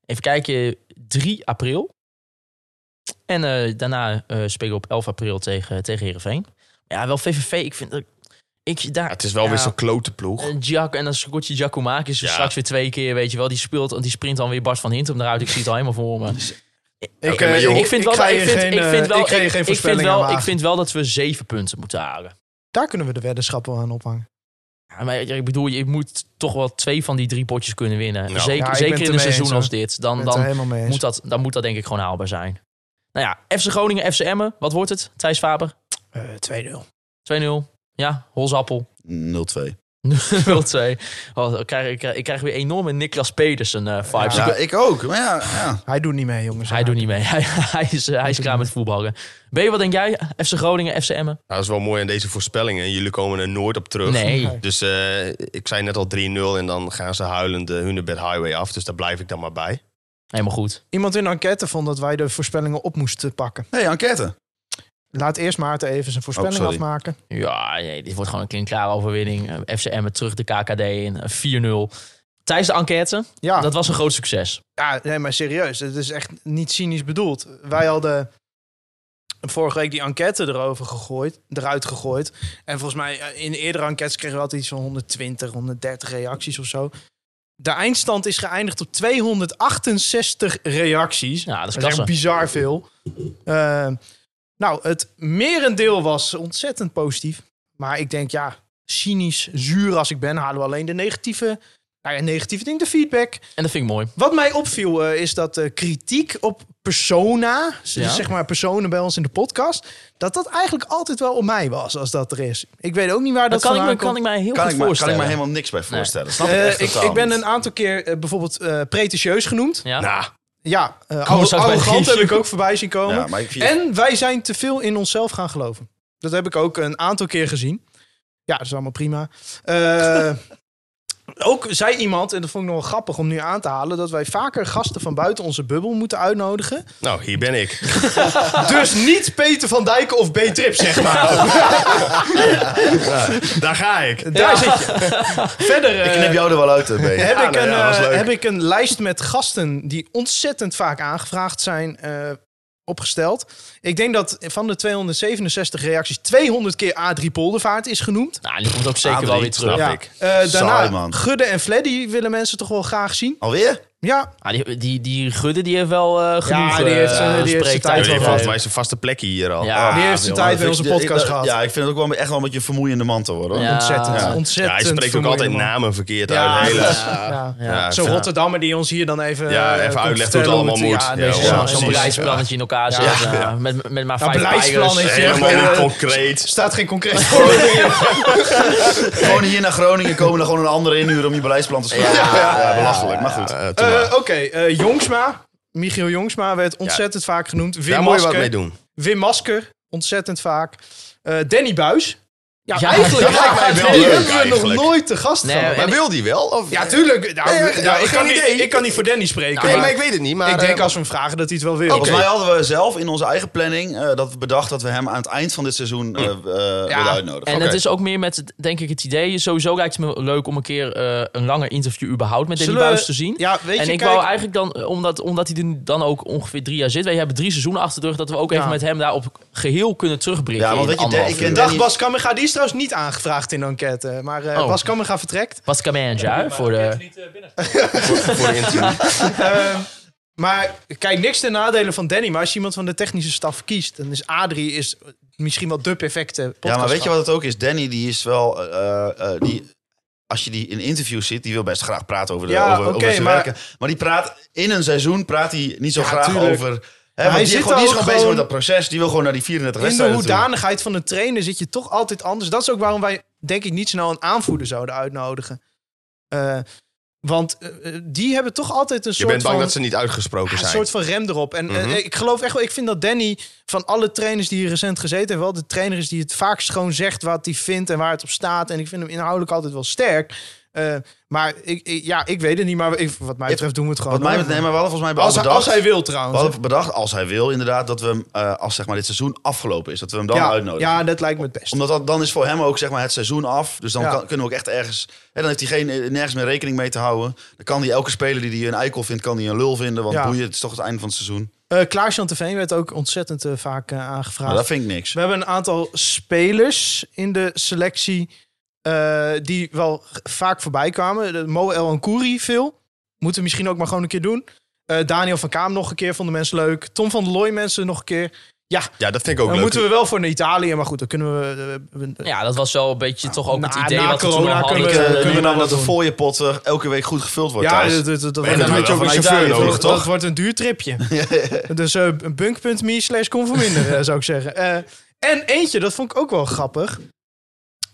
Speaker 4: even kijken, 3 april. En eh, daarna eh, spelen we op 11 april tegen, tegen Heerenveen. Ja, wel VVV, ik vind dat... Ik, daar,
Speaker 5: Ja, het is wel weer zo'n klote ploeg.
Speaker 4: En, Giac, en dan scoort je Giacomakis dus
Speaker 5: Ja.
Speaker 4: straks weer twee keer, weet je wel. Die, speelt, die sprint dan weer Bart van Hintem eruit. Ik zie het al helemaal voor me.
Speaker 6: Ik,
Speaker 5: maar
Speaker 6: eh,
Speaker 5: joh,
Speaker 4: Ik vind wel-
Speaker 6: ga
Speaker 4: ik
Speaker 6: hier
Speaker 4: vind-
Speaker 6: geen,
Speaker 4: ik
Speaker 6: eh,
Speaker 4: vind wel-
Speaker 6: ik
Speaker 4: ik-
Speaker 6: ga hier geen
Speaker 4: ik vind
Speaker 6: voorspellingen aan
Speaker 4: wel- ik
Speaker 6: wagen.
Speaker 4: vind wel dat we zeven punten moeten halen.
Speaker 6: Daar kunnen we de weddenschappen aan ophangen.
Speaker 4: Ja, maar ik bedoel, je moet toch wel twee van die drie potjes kunnen winnen.
Speaker 5: Nou.
Speaker 4: Zeker,
Speaker 6: Ja, ik ben
Speaker 4: zeker
Speaker 6: het
Speaker 4: in een
Speaker 6: ermee
Speaker 4: seizoen
Speaker 6: eens, hoor.
Speaker 4: als dit.
Speaker 6: Ik
Speaker 4: Dan,
Speaker 6: ben het er
Speaker 4: dan,
Speaker 6: helemaal mee eens.
Speaker 4: moet dat, dan moet dat denk ik gewoon haalbaar zijn. Nou ja, FC Groningen, FC Emmen. Wat wordt het, Thijs Faber?
Speaker 6: Eh, 2-0.
Speaker 4: 2-0. Ja, Holzappel.
Speaker 7: 0-2.
Speaker 4: 0-2. Oh, ik, krijg, ik, krijg, ik krijg weer enorme Niklas Pedersen eh, vibes.
Speaker 7: Ja, ik ook. Maar ja, ja.
Speaker 6: Hij doet niet mee, jongens.
Speaker 4: Hij doet niet mee. Hij, hij is, eh, hij is klaar met voetballen. B, wat denk jij? FC Groningen, FC Emmen?
Speaker 5: Nou, dat is wel mooi aan deze voorspellingen. Jullie komen er nooit op terug.
Speaker 4: Nee.
Speaker 5: Dus eh, ik zei net al 3-0 en dan gaan ze huilend de Hunebed Highway af. Dus daar blijf ik dan maar bij.
Speaker 4: Helemaal goed.
Speaker 6: Iemand in de enquête vond dat wij de voorspellingen op moesten pakken.
Speaker 7: Nee, enquête.
Speaker 6: Laat eerst Maarten even zijn
Speaker 4: Oh,
Speaker 6: voorspelling
Speaker 7: sorry.
Speaker 6: afmaken.
Speaker 4: Ja, nee, dit wordt gewoon een klinkklare overwinning. Eh, FC Emmen terug de KKD in. eh, 4-0. Tijdens de enquête,
Speaker 6: Ja,
Speaker 4: dat was een groot succes.
Speaker 6: ja nee, maar serieus. Het is echt niet cynisch bedoeld. Wij hadden vorige week die enquête erover gegooid, eruit gegooid. En volgens mij eh, in eerdere enquêtes kregen we altijd iets van 120, 130 reacties of zo. De eindstand is geëindigd op 268 reacties.
Speaker 4: Ja, dat is
Speaker 6: Dat is echt
Speaker 4: klasse.
Speaker 6: bizar veel. Eh, nou, het merendeel was ontzettend positief. Maar ik denk, ja, cynisch, zuur als ik ben, halen we alleen de negatieve nou ja, negatieve ding, de feedback.
Speaker 4: En dat vind ik mooi.
Speaker 6: Wat mij opviel eh, is dat eh, kritiek op persona, dus
Speaker 4: Ja.
Speaker 6: zeg maar personen bij ons in de podcast, dat dat eigenlijk altijd wel op mij was als dat er is. Ik weet ook niet
Speaker 4: Dat
Speaker 6: waar dat,
Speaker 4: kan ik, me,
Speaker 6: vandaan
Speaker 4: kan ik mij heel
Speaker 7: Kan
Speaker 4: goed
Speaker 7: ik, me, kan ik
Speaker 4: voorstellen.
Speaker 7: me helemaal niks bij voorstellen. Snap
Speaker 6: komt.
Speaker 7: ik
Speaker 6: Eh,
Speaker 7: echt
Speaker 6: ik,
Speaker 7: totaal
Speaker 6: ik ben
Speaker 7: niet.
Speaker 6: een aantal keer eh, bijvoorbeeld eh, pretentieus genoemd.
Speaker 4: Ja.
Speaker 6: Ja, eh
Speaker 4: Komen we
Speaker 6: arro-
Speaker 4: straks bij
Speaker 6: arrogant
Speaker 4: Giesje.
Speaker 6: heb ik ook voorbij zien komen.
Speaker 7: Ja, maar ik vind-
Speaker 6: En wij zijn te veel in onszelf gaan geloven. Dat heb ik ook een aantal keer gezien. Ja, dat is allemaal prima. Eh, ook zei iemand, en dat vond ik nog wel grappig om nu aan te halen... dat wij vaker gasten van buiten onze bubbel moeten uitnodigen.
Speaker 5: Nou, hier ben ik.
Speaker 6: Dus niet Peter van Dijk of B-Trip, zeg maar.
Speaker 5: Daar ga ik.
Speaker 6: Daar zit je. Verder eh,
Speaker 7: Ik knip jou er wel uit, eh, mee.
Speaker 6: heb,
Speaker 7: Ja,
Speaker 6: ik
Speaker 7: nou
Speaker 6: een,
Speaker 7: ja, was
Speaker 6: eh,
Speaker 7: leuk.
Speaker 6: heb ik een lijst met gasten die ontzettend vaak aangevraagd zijn eh, opgesteld. Ik denk dat van de 267 reacties 200 keer A3 Poldervaart is genoemd.
Speaker 4: Nou, die komt ook zeker
Speaker 7: Adrie,
Speaker 4: wel weer terug.
Speaker 7: snap
Speaker 4: Ja.
Speaker 7: ik.
Speaker 6: Eh,
Speaker 7: Saai,
Speaker 6: daarna
Speaker 7: man.
Speaker 6: Gudde en Fleddy willen mensen toch wel graag zien.
Speaker 7: Alweer?
Speaker 6: Ja,
Speaker 4: Ah, die, die, die Gudde die heeft wel eh genoeg
Speaker 6: die heeft
Speaker 4: eh,
Speaker 6: zijn- die heeft zijn
Speaker 4: spreektijd
Speaker 6: tijd
Speaker 5: Ja,
Speaker 6: wel
Speaker 4: gehad.
Speaker 6: gehad.
Speaker 5: volgens mij is een vaste plekje hier al.
Speaker 4: Ja,
Speaker 6: die heeft zijn
Speaker 4: joh.
Speaker 6: tijd bij onze
Speaker 7: Ik vind-
Speaker 6: podcast
Speaker 7: eh,
Speaker 6: gehad.
Speaker 7: Ja, ik vind het ook wel echt wel een beetje een vermoeiende man te worden. hoor.
Speaker 4: Ja.
Speaker 6: ontzettend,
Speaker 4: Ja, hij
Speaker 5: Ja,
Speaker 6: ontzettend.
Speaker 5: hij spreekt ook
Speaker 6: vermoeiend,
Speaker 5: altijd
Speaker 6: man.
Speaker 5: namen verkeerd
Speaker 6: Ja,
Speaker 5: uit. Hele,
Speaker 6: Ja.
Speaker 4: Ja.
Speaker 5: ik
Speaker 6: Zo'n
Speaker 5: vind-
Speaker 6: Rotterdammer die ons hier dan even...
Speaker 5: Ja,
Speaker 6: eh,
Speaker 5: even
Speaker 6: komt
Speaker 5: uitlegt hoe het
Speaker 6: vertellen
Speaker 5: allemaal moet.
Speaker 6: Ja,
Speaker 5: Ja,
Speaker 6: deze
Speaker 5: ja,
Speaker 6: zo'n-
Speaker 4: Zo'n
Speaker 5: precies.
Speaker 6: zo'n
Speaker 4: zo'n
Speaker 6: beleidsplannen.
Speaker 4: beleidsplannetje in elkaar zetten. eh, met, met maar
Speaker 6: Ja,
Speaker 4: vijf
Speaker 6: beleidsplan
Speaker 4: pijlers.
Speaker 6: is-
Speaker 5: Helemaal
Speaker 6: Ja.
Speaker 5: niet concreet.
Speaker 6: staat geen concreet voor.
Speaker 7: Gewoon hier naar Groningen komen er gewoon een andere inhuren om je beleidsplan te schrijven. Ja, belachelijk. Maar goed.
Speaker 5: Ja, eh, doe
Speaker 6: Eh,
Speaker 5: maar.
Speaker 6: Oké, eh, Jongsma. Michiel Jongsma werd ontzettend vaak genoemd. Wim
Speaker 5: Daar moet je wat mee
Speaker 6: Masker.
Speaker 5: doen.
Speaker 6: Wim Masker, ontzettend vaak. Eh, Danny Buis. Ja,
Speaker 4: Ja,
Speaker 6: eigenlijk.
Speaker 4: dat lijkt mij wel
Speaker 6: die
Speaker 5: leuk
Speaker 6: hebben we nog
Speaker 5: eigenlijk.
Speaker 6: nooit te gast
Speaker 4: Nee,
Speaker 6: gehad.
Speaker 4: en-
Speaker 5: Maar wil die wel? Of?
Speaker 6: Ja, tuurlijk. Nou,
Speaker 5: Nee,
Speaker 6: nou,
Speaker 5: ja, ja,
Speaker 6: ik, kan
Speaker 5: geen
Speaker 6: niet,
Speaker 5: idee.
Speaker 6: ik kan niet voor Danny spreken.
Speaker 5: Nee,
Speaker 6: maar
Speaker 5: maar ik weet het niet. Maar,
Speaker 6: ik denk
Speaker 5: eh,
Speaker 6: als we hem vragen dat hij het wel wil.
Speaker 7: Volgens mij hadden we zelf in onze eigen planning eh, dat we bedacht dat we hem aan het eind van dit seizoen eh eh, willen uitnodigen.
Speaker 4: En
Speaker 7: Oké.
Speaker 4: het is ook meer met, denk ik, het idee. Sowieso lijkt het me leuk om een keer eh, een langer interview überhaupt met Danny
Speaker 6: Zullen we-
Speaker 4: Buis te zien.
Speaker 6: Ja, weet
Speaker 4: en
Speaker 6: je,
Speaker 4: ik
Speaker 6: kijk,
Speaker 4: wou eigenlijk dan, eh, omdat, omdat hij er dan ook ongeveer drie jaar zit. Wij hebben drie seizoenen achter de rug. Dat we ook even
Speaker 6: Ja.
Speaker 4: met hem daarop geheel kunnen terugbrengen.
Speaker 7: Ja, want weet je, ik ken
Speaker 6: Dag
Speaker 7: Danny-
Speaker 6: Bas Kammerga, die is trouwens niet aangevraagd in de enquête. Maar eh,
Speaker 4: Oh.
Speaker 6: Bas Kammerga vertrekt.
Speaker 4: Wat kan mij ja, voor de...
Speaker 5: voor de interview.
Speaker 6: Ehm, maar kijk, niks ten nadelen van Danny. Maar als je iemand van de technische staf kiest, dan is Adrie is misschien wel de perfecte
Speaker 7: Ja, maar weet je
Speaker 6: podcastgast.
Speaker 7: wat het ook is? Danny die is wel. eh, eh, die, als je die in interviews ziet, die wil best graag praten over, de,
Speaker 6: Ja,
Speaker 7: over, over
Speaker 6: oké,
Speaker 7: zijn
Speaker 6: maar-
Speaker 7: werken. Maar die praat in een seizoen praat hij niet zo
Speaker 6: Ja,
Speaker 7: graag
Speaker 6: tuurlijk.
Speaker 7: over. Hè,
Speaker 6: hij
Speaker 7: want die,
Speaker 6: zit
Speaker 7: gewoon, die is
Speaker 6: ook
Speaker 7: gewoon, bezig
Speaker 6: gewoon-
Speaker 7: met dat proces. Die wil gewoon naar die 34
Speaker 6: In de
Speaker 7: wedstrijden. toe.
Speaker 6: hoedanigheid van een trainer zit je toch altijd anders. Dat is ook waarom wij, denk ik, niet snel een aanvoerder zouden uitnodigen. Eh, want eh, eh, die hebben toch altijd een
Speaker 5: Je
Speaker 6: soort
Speaker 5: bent bang
Speaker 6: van...
Speaker 5: dat ze niet uitgesproken
Speaker 6: Ja,
Speaker 5: zijn.
Speaker 6: Een soort van rem erop. En eh,
Speaker 7: Mhm.
Speaker 6: ik geloof echt wel, ik vind dat Danny van alle trainers die hier recent gezeten heeft, wel de trainer is die het vaakst gewoon zegt wat hij vindt en waar het op staat. En ik vind hem inhoudelijk altijd wel sterk. Eh, maar ik, ik- ja, ik weet het niet, maar ik- wat mij betreft doen we het gewoon.
Speaker 7: Wat mij
Speaker 6: hoor.
Speaker 7: betreft, nee, maar we hadden volgens mij
Speaker 6: als, hij,
Speaker 7: bedacht,
Speaker 6: als hij wil
Speaker 7: we
Speaker 6: trouwens.
Speaker 7: hadden bedacht, als hij wil, inderdaad, dat we hem, eh, als zeg maar dit seizoen afgelopen is, dat we hem dan
Speaker 6: ja,
Speaker 7: uitnodigen.
Speaker 6: ja, dat lijkt me het best.
Speaker 7: Omdat dat, dan is voor hem ook zeg maar, het seizoen af. Dus dan
Speaker 6: Ja.
Speaker 7: kan- kunnen we ook echt ergens. Hè, dan heeft hij geen, eh, nergens meer rekening mee te houden. Dan kan hij elke speler die hij een eikel vindt, kan hij een lul vinden. Want
Speaker 6: Ja.
Speaker 7: boeien, het is toch het einde van het seizoen.
Speaker 6: Eh Klaas-Jan Teveen werd ook ontzettend eh, vaak eh, aangevraagd.
Speaker 7: Maar Nou, dat vind ik niks.
Speaker 6: We hebben een aantal spelers in de selectie eh, die wel g- vaak voorbij kwamen. De Mo El Ankouri veel. Moeten we misschien ook maar gewoon een keer doen. Eh, Daniel van Kaam nog een keer, vonden mensen leuk. Tom van der Looy mensen nog een keer.
Speaker 5: Ja, dat vind ik ook
Speaker 6: Dan
Speaker 5: leuk.
Speaker 6: moeten we wel voor naar Italië, maar goed, dan kunnen we... eh, we-
Speaker 4: Ja, dat was wel een beetje toch ook
Speaker 6: Na-
Speaker 4: het idee
Speaker 6: na
Speaker 4: wat we toen
Speaker 6: corona
Speaker 4: al hadden.
Speaker 6: kunnen
Speaker 7: Ik
Speaker 6: we-
Speaker 7: eh,
Speaker 6: kunnen
Speaker 7: neem
Speaker 6: we
Speaker 7: aan dat
Speaker 6: dat
Speaker 7: de
Speaker 6: doen?
Speaker 7: fooiepot eh, elke week goed gevuld wordt.
Speaker 6: ja,
Speaker 7: thuis.
Speaker 6: dat, dat, dat,
Speaker 5: dan
Speaker 6: dat
Speaker 5: doe je
Speaker 6: doet
Speaker 5: wel
Speaker 6: ook een
Speaker 5: vanuit
Speaker 6: chauffeur.
Speaker 5: Italië nodig,
Speaker 6: Dat, dat
Speaker 5: toch?
Speaker 6: wordt een duur tripje. Dus eh bunk.me slash conforminder, eh, zou ik zeggen. Eh, en eentje, dat vond ik ook wel grappig.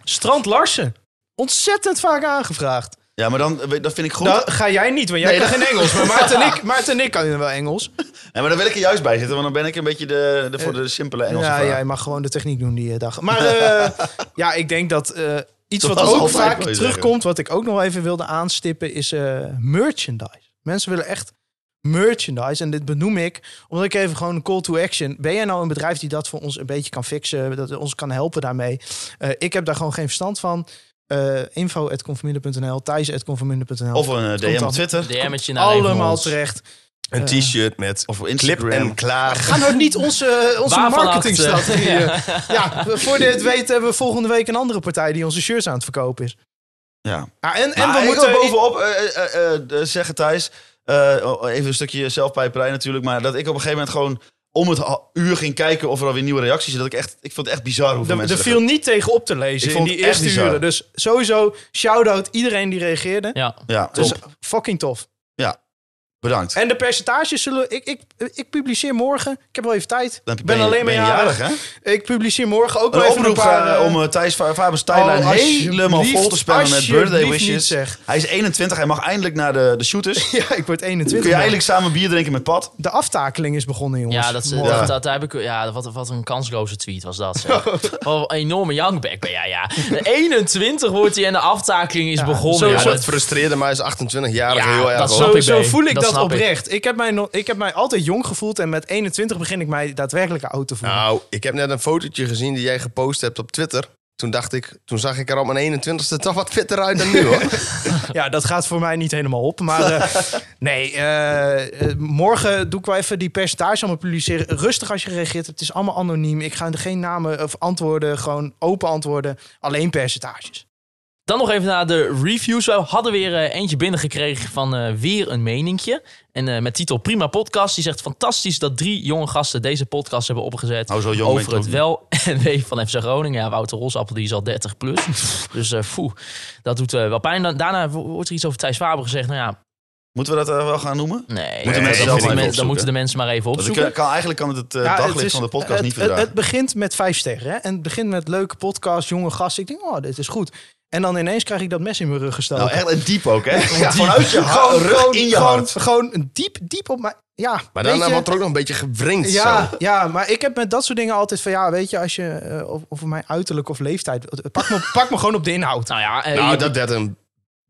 Speaker 6: Strand Larsen. Ontzettend vaak aangevraagd.
Speaker 7: ja, maar dan, eh, dat vind ik goed.
Speaker 6: Dat ga jij niet, want jij
Speaker 7: Nee,
Speaker 6: kan geen Engels. Maar Maarten en ik, Maarten en ik kan wel Engels.
Speaker 7: Ja, maar dan wil ik er juist bij zitten, want dan ben ik een beetje de, de, voor de simpele Engelse
Speaker 6: Eh, ja,
Speaker 7: vraag.
Speaker 6: jij mag gewoon de techniek doen die eh, dag. Maar eh, ja, ik denk dat eh, iets wat
Speaker 7: Zoals
Speaker 6: ook
Speaker 7: altijd,
Speaker 6: vaak
Speaker 7: wil je
Speaker 6: terugkomt... wat ik ook nog even wilde aanstippen, is eh, merchandise. Mensen willen echt merchandise. En dit benoem ik, omdat ik even gewoon een call to action... Ben jij nou een bedrijf die dat voor ons een beetje kan fixen? Dat ons kan helpen daarmee? Eh, ik heb daar gewoon geen verstand van. Eh info.conforminder.nl, thijs.conforminder.nl.
Speaker 7: Of een eh,
Speaker 6: Komt
Speaker 7: DM
Speaker 6: dan.
Speaker 7: op Twitter.
Speaker 4: DM'tje naar een van
Speaker 6: allemaal
Speaker 4: ons.
Speaker 6: terecht.
Speaker 5: Een t-shirt met
Speaker 7: Of op
Speaker 5: clip en
Speaker 7: Instagram.
Speaker 5: klaar.
Speaker 6: Ga nou niet onze, onze
Speaker 4: Waarvan
Speaker 6: marketingstrategie. eh, Ja, we- voor dit weten hebben we volgende week een andere partij die onze shirts aan het verkopen is.
Speaker 7: Ja.
Speaker 6: Ja, en, en
Speaker 7: En
Speaker 6: we moeten
Speaker 7: bovenop eh, oh, eh, eh, eh, zeggen, Thijs. eh, even een stukje zelfpijperij natuurlijk. Maar dat ik op een gegeven moment gewoon om het ha- uur ging kijken of er alweer nieuwe reacties zijn. Dat ik, echt, ik vond het echt bizar hoeveel
Speaker 6: Er,
Speaker 7: mensen...
Speaker 6: er viel niet tegen op te lezen
Speaker 7: Ik
Speaker 6: in
Speaker 7: vond
Speaker 6: die
Speaker 7: het echt
Speaker 6: eerste
Speaker 7: bizar.
Speaker 6: uren. Dus sowieso, shout-out iedereen die reageerde.
Speaker 4: Ja.
Speaker 7: Ja,
Speaker 6: Dus
Speaker 7: dus
Speaker 6: fucking tof.
Speaker 7: bedankt.
Speaker 6: En de percentages zullen... Ik, ik, ik publiceer morgen. Ik heb wel even tijd.
Speaker 7: Dan
Speaker 6: ik ben alleen maar
Speaker 7: ben je
Speaker 6: jarig.
Speaker 7: jarig, hè?
Speaker 6: Ik publiceer morgen ook wel
Speaker 7: Een
Speaker 6: even een
Speaker 7: oproep
Speaker 6: paar...
Speaker 7: eh,
Speaker 6: eh,
Speaker 7: om eh, Thijs Va- Faber's timeline
Speaker 6: oh,
Speaker 7: helemaal vol
Speaker 6: alsjeblieft,
Speaker 7: te spellen met birthday
Speaker 6: alsjeblieft niet,
Speaker 7: wishes.
Speaker 6: zeg.
Speaker 7: Hij is 21, hij mag eindelijk naar de, de shooters.
Speaker 6: Ja, ik word 21.
Speaker 7: Kun je eigenlijk samen bier drinken met Pat?
Speaker 6: De aftakeling is begonnen, jongens.
Speaker 4: Ja, dat, is-
Speaker 6: Morgen.
Speaker 4: dat, dat, daar heb ik, ja wat, wat een kansloze tweet was dat. Zeg. Wat een enorme jankback ben jij, ja. De 21 wordt hij en de aftakeling is
Speaker 6: Ja,
Speaker 4: begonnen.
Speaker 5: Ja,
Speaker 4: ja,
Speaker 5: dat
Speaker 4: dat-
Speaker 5: frustreerde mij als 28-jarige
Speaker 4: Ja,
Speaker 5: heel erg.
Speaker 4: dat
Speaker 5: hoor.
Speaker 4: snap
Speaker 6: Zo,
Speaker 4: ik,
Speaker 6: zo
Speaker 4: B.
Speaker 6: voel ik
Speaker 4: Dat
Speaker 6: dat,
Speaker 4: snap ik.
Speaker 6: oprecht. Ik. heb mij nog, ik heb mij altijd jong gevoeld en met 21 begin ik mij daadwerkelijk oud te voelen.
Speaker 5: Nou, ik heb net een fotootje gezien die jij gepost hebt op Twitter. Toen dacht ik, toen zag ik er op mijn 21ste toch wat fitter uit dan nu hoor.
Speaker 6: Ja, dat gaat voor mij niet helemaal op. Maar eh, nee, eh, eh, morgen doe ik wel even die percentage allemaal publiceren. Rustig als je gereageerd hebt. Het is allemaal anoniem. Ik ga er geen namen of antwoorden, gewoon open antwoorden. Alleen percentages.
Speaker 4: Dan nog even naar de reviews. We hadden weer eh, eentje binnengekregen van eh, Weer een Meninkje. En eh, met titel Prima Podcast. Die zegt fantastisch dat drie jonge gasten deze podcast hebben opgezet.
Speaker 7: Nou, zo jong ben
Speaker 4: over
Speaker 7: ik ook
Speaker 4: het
Speaker 7: niet.
Speaker 4: wel en wee van FC Groningen. Ja, Wouter Rosappel die is al 30 plus. dus eh foe, dat doet eh, wel pijn. Dan- daarna wo- wordt er iets over Thijs Faber gezegd. Nou ja,
Speaker 7: Moeten we dat eh, wel gaan noemen?
Speaker 4: nee.
Speaker 7: Moeten mensen
Speaker 4: dat
Speaker 7: zelf
Speaker 4: moeten
Speaker 7: even
Speaker 4: men-
Speaker 7: opzoeken.
Speaker 4: dan moeten de mensen maar even
Speaker 7: Want ik kan,
Speaker 4: opzoeken.
Speaker 7: kan- eigenlijk kan het het eh,
Speaker 6: Ja,
Speaker 7: daglicht
Speaker 6: het is-
Speaker 7: van de podcast
Speaker 6: het-
Speaker 7: niet
Speaker 6: het,
Speaker 7: verdragen.
Speaker 6: het begint met vijf sterren. Hè? En het begint met leuke podcast, jonge gasten. Ik denk, oh, dit is goed. En dan ineens krijg ik dat mes in mijn rug gestoken.
Speaker 7: nou, echt een diep ook, hè? Ja,
Speaker 6: Diep.
Speaker 7: vanuit je hart,
Speaker 6: Gewoon-
Speaker 7: rug
Speaker 6: gewoon-
Speaker 7: in je
Speaker 6: gewoon-
Speaker 7: hart.
Speaker 6: Gewoon diep, diep op mijn... Ja,
Speaker 5: Maar
Speaker 6: weet
Speaker 5: daarna
Speaker 6: je,
Speaker 5: wordt er ook nog een beetje gewringd
Speaker 6: Ja,
Speaker 5: zo.
Speaker 6: ja, maar ik heb met dat soort dingen altijd van... Ja, weet je, als je... eh, of, of mijn uiterlijk of leeftijd... eh, Pak me, pak me gewoon op de inhoud.
Speaker 4: Nou ja, eh,
Speaker 5: Nou,
Speaker 4: je-
Speaker 5: dat werd een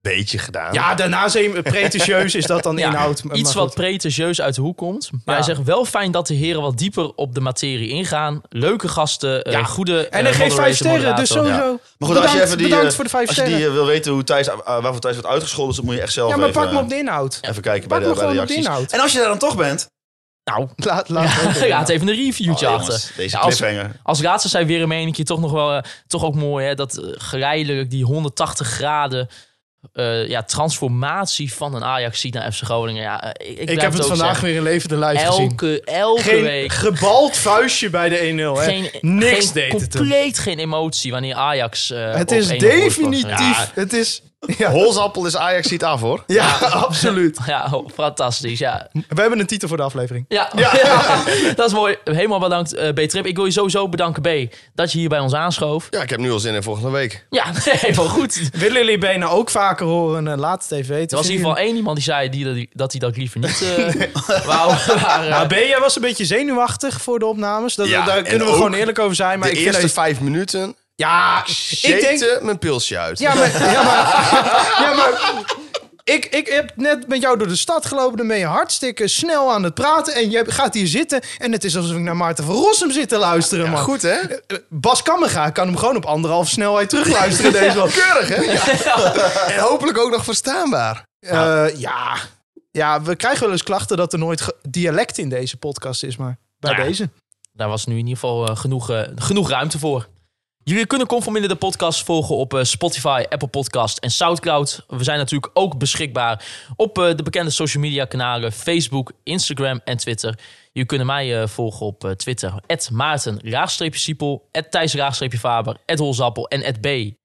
Speaker 5: beetje gedaan.
Speaker 6: Ja, daarna zijn pretentieus is dat dan
Speaker 4: ja,
Speaker 6: inhoud. maar
Speaker 4: iets
Speaker 6: goed.
Speaker 4: wat pretentieus uit de hoek komt. Maar
Speaker 6: Ja.
Speaker 4: hij zegt wel fijn dat de heren wat dieper op de materie ingaan. Leuke gasten, eh,
Speaker 6: Ja.
Speaker 4: goede
Speaker 6: En hij geeft vijf sterren, dus
Speaker 4: zo.
Speaker 6: sowieso...
Speaker 7: Maar goed, als
Speaker 6: bedankt,
Speaker 7: je even die, eh,
Speaker 6: bedankt voor de vijf
Speaker 7: als je
Speaker 6: sterren.
Speaker 7: die eh, wil weten hoe Thijs, eh, waarvoor Thijs wordt uitgescholden, dus dan moet je echt zelf
Speaker 6: ja, maar
Speaker 7: even, eh,
Speaker 6: pak me op de inhoud.
Speaker 7: even kijken
Speaker 6: Pak
Speaker 7: bij de,
Speaker 6: me
Speaker 7: bij de
Speaker 6: gewoon op de
Speaker 7: reacties.
Speaker 6: inhoud.
Speaker 7: En als je daar dan toch bent...
Speaker 4: Nou,
Speaker 6: Laat, laat ook
Speaker 4: ja, het even een
Speaker 7: Oh,
Speaker 4: reviewtje
Speaker 7: jongens,
Speaker 4: achter.
Speaker 7: deze
Speaker 4: Ja, als,
Speaker 7: cliffhanger.
Speaker 4: als laatste zijn weer een meningje toch nog wel eh, toch ook mooi. Hè, dat eh, geleidelijk die 180 graden eh, ja, transformatie van een Ajax ziet naar FC Groningen. Ja, eh, ik, ik,
Speaker 6: Ik
Speaker 4: blijf
Speaker 6: heb het
Speaker 4: ook
Speaker 6: vandaag
Speaker 4: zeggen.
Speaker 6: weer in levende lijf gezien.
Speaker 4: Elke, elke
Speaker 6: Geen
Speaker 4: week.
Speaker 6: gebald vuistje bij de 1-0. hè.
Speaker 4: Geen,
Speaker 6: Niks
Speaker 4: geen-
Speaker 6: deed het hem.
Speaker 4: compleet geen emotie wanneer Ajax. eh,
Speaker 6: Het
Speaker 4: op
Speaker 6: is
Speaker 4: 1-0 voorsprong staat.
Speaker 6: definitief.
Speaker 4: Ja,
Speaker 6: Het is. Ja,
Speaker 5: Holzappel is Ajax ziet af hoor.
Speaker 6: ja, absoluut.
Speaker 4: Ja, oh, fantastisch. Ja,
Speaker 6: We hebben een titel voor de aflevering.
Speaker 4: ja. dat is mooi. Helemaal bedankt, eh, B-Trip. Ik wil je sowieso bedanken, B, dat je hier bij ons aanschoof.
Speaker 5: Ja, ik heb nu al zin in volgende week.
Speaker 4: Ja, helemaal goed.
Speaker 6: Willen jullie Benen ook vaker horen? Eh, Laat het even weten.
Speaker 4: Er was in ieder geval één iemand die zei die, dat- dat hij dat liever niet eh wou. Maar, eh,
Speaker 6: Nou, ben jij was een beetje zenuwachtig voor de opnames. Dat,
Speaker 5: Ja,
Speaker 6: daar
Speaker 5: en
Speaker 6: kunnen we
Speaker 5: ook
Speaker 6: gewoon eerlijk over zijn. Maar
Speaker 5: De
Speaker 6: ik vind
Speaker 5: eerste
Speaker 6: dat-
Speaker 5: vijf minuten
Speaker 4: Ah,
Speaker 6: ja, ik denk.
Speaker 5: shakte mijn pilsje uit.
Speaker 6: Ja, maar. Ja, maar, ja, maar ik, ik heb net met jou door de stad gelopen. Dan ben je hartstikke snel aan het praten. En je gaat hier zitten. En het is alsof ik naar Maarten van Rossum zit te luisteren. man.
Speaker 5: Goed hè?
Speaker 6: Eh, Bas Kammerga kan hem gewoon op anderhalf snelheid terugluisteren. Deze wel.
Speaker 5: Keurig hè? En hopelijk ook nog verstaanbaar.
Speaker 6: Eh, ja. ja, we krijgen wel eens klachten dat er nooit ge- dialect in deze podcast is, maar bij
Speaker 4: Nou ja.
Speaker 6: deze.
Speaker 4: daar was nu in ieder geval eh, genoeg, eh, genoeg ruimte voor. Jullie kunnen Conforminder de podcast volgen op eh, Spotify, Apple Podcast en Soundcloud. We zijn natuurlijk ook beschikbaar op eh, de bekende social media kanalen Facebook, Instagram en Twitter. Jullie kunnen mij eh, volgen op eh, Twitter. Maarten, siepel, Thijs, Faber, Holzappel en B100, B,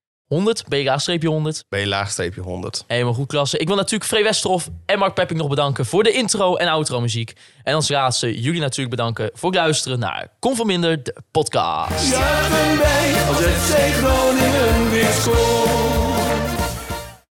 Speaker 4: 100.
Speaker 5: B-100.
Speaker 4: Helemaal goed, klasse. Ik wil natuurlijk Free Westerhof en Mark Pepping nog bedanken voor de intro en outro muziek. En als laatste jullie natuurlijk bedanken voor het luisteren naar Kom van Minder, de podcast.
Speaker 1: Juichen wij als het Groningen weer scoort.